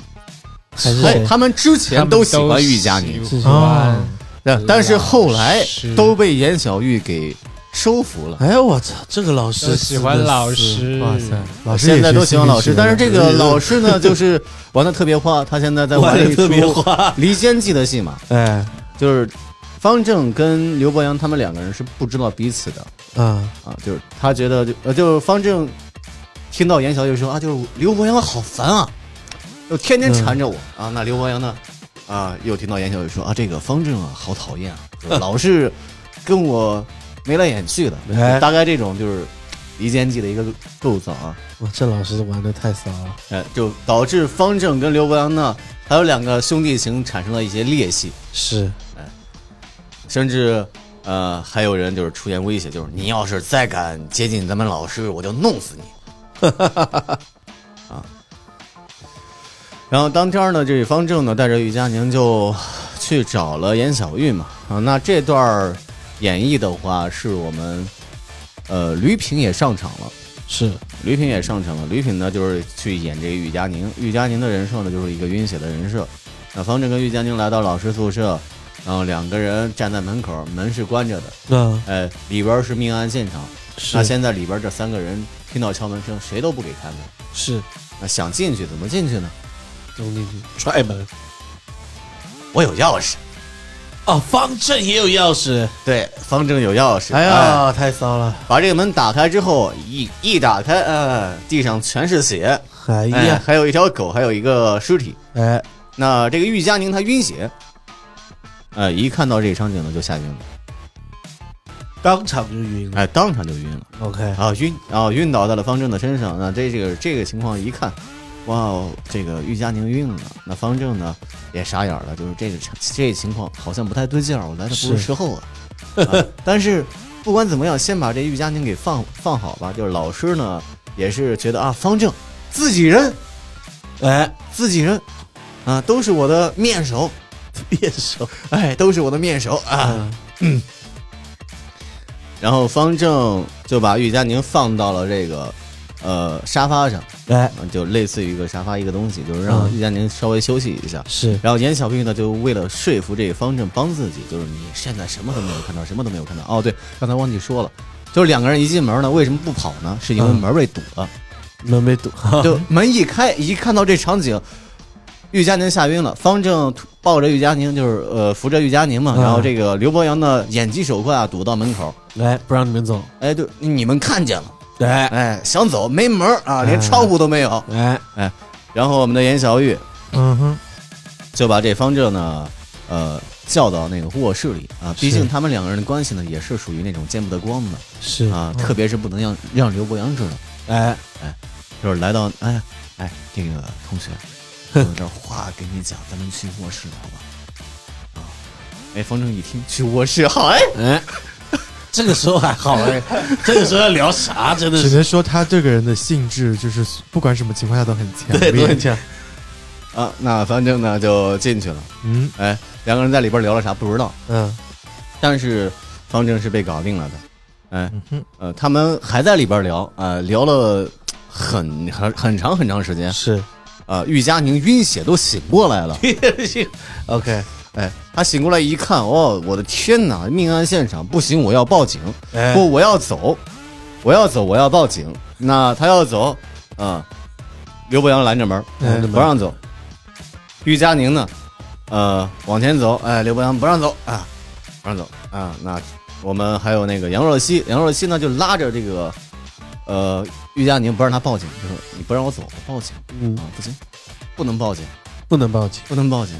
E: 还是
A: 哎
E: 谁，
A: 他们之前都喜欢玉佳宁，
F: 喜欢啊
E: 哦，
A: 对但是后来
F: 是
A: 都被严小玉给收服了。
D: 哎，我操，这个老师
F: 都喜欢老师，
E: 哇塞，老师
A: 现在
E: 也
A: 都
E: 是
A: 喜欢
E: 心理
A: 老师，
E: 学
A: 但是
E: 的
A: 这个老师呢，就是玩的特别花。他现在在
D: 玩
A: 一
D: 的特别
A: 出
D: 花，
A: 《离间计》的戏嘛，
E: 哎，
A: 就是方正跟刘伯阳他们两个人是不知道彼此的。
E: 嗯，
A: 啊，就是他觉得就呃，就是方正听到严小玉说啊，就是刘伯阳好烦啊，就天天缠着我、啊。那刘伯阳呢，啊，又听到严小玉说啊，这个方正啊，好讨厌啊，就是老是跟我眉来眼去的，
D: 哎
A: 大概这种就是离间计的一个构造啊，
D: 哇，这老师玩的太骚了，
A: 呃，就导致方正跟刘伯阳呢，还有两个兄弟情产生了一些裂隙，
D: 是
A: 甚至。呃，还有人就是出言威胁，就是你要是再敢接近咱们老师，我就弄死你。啊然后当天呢，这方正呢带着玉佳宁就去找了严小玉嘛。啊，那这段儿演绎的话，是我们呃吕品也上场了，
D: 是，
A: 吕品也上场了。吕品呢就是去演这个玉佳宁，玉佳宁的人设呢就是一个晕血的人设。那方正跟玉佳宁来到老师宿舍，然后两个人站在门口，门是关着的，
D: 嗯，
A: 哎，里边儿是命案现场。那
D: 是
A: 现在里边儿这三个人听到敲门声，谁都不给开门。
D: 是
A: 那想进去怎么进去呢？
D: 冲进去踹门，
A: 我有钥匙。
D: 哦，方正也有钥匙，
A: 对，方正有钥匙。
D: 哎
A: 哎
D: 呀，太骚了，
A: 把这个门打开之后，一一打开，呃，地上全是血，
D: 哎
A: 哎
D: 呀，
A: 还有一条狗，还有一个尸体。
D: 哎，
A: 那这个玉佳宁她晕血，呃，一看到这个场景呢就吓晕了，
D: 当场就晕了
A: 哎，当场就晕了
D: ，OK，
A: 啊，晕啊，晕倒在了方正的身上。那这这个这个情况一看，哇哦，这个玉佳宁晕了，那方正呢也傻眼了，就是这个场这个情况好像不太对劲儿，我来的不是
D: 是
A: 时候啊。啊但是不管怎么样，先把这玉佳宁给放放好吧。就是老师呢，也是觉得啊，方正自己人，
D: 哎，
A: 自己人，啊，都是我的面熟，
D: 变手，
A: 哎，都是我的面熟啊。嗯。然后方正就把玉佳宁放到了这个呃沙发上，
D: 哎，
A: 啊就类似于一个沙发一个东西，就是让
D: 嗯
A: 玉佳宁稍微休息一下。
D: 是
A: 然后严小玉呢，就为了说服这个方正帮自己，就是你现在什么都没有看到，什么都没有看到。哦，对，刚才忘记说了，就是两个人一进门呢，为什么不跑呢？是因为
D: 嗯
A: 门被堵了，
D: 门被堵，
A: 就门一开，一看到这场景，玉佳宁吓晕了。方正抱着玉佳宁，就是呃扶着玉佳宁嘛，
D: 嗯
A: 然后这个刘伯阳呢眼疾手快啊，堵到门口，
D: 来不让你们走，
A: 哎，就你们看见 了，
D: 哎
A: 哎，想走没门儿
E: 哎
A: 啊，连
D: 嗯
A: 窗户都没有。
D: 哎，
A: 然后我们的严小玉
E: 嗯哼，
A: 就把这方正呢，呃，叫到那个卧室里啊。毕竟他们两个人的关系呢，也是属于那种见不得光的
D: 是，
A: 啊，特别是不能让让刘伯阳知道。
D: 嗯哎，
A: 就是来到，哎哎，这个同学，我有点话跟你讲，咱们去卧室好吧？啊，哎，方正一听去卧室，好哎，
D: 哎，这个时候还好 哎，这个时候要聊啥？真的
E: 只
D: 是
E: 能说他这个人的性质就是不管什么情况下都很强烈，
D: 都很强，
A: 啊，那方正呢就进去了，
E: 嗯
A: 哎，两个人在里边聊了啥不知道，
E: 嗯
A: 但是方正是被搞定了的，哎，
E: 嗯哼，
A: 呃，他们还在里边聊，啊、聊了很很很长很长时间，
D: 是
A: 啊、玉佳宁晕血都醒过来了，
D: ，OK，
A: 哎，他醒过来一看，哦，我的天哪，命案现场，不行，我要报警，
D: 哎
A: 不，我要走，我要走，我要报警。那他要走，啊、刘伯阳拦着门，
D: 哎
A: 不让走。玉佳宁呢，呃，往前走，哎，刘伯阳不让走啊，不让走啊。那我们还有那个杨若曦，杨若曦呢就拉着这个，呃，玉佳宁不让他报警，就说你不让我走，我报警
D: 嗯
A: 啊，不行，不能报警。
D: 不能报警。
A: 不能报警。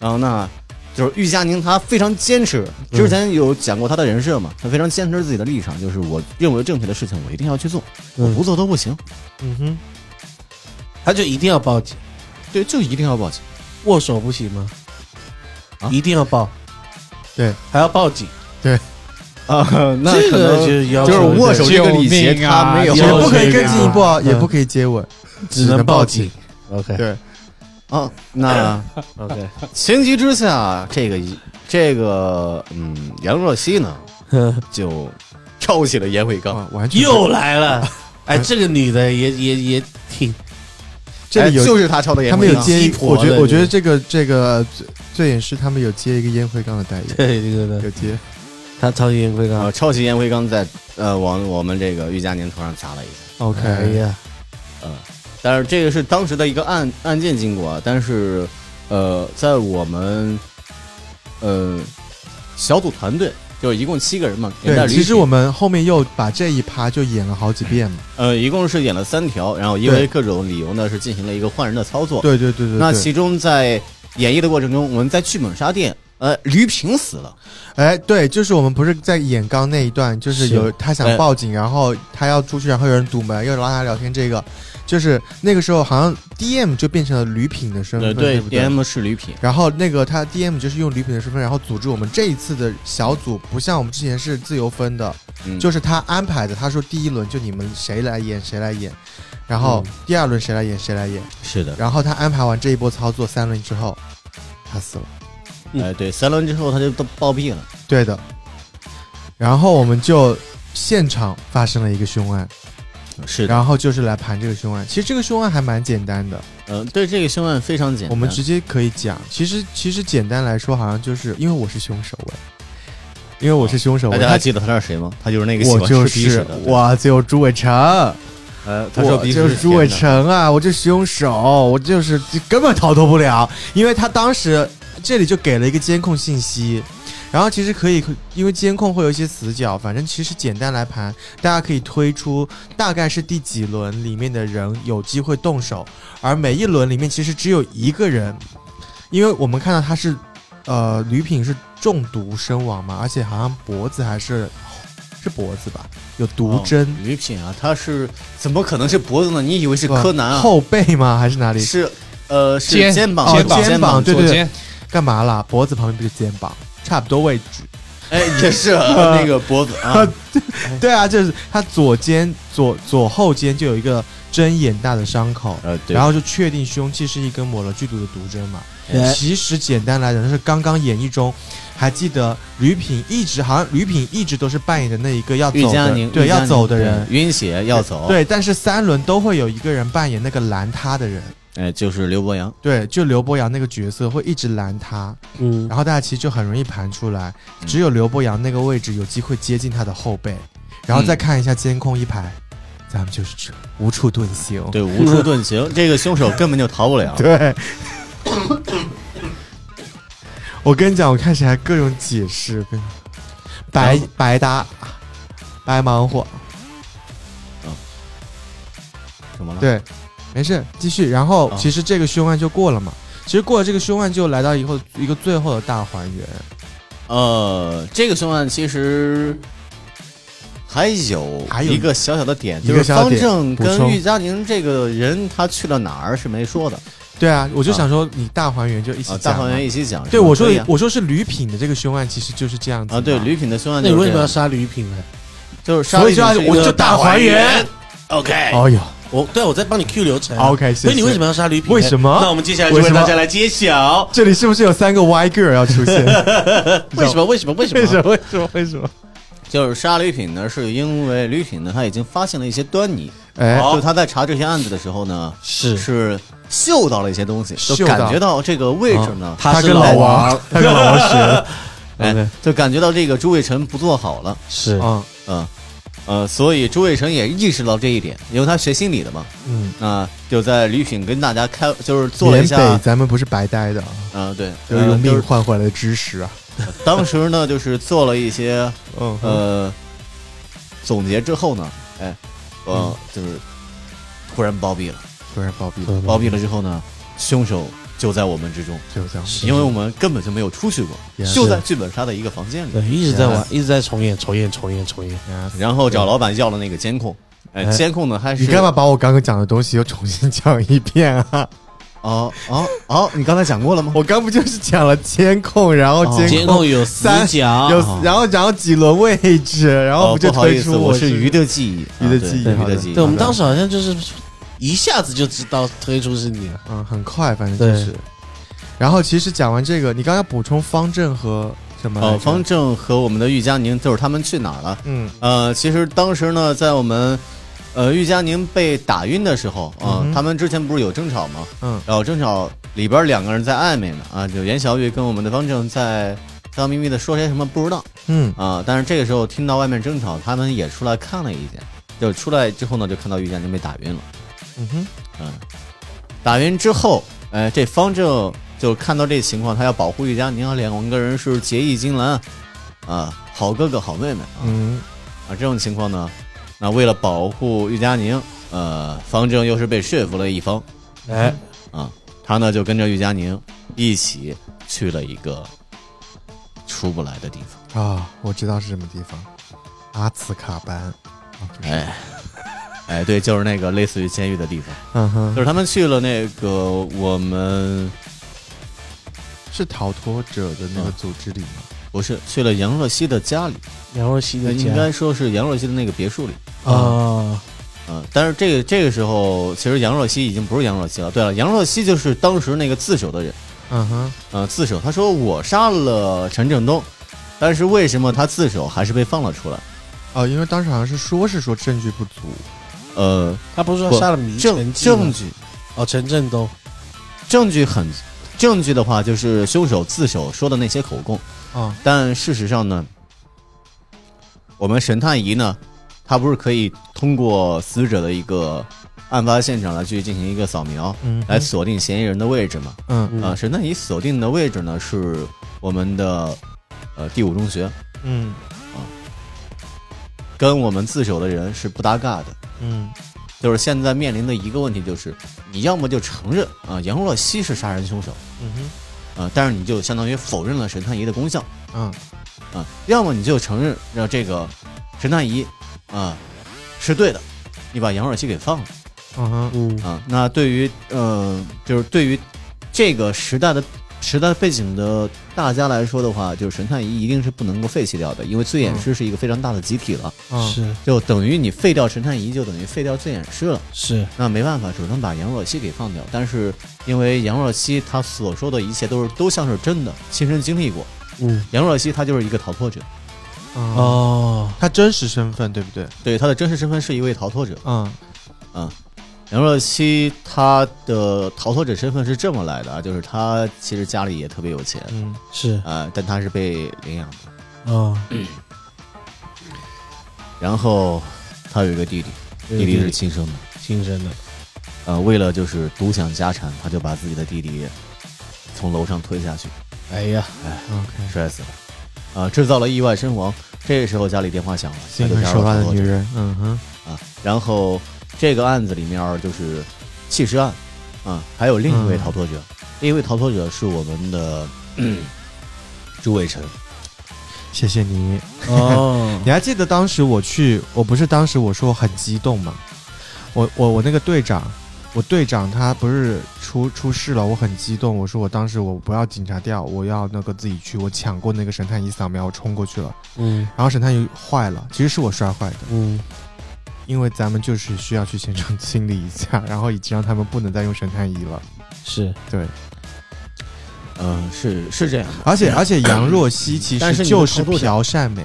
A: 然后那就是玉佳宁，她非常坚持。之前有讲过她的人设嘛，她非常坚持自己的立场，就是我认为正确的事情，我一定要去做，我
D: 嗯
A: 不做都不行。
D: 嗯哼，他就一定要报警，
A: 对，就一定要报警。
D: 握手不行吗？
A: 啊
D: 一定要报，
E: 对，
D: 还要报警，
A: 啊、那
D: 这
A: 可
D: 个
A: 能
D: 就要
A: 就是
D: 求
A: 握手这个礼
F: 救
A: 节，
F: 命啊
A: 他没有
E: 也
D: 救
E: 不
D: 命
E: 可以更进一步啊，
D: 嗯
E: 也不可以接吻，
D: 只能报
E: 报
D: 警。。OK
E: 对，
A: 啊。那
D: OK，
A: 情急之下，这个这个嗯，杨若曦呢 就挑起了烟灰缸。
E: 啊，完全
D: 又来了。哎，这个女的也也也挺
E: 这里
A: 哎
E: 有
A: 就是他抄的烟
E: 他们
A: 灰
E: 有
A: 缸。
E: 接
D: 鸡，婆
E: 我觉
D: 的
E: 得我觉得
D: 这
E: 这个这个最最演是他们有接一个烟灰缸的代言，
D: 对这个的，
E: 有接，
D: 她超级烟灰
A: 啊，
D: 缸。
A: 抄起烟灰缸在呃往我们这个玉佳宁头上砸了一下。
D: 哎
E: OK，
D: 呀，
A: 但是这个是嗯当时的一个案案件经过啊，但是，呃，在我们，呃，小组团队就是一共七个人嘛，连带驴
E: 对，其实
A: 体
E: 我们后面又把这一趴就演了好几遍嘛，
A: 呃一共是演了三条，然后因为
E: 对
A: 各种理由呢是进行了一个换人的操作。
E: 对对对对，
A: 那
E: 对
A: 其中在演绎的过程中，我们在剧本杀店，呃，驴平死了，
E: 哎，对，就是我们不是在演刚那一段，就是
D: 是
E: 有他想报警，然后他要出去，然后有人堵门，又拉他聊天，这个就是那个时候好像 DM 就变成了吕品的身
A: 呃，
E: 份，
A: 对
E: 不对？
A: ，DM 是驴品，
E: 然后那个他 DM 就是用吕品的身份，然后组织我们这一次的小组，不像我们之前是自由分的，
A: 嗯
E: 就是他安排的。他说第一轮就你们谁来演谁来演，然后
A: 嗯
E: 第二轮谁来演谁来演，
A: 是的，
E: 然后他安排完这一波操作三轮之后，他死了。
A: 哎、对，三轮之后他就都暴毙了，
E: 对的。然后我们就现场发生了一个凶案，
A: 是的，
E: 然后就是来盘这个凶案。其实这个凶案还蛮简单的，
A: 嗯、对，这个凶案非常简单，
E: 我们直接可以讲。其实其实简单来说，好像就是因为我是凶手哎，因为我是凶手，
A: 大
E: 我
A: 家还记得他是谁吗？他就是那个喜
E: 我
A: 欢吃
E: 就
A: 鼻屎
E: 是
A: 的，对
E: 我就是朱伟成，
A: 呃，他说
E: 我
A: 鼻
E: 就
A: 屎
E: 是朱
A: 甜
E: 伟
A: 的
E: 成啊，我就是凶手，我就是根本逃脱不了，因为他当时这里就给了一个监控信息。然后其实可以，因为监控会有一些死角，反正其实简单来盘，大家可以推出大概是第几轮里面的人有机会动手，而每一轮里面其实只有一个人，因为我们看到他是，呃，吕品是中毒身亡嘛，而且好像脖子还是是脖子吧，有毒针，
A: 哦吕品啊，他是怎么可能是脖子呢？你以为是
E: 吧
A: 柯南啊？
E: 后背吗？还是哪里？
A: 是呃是
F: 肩
A: 肩膀
E: 哦
A: 肩膀
E: 肩膀对
F: 左
E: 对
F: 肩
E: 干嘛啦？脖子旁边不是肩膀，差不多位置。
A: 哎也是呃那个脖子啊，
E: 对啊，就是他左肩左左后肩就有一个针眼大的伤口，
A: 呃对
E: 然后就确定凶器是一根抹了剧毒的毒针嘛。
D: 哎
E: 其实简单来讲，就是刚刚演绎中，还记得吕品一直好像吕品一直都是扮演的那一个要
A: 玉
E: 走
A: 佳
E: 的
A: 宁
E: 对
A: 玉佳
E: 要
A: 宁
E: 走的人。
A: 对晕血要走，，
E: 对，但是三轮都会有一个人扮演那个拦他的人，
A: 哎就是刘伯阳，
E: 对，就刘伯阳那个角色会一直拦他，
D: 嗯，
E: 然后大家其实就很容易盘出来，只有刘伯阳那个位置有机会接近他的后背，然后再看一下监控一排，咱们就是这无处遁形。
A: 对无处遁形，这个凶手根本就逃不了。
E: 对 我跟你讲，我开始还各种解释，跟白白搭，白忙活。
A: 怎么了？
E: 对，没事，继续。然后
A: 啊
E: 其实这个凶案就过了嘛，其实过了这个凶案就来到以后一个最后的大还原。
A: 呃，这个凶案其实。还有
E: 还有
A: 一个小小的点，
E: 一
A: 就
E: 个
A: 是
E: 小小
A: 方
E: 点
A: 正
E: 补
A: 跟
E: 充
A: 玉佳宁这个人，他去了哪儿是没说的
E: 对啊，我就
A: 啊
E: 想说你大还原就一起
A: 啊。
E: 讲
A: 大
E: 嘛
A: 团圆一起讲是吧。
E: 对，我说
A: 可以啊
E: 我说是吕品的这个凶案其实就是这样子
A: 啊，对
E: 嘛
A: 吕品的凶案
D: 那
A: 就
D: 你
A: 是这样，
D: 为什么要杀吕品呢？
A: 就是杀
E: 所以
A: 了
E: 就要
A: 一个
E: 我
A: 人
E: 就大还原。。
D: OK，
E: 哦呦
D: 我对我在帮你 Q 流程啊。
E: ，OK，
D: 所以你为什么要杀吕品呢？
E: 为什么
D: 那我们接下来就为大家来揭晓
E: 这里是不是有三个 Y girl 要 出现？
D: 为什么？为什么？为什么？
E: 么？为什么？为什么？
A: 就是杀吕品呢，是因为吕品呢他已经发现了一些端倪，
E: 哎
D: 好
A: 就他在查这些案子的时候呢，
D: 是
A: 是嗅到了一些东西，就
E: 嗅到
A: 感觉到这个位置呢，
E: 啊他
D: 是
E: 跟
D: 老
E: 老王，他跟老王学的，
A: 哎
E: OK，
A: 就感觉到这个朱伟臣不做好了，
D: 是，
E: 嗯，
A: 嗯，呃，所以朱伟臣也意识到这一点，因为他学心理的嘛，
D: 嗯，
A: 那就在吕品跟大家开，就是做了一
E: 缅
A: 下，
E: 北咱们不是白待的啊，
A: 嗯、对，
E: 都是
A: 呃
E: 用
A: 就
E: 命
A: 是
E: 换回来的知识啊，
A: 当时呢，就是做了一些
E: 嗯
A: 呃总结之后呢，哎，
E: 嗯
A: 呃，就是突然包庇了，
E: 突然暴毙了，
A: 包庇了之后呢，凶手就在我们之中，
E: 就这样，
A: 因为我们根本就没有出去过，
E: Yes
A: 就在剧本杀的一个房间里。
D: 对，一直在玩，一直在重演，重演，重演，重演。
E: Yes
A: 然后找老板要了那个监控，哎，
D: 哎
A: 监控呢还是
E: 你干嘛把我刚刚讲的东西又重新讲一遍啊？
A: 哦哦哦，你刚才讲过了吗？
E: 我刚不就是讲了监控，然
A: 哦
E: 后哦监
D: 监控有死
E: 三
D: 角，
E: 有，然后然后几轮位置， 然后
A: 啊哦，
E: 不就
A: 不好意
E: 推
A: 思，
E: 出
A: 我
E: 是
A: 是鱼的记忆，
E: 鱼的
A: 啊对
E: 记忆
A: 鱼
E: 好
A: 的
E: 的
A: 记忆。
D: 对我们当时嗯好像就是一下子就知道推出是你了。
E: 嗯，很快，反正就是。然后其实讲完这个，你刚刚补充方正和什么来着？
A: 呃，方正和我们的玉佳宁，就是他们去哪儿了？
E: 嗯
A: 呃，其实当时呢，在我们呃玉佳宁被打晕的时候啊、
E: 嗯哼
A: 他们之前不是有争吵吗？
E: 嗯，
A: 然后争吵里边两个人在暧昧呢啊，就严小雨跟我们的方正在悄咪咪的说些什么不知道
E: 嗯
A: 啊，但是这个时候听到外面争吵，他们也出来看了一眼，就出来之后呢，就看到玉佳宁被打晕了，
E: 嗯哼，
A: 嗯，打晕之后，哎，这方正就看到这情况，他要保护玉佳宁，啊两个人是结义金兰啊，好哥哥好妹妹啊。
E: 嗯
A: 啊，这种情况呢，那为了保护玉佳宁，呃，方正又是被说服了一方
D: 哎，
A: 啊，他呢就跟着玉佳宁一起去了一个出不来的地方。
E: 啊，我知道是什么地方，阿茨卡班。哦
A: 哎，哎，对，就是那个类似于监狱的地方，
E: 嗯哼
A: 就，是他们去了那个我们
E: 是逃脱者的
A: 嗯
E: 那个组织里吗？
A: 不是去了杨若曦的家里，
D: 杨若曦的
A: 应
D: 家
A: 该说是杨若曦的那个别墅里。
D: 啊，
A: 嗯，但是这个这个时候，其实杨若曦已经不是杨若曦了。对了，杨若曦就是当时那个自首的人。
E: 嗯哼，
A: 呃，自首。他说我杀了陈正东，但是为什么他自首还是被放了出来？
E: 哦，因为当时好像是说是说证据不足，
A: 呃，
D: 他不是
A: 不
D: 说杀了迷
A: 证
D: 城记吗
A: 证据
D: 哦，陈振东
A: 证据很证据的话，就是凶手自首说的那些口供。
E: 啊，
A: 但事实上呢，我们神探仪呢，它不是可以通过死者的一个案发现场来去进行一个扫描，
E: 嗯
A: 来锁定嫌疑人的位置嘛？
E: 嗯
A: 啊、神探仪锁定的位置呢是我们的呃第五中学。
E: 嗯
A: 跟我们自首的人是不搭嘎的。
E: 嗯
A: 就是现在面临的一个问题就是，你要么就承认啊、杨若曦是杀人凶手，
E: 嗯
A: 啊，但是你就相当于否认了神探仪的功效
E: 哼，嗯
A: 啊、要么你就承认让这个神探仪啊、是对的，你把杨若曦给放了
E: 嗯哼，
D: 嗯
A: 啊、那对于呃，就是对于这个时代的。时代背景的大家来说的话，就是神探仪一定是不能够废弃掉的，因为罪演师是一个非常大的集体了，
E: 嗯
D: 是
A: 就等于你废掉神探仪，就等于废掉罪演师了。
D: 是
A: 那没办法，只能把杨若曦给放掉。但是因为杨若曦她所说的一切都是都像是真的，亲身经历过。
D: 嗯
A: 杨若曦她就是一个逃脱者，
E: 哦，
D: 哦，
E: 他真实身份对不对？
A: 对她的真实身份是一位逃脱者
E: 嗯
A: 啊。杨若曦她的逃脱者身份是这么来的啊，就是她其实家里也特别有钱
E: 嗯
D: 是
A: 啊，但她是被领养的。
E: 哦
D: 啊，
A: 然后她有一个弟弟，弟弟是亲生的。
D: 亲生的，
A: 呃，为了就是独享家产，她就把自己的弟弟从楼上推下去。
D: 哎呀，
E: ，OK，
A: 摔死了，啊、制造了意外身亡。这个时候家里电话响了，
E: 心
A: 那就
E: 狠
A: 是
E: 手辣
A: 二
E: 的
A: 号
E: 女
A: 者
E: 人，嗯哼，
A: 啊。然后这个案子里面就是弃尸案啊，还有另一位
E: 嗯
A: 逃脱者，另一位逃脱者是我们的、 嗯朱伟成，
E: 谢谢你。
D: 哦
E: 嗯你还记得当时我去，我不是当时我说我很激动吗？我我我那个队长，我队长他不是出出事了，我很激动。我说我当时我不要警察调，我要那个自己去。我抢过那个神探仪扫描，我冲过去了，
D: 嗯
E: 然后神探仪坏了，其实是我摔坏的，
D: 嗯，
E: 因为咱们就是需要去现场清理一下，然后已经让他们不能再用神探仪了。
D: 是
E: 对，
A: 嗯、是是这样的，嗯
E: 而且而且杨若曦其
A: 但是
E: 实
A: 你
E: 就是
A: 操作者
E: 朴善美，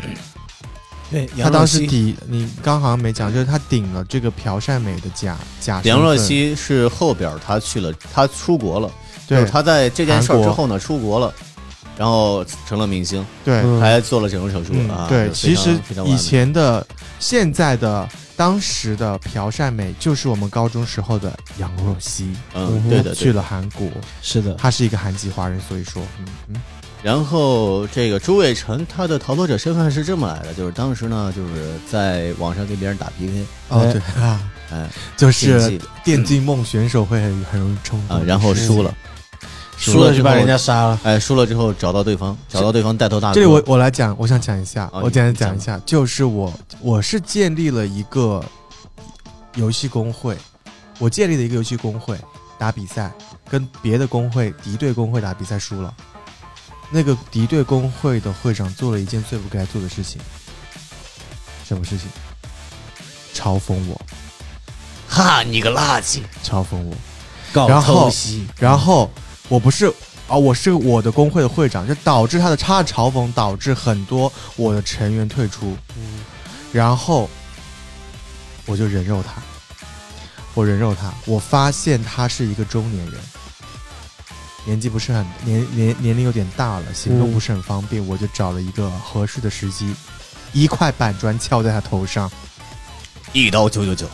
D: 对，
E: 他
D: 杨
E: 当
D: 若
E: 时
D: 曦
E: 抵你刚好像没讲，就是他顶了这个朴善美的假假身
A: 梁若
E: 份
A: 曦是后边儿她去了，她出国了，就
E: 对
A: 是她在这件事儿
E: 韩
A: 之
E: 国
A: 后呢，出国了，然后成了明星，
E: 对、
D: 嗯
A: 还做了整容手术、
D: 嗯
A: 啊。
E: 对，
A: 就非
E: 其
A: 常
E: 实
A: 非常完
E: 以
A: 美
E: 前的现在的当时的朴善美就是我们高中时候的杨若曦，
A: 嗯，对
E: 她
A: 的
E: 去
A: 对的。
E: 了韩国，
D: 是的，
E: 她是一个韩籍华人，所以说，嗯嗯，
A: 然后这个朱伟成他的逃脱者身份是这么来的，就是当时呢，就是在网上跟别人打 PK，
E: 哦
D: 哎
E: 对啊，
A: 哎
E: 就是嗯
A: 竞技
E: 电竞梦选手会很很容易冲
A: 啊
E: 动，
A: 然后输了，
D: 输了就把
A: 之后
D: 人家杀了。
A: 哎，输了之后找到对方，找啊到对方带头大哥。
E: 这里我我来讲，我想讲一下，
A: 哦
E: 我
A: 你
E: 简单
A: 你讲
E: 讲一下，就是我我是建立了一个游戏工会，我建立了一个游戏工会打比赛，跟别的工会敌对工会打比赛输了，那个敌对工会的会长做了一件最不该做的事情，什么事情？嘲讽我，
A: 哈你个垃圾，
E: 嘲讽我，
D: 搞
E: 然后
D: 偷袭，
E: 然后我不是啊、我是我的工会的会长，就导致他的他的嘲讽导致很多我的成员退出，然后我就人肉他，我人肉他，我发现他是一个中年人，年纪不是很年年年龄有点大了，行
D: 嗯
E: 动不是很方便，我就找了一个合适的时机，一块板砖敲在他头上。
A: 一刀九九九，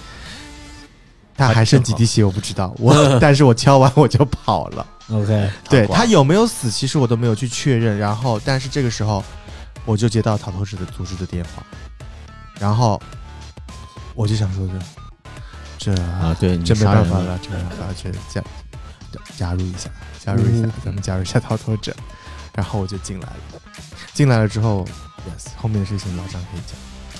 E: 他还剩几滴血我不知道，我 但是我敲完我就跑了。
D: OK，
E: 对
A: 挂了
E: 他有没有死，其实我都没有去确认。然后，但是这个时候，我就接到逃脱者的组织的电话，然后我就想说这这
A: 啊，对，你
E: 这没
A: 杀
E: 办
A: 人
E: 法
A: 了
E: 了，这没办法，这加加入一下，加入一下
D: 嗯，
E: 咱们加入一下逃脱者。然后我就进来了，进来了之后，yes，后面的事情老张可以讲。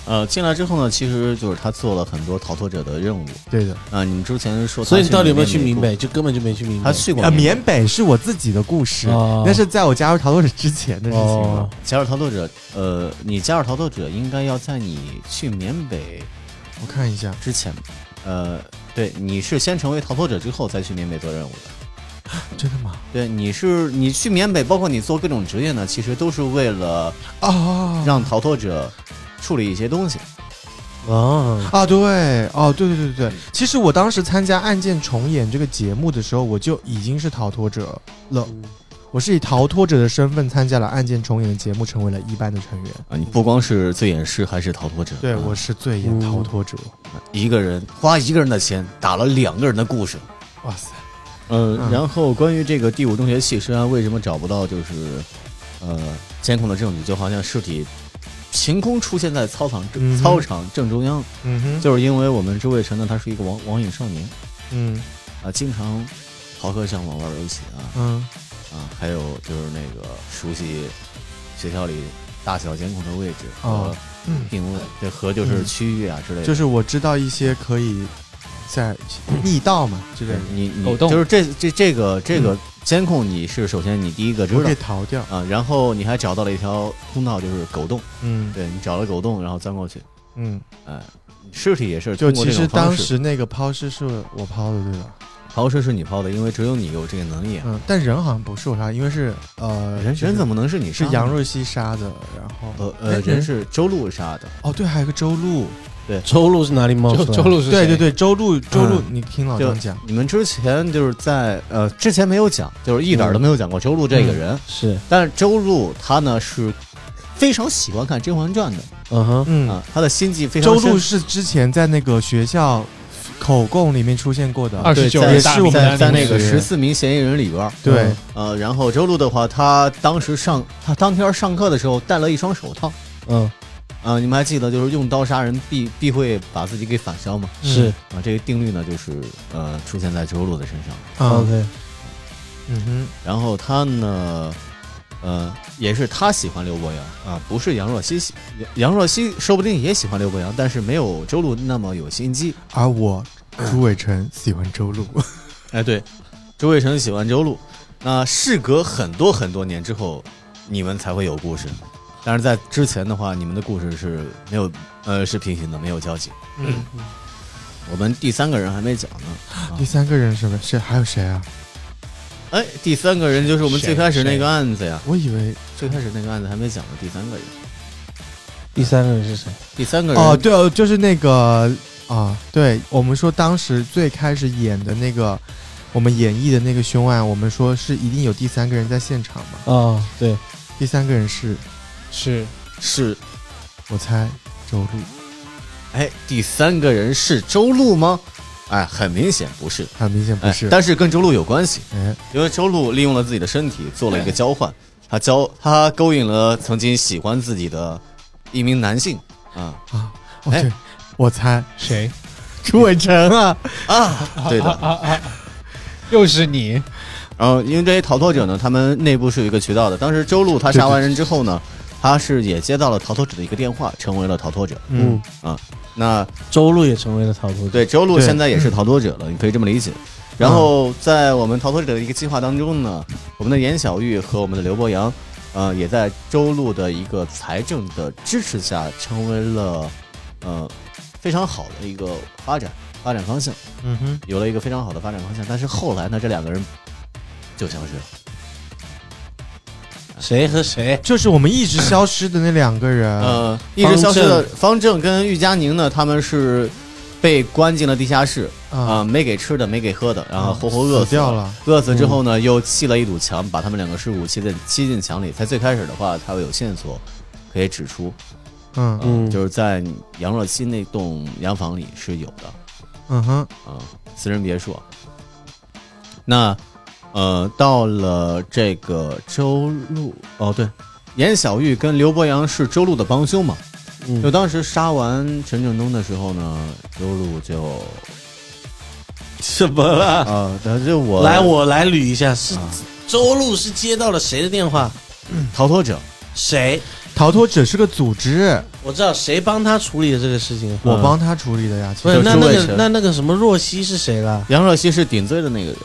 A: 呃，进来之后呢，其实就是他做了很多逃脱者的任务
E: 对的，
A: 啊。你们之前说他
D: 所以你到底有没有去
A: 缅
D: 明北？？就根本就没去明北。
A: 他去过
E: 呃，缅北是我自己的故事，
D: 哦
E: 那是在我加入逃脱者之前的事情了
D: 哦。，
A: 加入逃脱者，呃，你加入逃脱者应该要在你去缅北
E: 我看一下，
A: 之前，呃，对，你是先成为逃脱者之后再去缅北做任务的。
E: 真的吗？
A: 对，你是你去缅北，包括你做各种职业呢，其实都是为了
E: 啊，
A: 让逃脱者处理一些东西。
D: 哦，
E: 啊，对，哦，对对对对对，其实我当时参加《案件重演》这个节目的时候，我就已经是逃脱者了。我是以逃脱者的身份参加了《案件重演》的节目，成为了一班的成员。嗯
A: 啊，你不光是醉眼师，还是逃脱者。
E: 对，
A: 啊
E: 我是最严逃脱者。
A: 一个人花一个人的钱，打了两个人的故事。
E: 哇塞，
A: 呃，
E: 嗯
A: 然后关于这个第五中学系，实际上为什么找不到就是，呃，监控的证据，就好像尸体凭空出现在操场正、
E: 嗯哼
A: 操场正中央，
E: 嗯哼，
A: 就是因为我们周卫辰呢，他是一个网网瘾少年
E: 嗯
A: 啊、经常逃课上网玩游戏啊
E: 嗯
A: 啊，还有就是那个熟悉学校里大小监控的位置和
E: 哦嗯，
A: 定位，对，和就是区域啊之类的，
E: 就是我知道一些可以在逆道嘛之类
A: 对
E: 的，
A: 你你
F: 狗洞
A: 就是这这这个这
E: 嗯
A: 个监控，你是首先你第一个知
E: 我
A: 道
E: 可以。逃掉。
A: 啊，然后你还找到了一条通道，就是狗洞。
E: 嗯
A: 对你找了狗洞，然后钻过去。
E: 嗯，
A: 哎，尸体也是
E: 就
A: 通过
E: 其
A: 这种
E: 实
A: 方
E: 当
A: 式。
E: 时那个抛尸是我抛的，对吧？
A: 抛尸是你抛的，因为只有你有这个能力啊。
E: 嗯，但人好像不是我杀，因为是呃，
A: 人人怎
E: 么
A: 么能是你
E: 是
A: 杀的
E: 杨
A: 呢？
E: 若曦杀的？然后
A: 呃
E: 哎
A: 呃，人是周路杀的。
E: 哦，对，还有个周路，
D: 周路是哪里冒出
F: 周
D: 来的？
F: 周哦路是
E: 对对
F: 谁，
E: 对，周路周路，你听老
A: 就
E: 张讲，
A: 你们之前就是在呃之前没有讲，就是一点
E: 嗯
A: 儿都没有讲过周路这个人。
D: 是，
A: 但是周路他呢是非常喜欢看《甄嬛传》的
D: 嗯哼，
E: 嗯，
A: 啊，他的心计非常
E: 周
A: 深
E: 路是之前在那个学校口供里面出现过的，
F: 二
A: 对
F: 十九
A: 在
F: 人
E: 是
F: 大
E: 我
F: 名
E: 们
A: 在
F: 单里
A: 在
F: 面
A: 那个
E: 是
A: 十四名嫌疑人里边儿。
E: 对，
A: 呃，然后周路的话，他当时上他当天上课的时候戴了一双手套，
D: 嗯，
A: 啊、你们还记得就是用刀杀人必必会把自己给反杀吗？
D: 嗯
E: 嗯
D: 是
A: 啊、这个定律呢，就是呃出现在周路的身上。
E: 嗯
D: OK，
E: 嗯哼，
A: 然后他呢，呃，也是他喜欢刘伯阳啊，不是杨若曦喜杨杨若曦说不定也喜欢刘伯阳，但是没有周路那么有心机。
E: 而我朱伟成喜欢周路，
A: 哎，对，周卫辰喜欢周路，那事隔很多很多年之后，你们才会有故事。但是在之前的话，你们的故事是没有，呃，是平行的，没有交集。
E: 嗯，
A: 我们第三个人还没讲呢。
E: 第三个人是什么？是还有谁啊？
A: 哎，第三个人就是我们最开始那个案子呀，
E: 我以为
A: 最开始那个案子还没讲呢。第三个人，
D: 第三个人是谁？
A: 第三个人
E: 哦，，对哦，就是那个啊，对我们说当时最开始演的那个，我们演绎的那个凶案，我们说是一定有第三个人在现场嘛？
D: 哦，对，
E: 第三个人是
F: 是
A: 是
E: 我猜周璐，
A: 哎，第三个人是周璐吗？哎，很明显不是，
E: 很明显不是
A: 哎，。但是跟周璐有关系，
E: 哎，
A: 因为周璐利用了自己的身体做了一个交换，他交他勾引了曾经喜欢自己的一名男性啊
E: 哦
A: 哎
E: 对，我猜
F: 谁？
E: 朱伟成啊，
A: 啊，对 的。
F: 又是你，
A: 然后因为这些逃脱者呢，他们内部是有一个渠道的。当时周璐他杀完人之后呢，他是也接到了逃脱者的一个电话，成为了逃脱者。
E: 嗯，
A: 那
D: 周璐也成为了逃脱者。
A: 对周璐
E: 对嗯
A: 现在也是逃脱者了，你可以这么理解。然后在我们逃脱者的一个计划当中呢，我们的严小玉和我们的刘伯阳，呃，也在周璐的一个财政的支持下，成为了呃非常好的一个发展发展方向，
E: 嗯哼，
A: 有了一个非常好的发展方向。但是后来呢，这两个人就消失了。
D: 谁和谁？
E: 就是我们一直消失的那两个人，
A: 呃，一直消失的方正跟玉佳宁呢，他们是被关进了地下室啊、
E: 啊，嗯
A: 没给吃的，没给喝的，然后活活饿
E: 死
A: 死
E: 掉。了，
A: 饿死之后呢，又砌了一堵墙，把他们两个尸骨砌进砌进墙里。在最开始的话，他有线索可以指出，
E: 嗯
A: 嗯，
D: 嗯
A: 就是在杨若曦那栋洋房里是有的。
E: 嗯哼，
A: 啊，私人别墅。那呃，到了这个周路，哦对，严小玉跟刘伯阳是周路的帮凶嘛。
D: 嗯
A: 就当时杀完陈正东的时候呢，周路就
D: 什么了？
A: 啊，他就我
D: 来，我来捋一下，是
A: 啊
D: 周璐是接到了谁的电话？
A: 逃脱者，
D: 谁？
E: 逃脱者是个组织，
D: 我知道谁帮他处理的这个事情。
E: 我帮他处理的呀，其
D: 不
E: 实
D: 是
A: 就
D: 那
A: 朱
D: 那
A: 卫
D: 个
A: 辰
D: 那那个什么若曦是谁了？
A: 杨若曦是顶罪的那个人，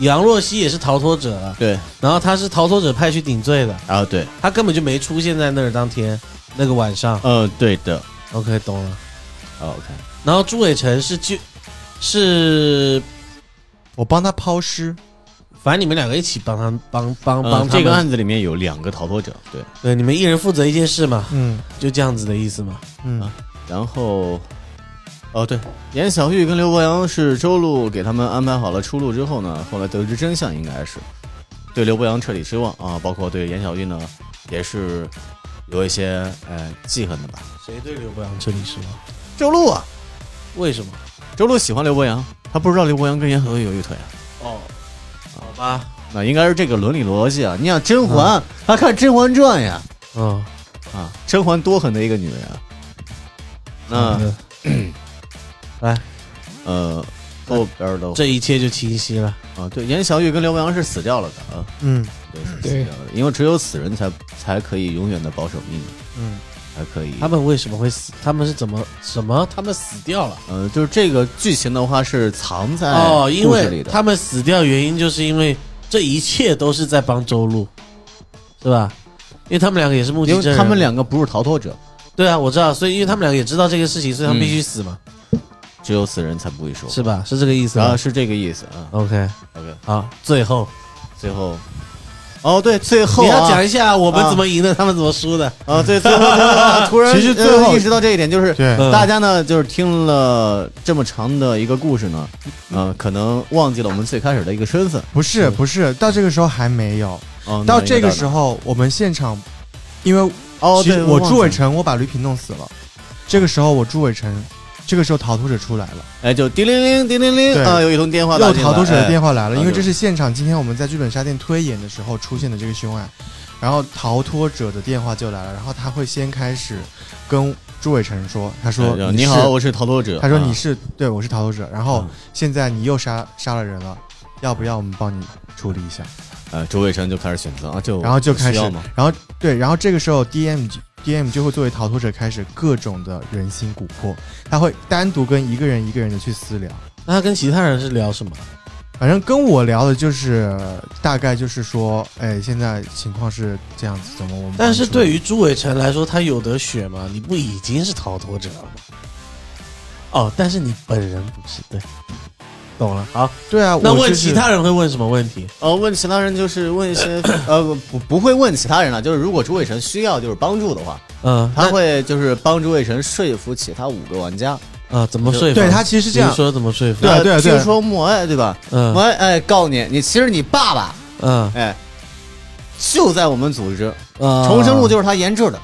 D: 杨若曦也是逃脱者了，
A: 对
D: 然后他是逃脱者派去顶罪的，
A: 啊对，
D: 他根本就没出现在那儿当天那个晚上。
A: 呃对的
D: OK，懂了。
A: 啊，OK，
D: 然后朱伟成是就，是
E: 我帮他抛尸，
D: 反正你们两个一起帮他帮帮
A: 嗯
D: 帮他
A: 这
D: 们
A: 个案子里面有两个逃脱者，对，
D: 对，你们一人负责一件事嘛，
E: 嗯
D: 就这样子的意思嘛。
E: 嗯
A: 然后，哦对，严小玉跟刘伯阳是周路给他们安排好了出路之后呢，后来得知真相，应该是对刘伯阳彻底失望啊，包括对严小玉呢，也是有一些呃记恨的吧。
D: 谁对刘伯阳彻底失望？
A: 周路啊，
D: 为什么？
A: 周路喜欢刘伯阳，他不知道刘伯阳跟严小玉有一腿啊，
D: 哦，好吧，
A: 那应该是这个伦理逻辑啊。你想甄嬛，他看《甄嬛传》呀，
D: 嗯，
A: 啊，甄嬛多狠的一个女人啊。
E: 嗯
D: 好
A: 那
D: 的来，
A: 呃后边的
D: 这一切就清晰了。
A: 啊，对，严小玉跟刘伯阳是死掉了的啊。
E: 嗯
F: 对
A: 对，因为只有死人才才可以永远的保守秘密，
E: 嗯，
A: 才可以。
D: 他们为什么会死？他们是怎么什么？他们死掉了。
A: 呃，就是这个剧情的话是藏在
D: 哦，因
A: 故事里
D: 为
A: 的，
D: 他们死掉原因就是因为这一切都是在帮周路，是吧？因为他们两个也是目击
A: 因
D: 证
A: 为
D: 人，
A: 他们两个不是逃脱者，
D: 对啊，我知道，所以因为他们两个也知道这个事情，所以他
A: 嗯
D: 们必须死嘛，
A: 只有死人才不会说。
D: 是吧？嗯是这个意思
A: 啊，
D: 吧
A: 是这个意思啊。
D: ？OK，
A: OK，
D: 好，最后
A: 最后，哦对，最后
D: 你
A: 啊
D: 要讲一下我们怎么赢的，他们怎么输的。
A: 啊，对，最后 啊突然
E: 其实最后
A: 呃意识到这一点，就是
E: 对，
D: 嗯
A: 大家呢就是听了这么长的一个故事呢，呃，
E: 嗯
A: 可能忘记了我们最开始的一个身份。
E: 不是不是，到这个时候嗯还没有，
A: 嗯，
E: 到这个时
A: 候，
E: 候我们现场，因为
A: 哦
E: 其
A: 对
E: 实，我
A: 忘
E: 朱
A: 记
E: 伟
A: 了，
E: 成我把吕品弄死了，这个时候我朱伟成，这个时候逃脱者出来了，
A: 哎，就叮铃铃，叮铃铃
E: 对
A: 啊，有一通电话打
E: 又
A: 进来，
E: 逃脱者的
A: 哎
E: 电话来了，
A: 哎
E: 因为这是现场今天我们在剧本杀店推演的时候出现的这个凶案，然后逃脱者的电话就来了，然后他会先开始跟朱伟成说，他说
A: 对
E: 是
A: 哎你好，我是逃脱者。
E: 他说
A: 啊
E: 你是对我是逃脱者，然后
A: 嗯
E: 现在你又杀杀了人了，要不要我们帮你处理一下？
A: 呃，周伟成就开始选择啊，就
E: 然后就开
A: 需
E: 始
A: 要吗？，
E: 然后对，然后这个时候 DM 就 DM 就会作为逃脱者开始各种的人心蛊惑，他会单独跟一个人一个人的去私聊。
D: 那他跟其他人是聊什么？
E: 反正跟我聊的就是大概就是说，哎，现在情况是这样子，怎么我们？
D: 但是对于朱伟成来说，他有得选吗？你不已经是逃脱者了吗？哦，但是你本人不是，对，懂了。好，
E: 对啊，
D: 那
E: 我
D: 问
E: 就
D: 其
E: 是
D: 他人会问什么问题？
A: 呃，问其他人就是问一些呃不不会问其他人了，就是如果朱伟成需要就是帮助的话，
D: 嗯，
A: 他会就是帮朱伟成说服其他五个玩家。
D: 那啊，怎么说服？
E: 对他其实是这
D: 比
E: 样
D: 如，说怎么说服
E: 对？啊
A: 呃
E: 对啊对啊
A: 听说默哀对吧？默
D: 嗯
A: 哀哎告你，你其实你爸爸
D: 嗯
A: 哎就在我们组织，
D: 啊，
A: 重生路就是他研制的。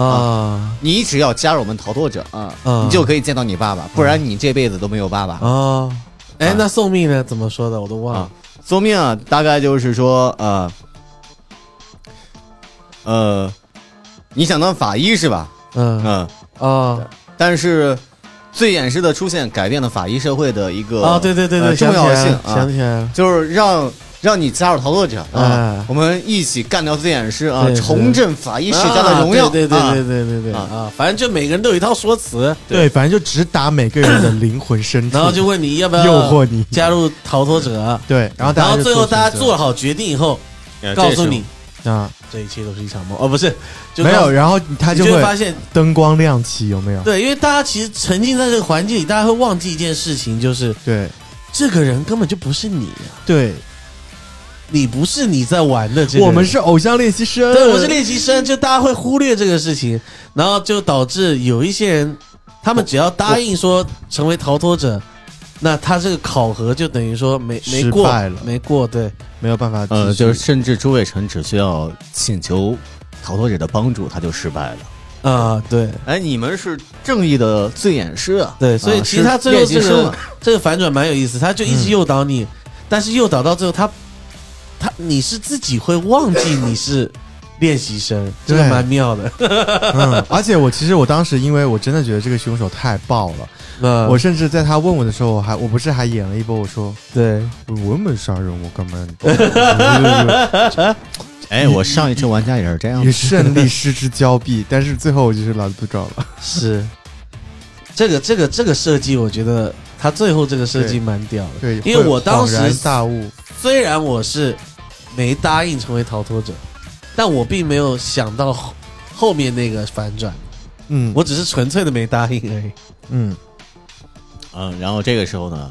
D: 啊
A: 你只要加入我们逃脱者啊，
D: 嗯
A: 你就可以见到你爸爸，不然你这辈子都没有爸爸。
D: 啊，哎
A: 啊，
D: 那送命呢？怎么说的？我都忘
A: 啊
D: 了。，
A: 索命啊，大概就是说，呃，呃，你想当法医是吧？嗯、
D: 嗯啊
A: 但是最掩饰的出现改变了法医社会的一个
D: 啊，对对对
A: 呃
D: 对，
A: 重要性
D: 想起
A: 啊，
D: 来了想起来了。
A: 就是让让你加入逃脱者啊，
D: 哎
A: 我们一起干掉最掩饰啊，
D: 对对
A: 重振法医世家的荣耀。
D: 啊对对
A: 啊
D: 对对对对对
A: 啊
D: 啊！反正就每个人都有一套说辞，
E: 对，反正就直达每 个人的灵魂深处，
D: 然后就问你要不要
E: 诱惑你
D: 加入逃脱者，
E: 对，然后大
D: 然
E: 家
D: 后
E: 就
D: 最后大家
E: 选择
D: 做好决定以后，
A: 哎
D: 告诉你
E: 啊，
D: 这一切都是一场梦，哦，不是，就告
E: 没有，然后他
D: 你就
E: 就会
D: 发现，
E: 灯光亮起，有没有？
D: 对，因为大家其实沉浸在这个环境里，大家会忘记一件事情，就是
E: 对
D: 这个人根本就不是你啊，
E: 对，
D: 你不是你在玩的这个人，
E: 我们是偶像练习生，
D: 对，我是练习生，就大家会忽略这个事情，然后就导致有一些人，他们只要答应说成为逃脱者，那他这个考核就等于说没没过
E: 失败了
D: 没过，对，
E: 没有办法继续，
A: 呃，就是甚至朱伟成只需要请求逃脱者的帮助，他就失败了。
D: 啊、对
A: 哎，你们是正义的罪演师啊！
D: 对，所以
A: 啊
D: 其实他
A: 是
D: 最后
A: 练习
D: 这
A: 生
D: 个、
A: 啊
D: 这个反转蛮有意思，他就
E: 嗯
D: 一直诱导你，但是诱导到最后他，他你是自己会忘记你是练习生，这个
E: 对
D: 蛮妙 的，
E: 嗯，而且我其实我当时因为我真的觉得这个凶手太爆了，
D: 嗯，
E: 我甚至在他问我的时候，我还我不是还演了一波，我说
D: 对，
E: 我又没杀人，我干嘛 要你？
A: 哎，我上一次玩家也是这样
E: 与。胜利失之交臂，但是最后我就是老子不找 了。
D: 是，这个这个这个设计，我觉得他最后这个设计
E: 对
D: 蛮屌的。
E: 对，
D: 因为我当时
E: 恍然大悟，
D: 虽然我是没答应成为逃脱者，但我并没有想到后后面那个反转，
E: 嗯，
D: 我只是纯粹的没答应而已。
E: 嗯，
A: 嗯，然后这个时候呢，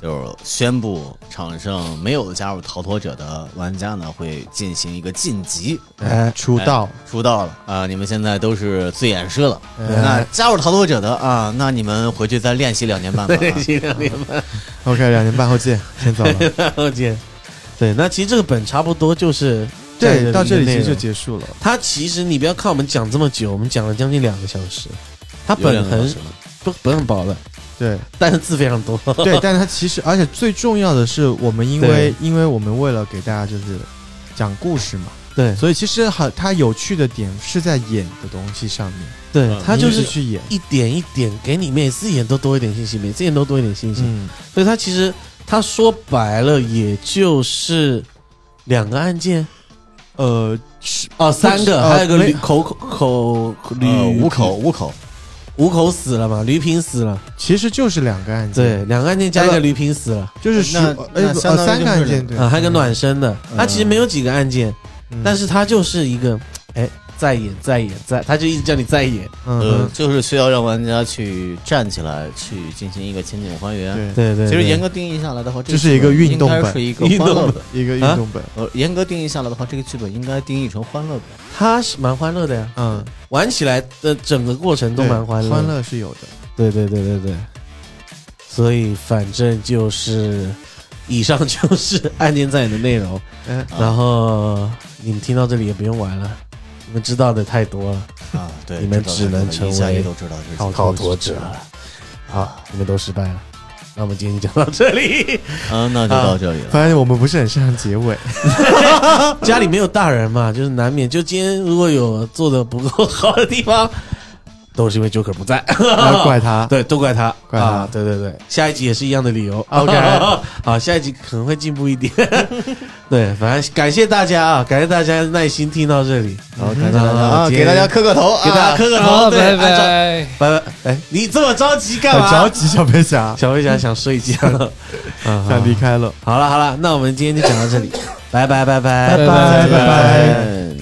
A: 就是宣布场上没有加入逃脱者的玩家呢，会进行一个晋级，
E: 哎，出道，
A: 出道了啊、你们现在都是罪演师了。那
E: 哎
A: 加入逃脱者的啊，那你们回去再练习两年半吧。啊
D: 尽量明
E: ，OK，两年半 后见，先走了。
D: 白姐。对，那其实这个本差不多就是
E: 对，到这里其
D: 内
E: 实就
D: 容
E: 结束了。
D: 它其实你不要看我们讲这么久，我们讲了将近两个小时，它
A: 有两
D: 本
A: 个小
D: 很
A: 时嗯了
D: 不不很薄的，
E: 对
D: 但是字非常多。
E: 对，但它其实，而且最重要的是，我们因为因为我们为了给大家就是讲故事嘛，
D: 对
E: 所以其实很它有趣的点是在演的东西上面，
D: 对，它就
E: 你
D: 是
E: 一直去演，
D: 一点一点给你，每次演都多一点信息，每次演都多一点信息。
E: 嗯，
D: 所以他其实他说白了，也就是两个案件
E: 呃，
D: 哦，三个，
E: 呃
D: 还有一个
E: 没
D: 驴口口口驴、
A: 呃，五口嗯五口，
D: 五口死了嘛，驴平死了，
E: 其实就是两个案件，
D: 对，两个案件加一个驴平死了
E: 就是十
A: 那那
E: 呃不
A: 相当于
E: 呃三
A: 就
E: 个案
A: 是嗯
E: 件，对
D: 啊，还有一个暖身的，他其实没有几个案件，
E: 嗯
D: 但是他就是一个哎再演再演再，他就一直叫你再演，
A: 呃
E: 嗯，，
A: 就是需要让玩家去站起来，去进行一个情景还原。
E: 嗯对，
D: 对对，
A: 其实
D: 对
A: 严格定义下来的话，
E: 这是一个
A: 剧本
E: 运动
A: 应该
E: 本
A: 是一个
D: 运
A: 欢
D: 动
A: 乐
D: 本
A: 本。
E: 一个运
D: 啊
E: 动本，
A: 呃，严格定义下来的话，这个剧本应该定义成欢乐本。
D: 他是蛮欢乐的呀，
E: 嗯，
D: 玩起来的整个过程都
E: 对
D: 蛮欢乐的，
E: 欢乐是有的，
D: 对对对对对，所以反正就是，以上就是案件在演的内容。
E: 嗯，
A: 啊
D: 然后你们听到这里也不用玩了，你们知道的太多了，
A: 啊， 对，
D: 你们
A: 知道
D: 只能
A: 知道
D: 成
A: 一下
D: 为
A: 也都知道这是
D: 逃脱者。好，你们都失败了。那我们今天就讲到这里。
A: 啊，那就到这里了。
E: 反正我们不是很擅长结 尾，
D: 家里没有大人嘛， 就是难免。就今天如果有做的不够好的地方，都是因为 Joker 不在。
E: 然后怪他，
D: 对，都怪他，
E: 啊怪他
D: 啊对对对，下一集也是一样的理由。
E: OK
D: 好，下一集可能会进步一点。 对，反正感谢大家啊，感谢大家耐心听到这里，
A: 好，感谢大家啊，
D: 嗯今
A: 给
D: 天
A: 大家磕个头啊，
D: 给大家磕个头，
F: 好，
D: 对
F: 拜，
D: 按照
F: 拜。
D: 拜拜。哎，你这么着急干
E: 很
D: 嘛？
E: 着急，小飞侠
D: 小飞侠想睡 觉 了。嗯，好
E: 想离开了，
D: 好了好了，那我们今天就讲到这里，拜拜拜拜
F: 拜
E: 拜拜拜。
A: 嗯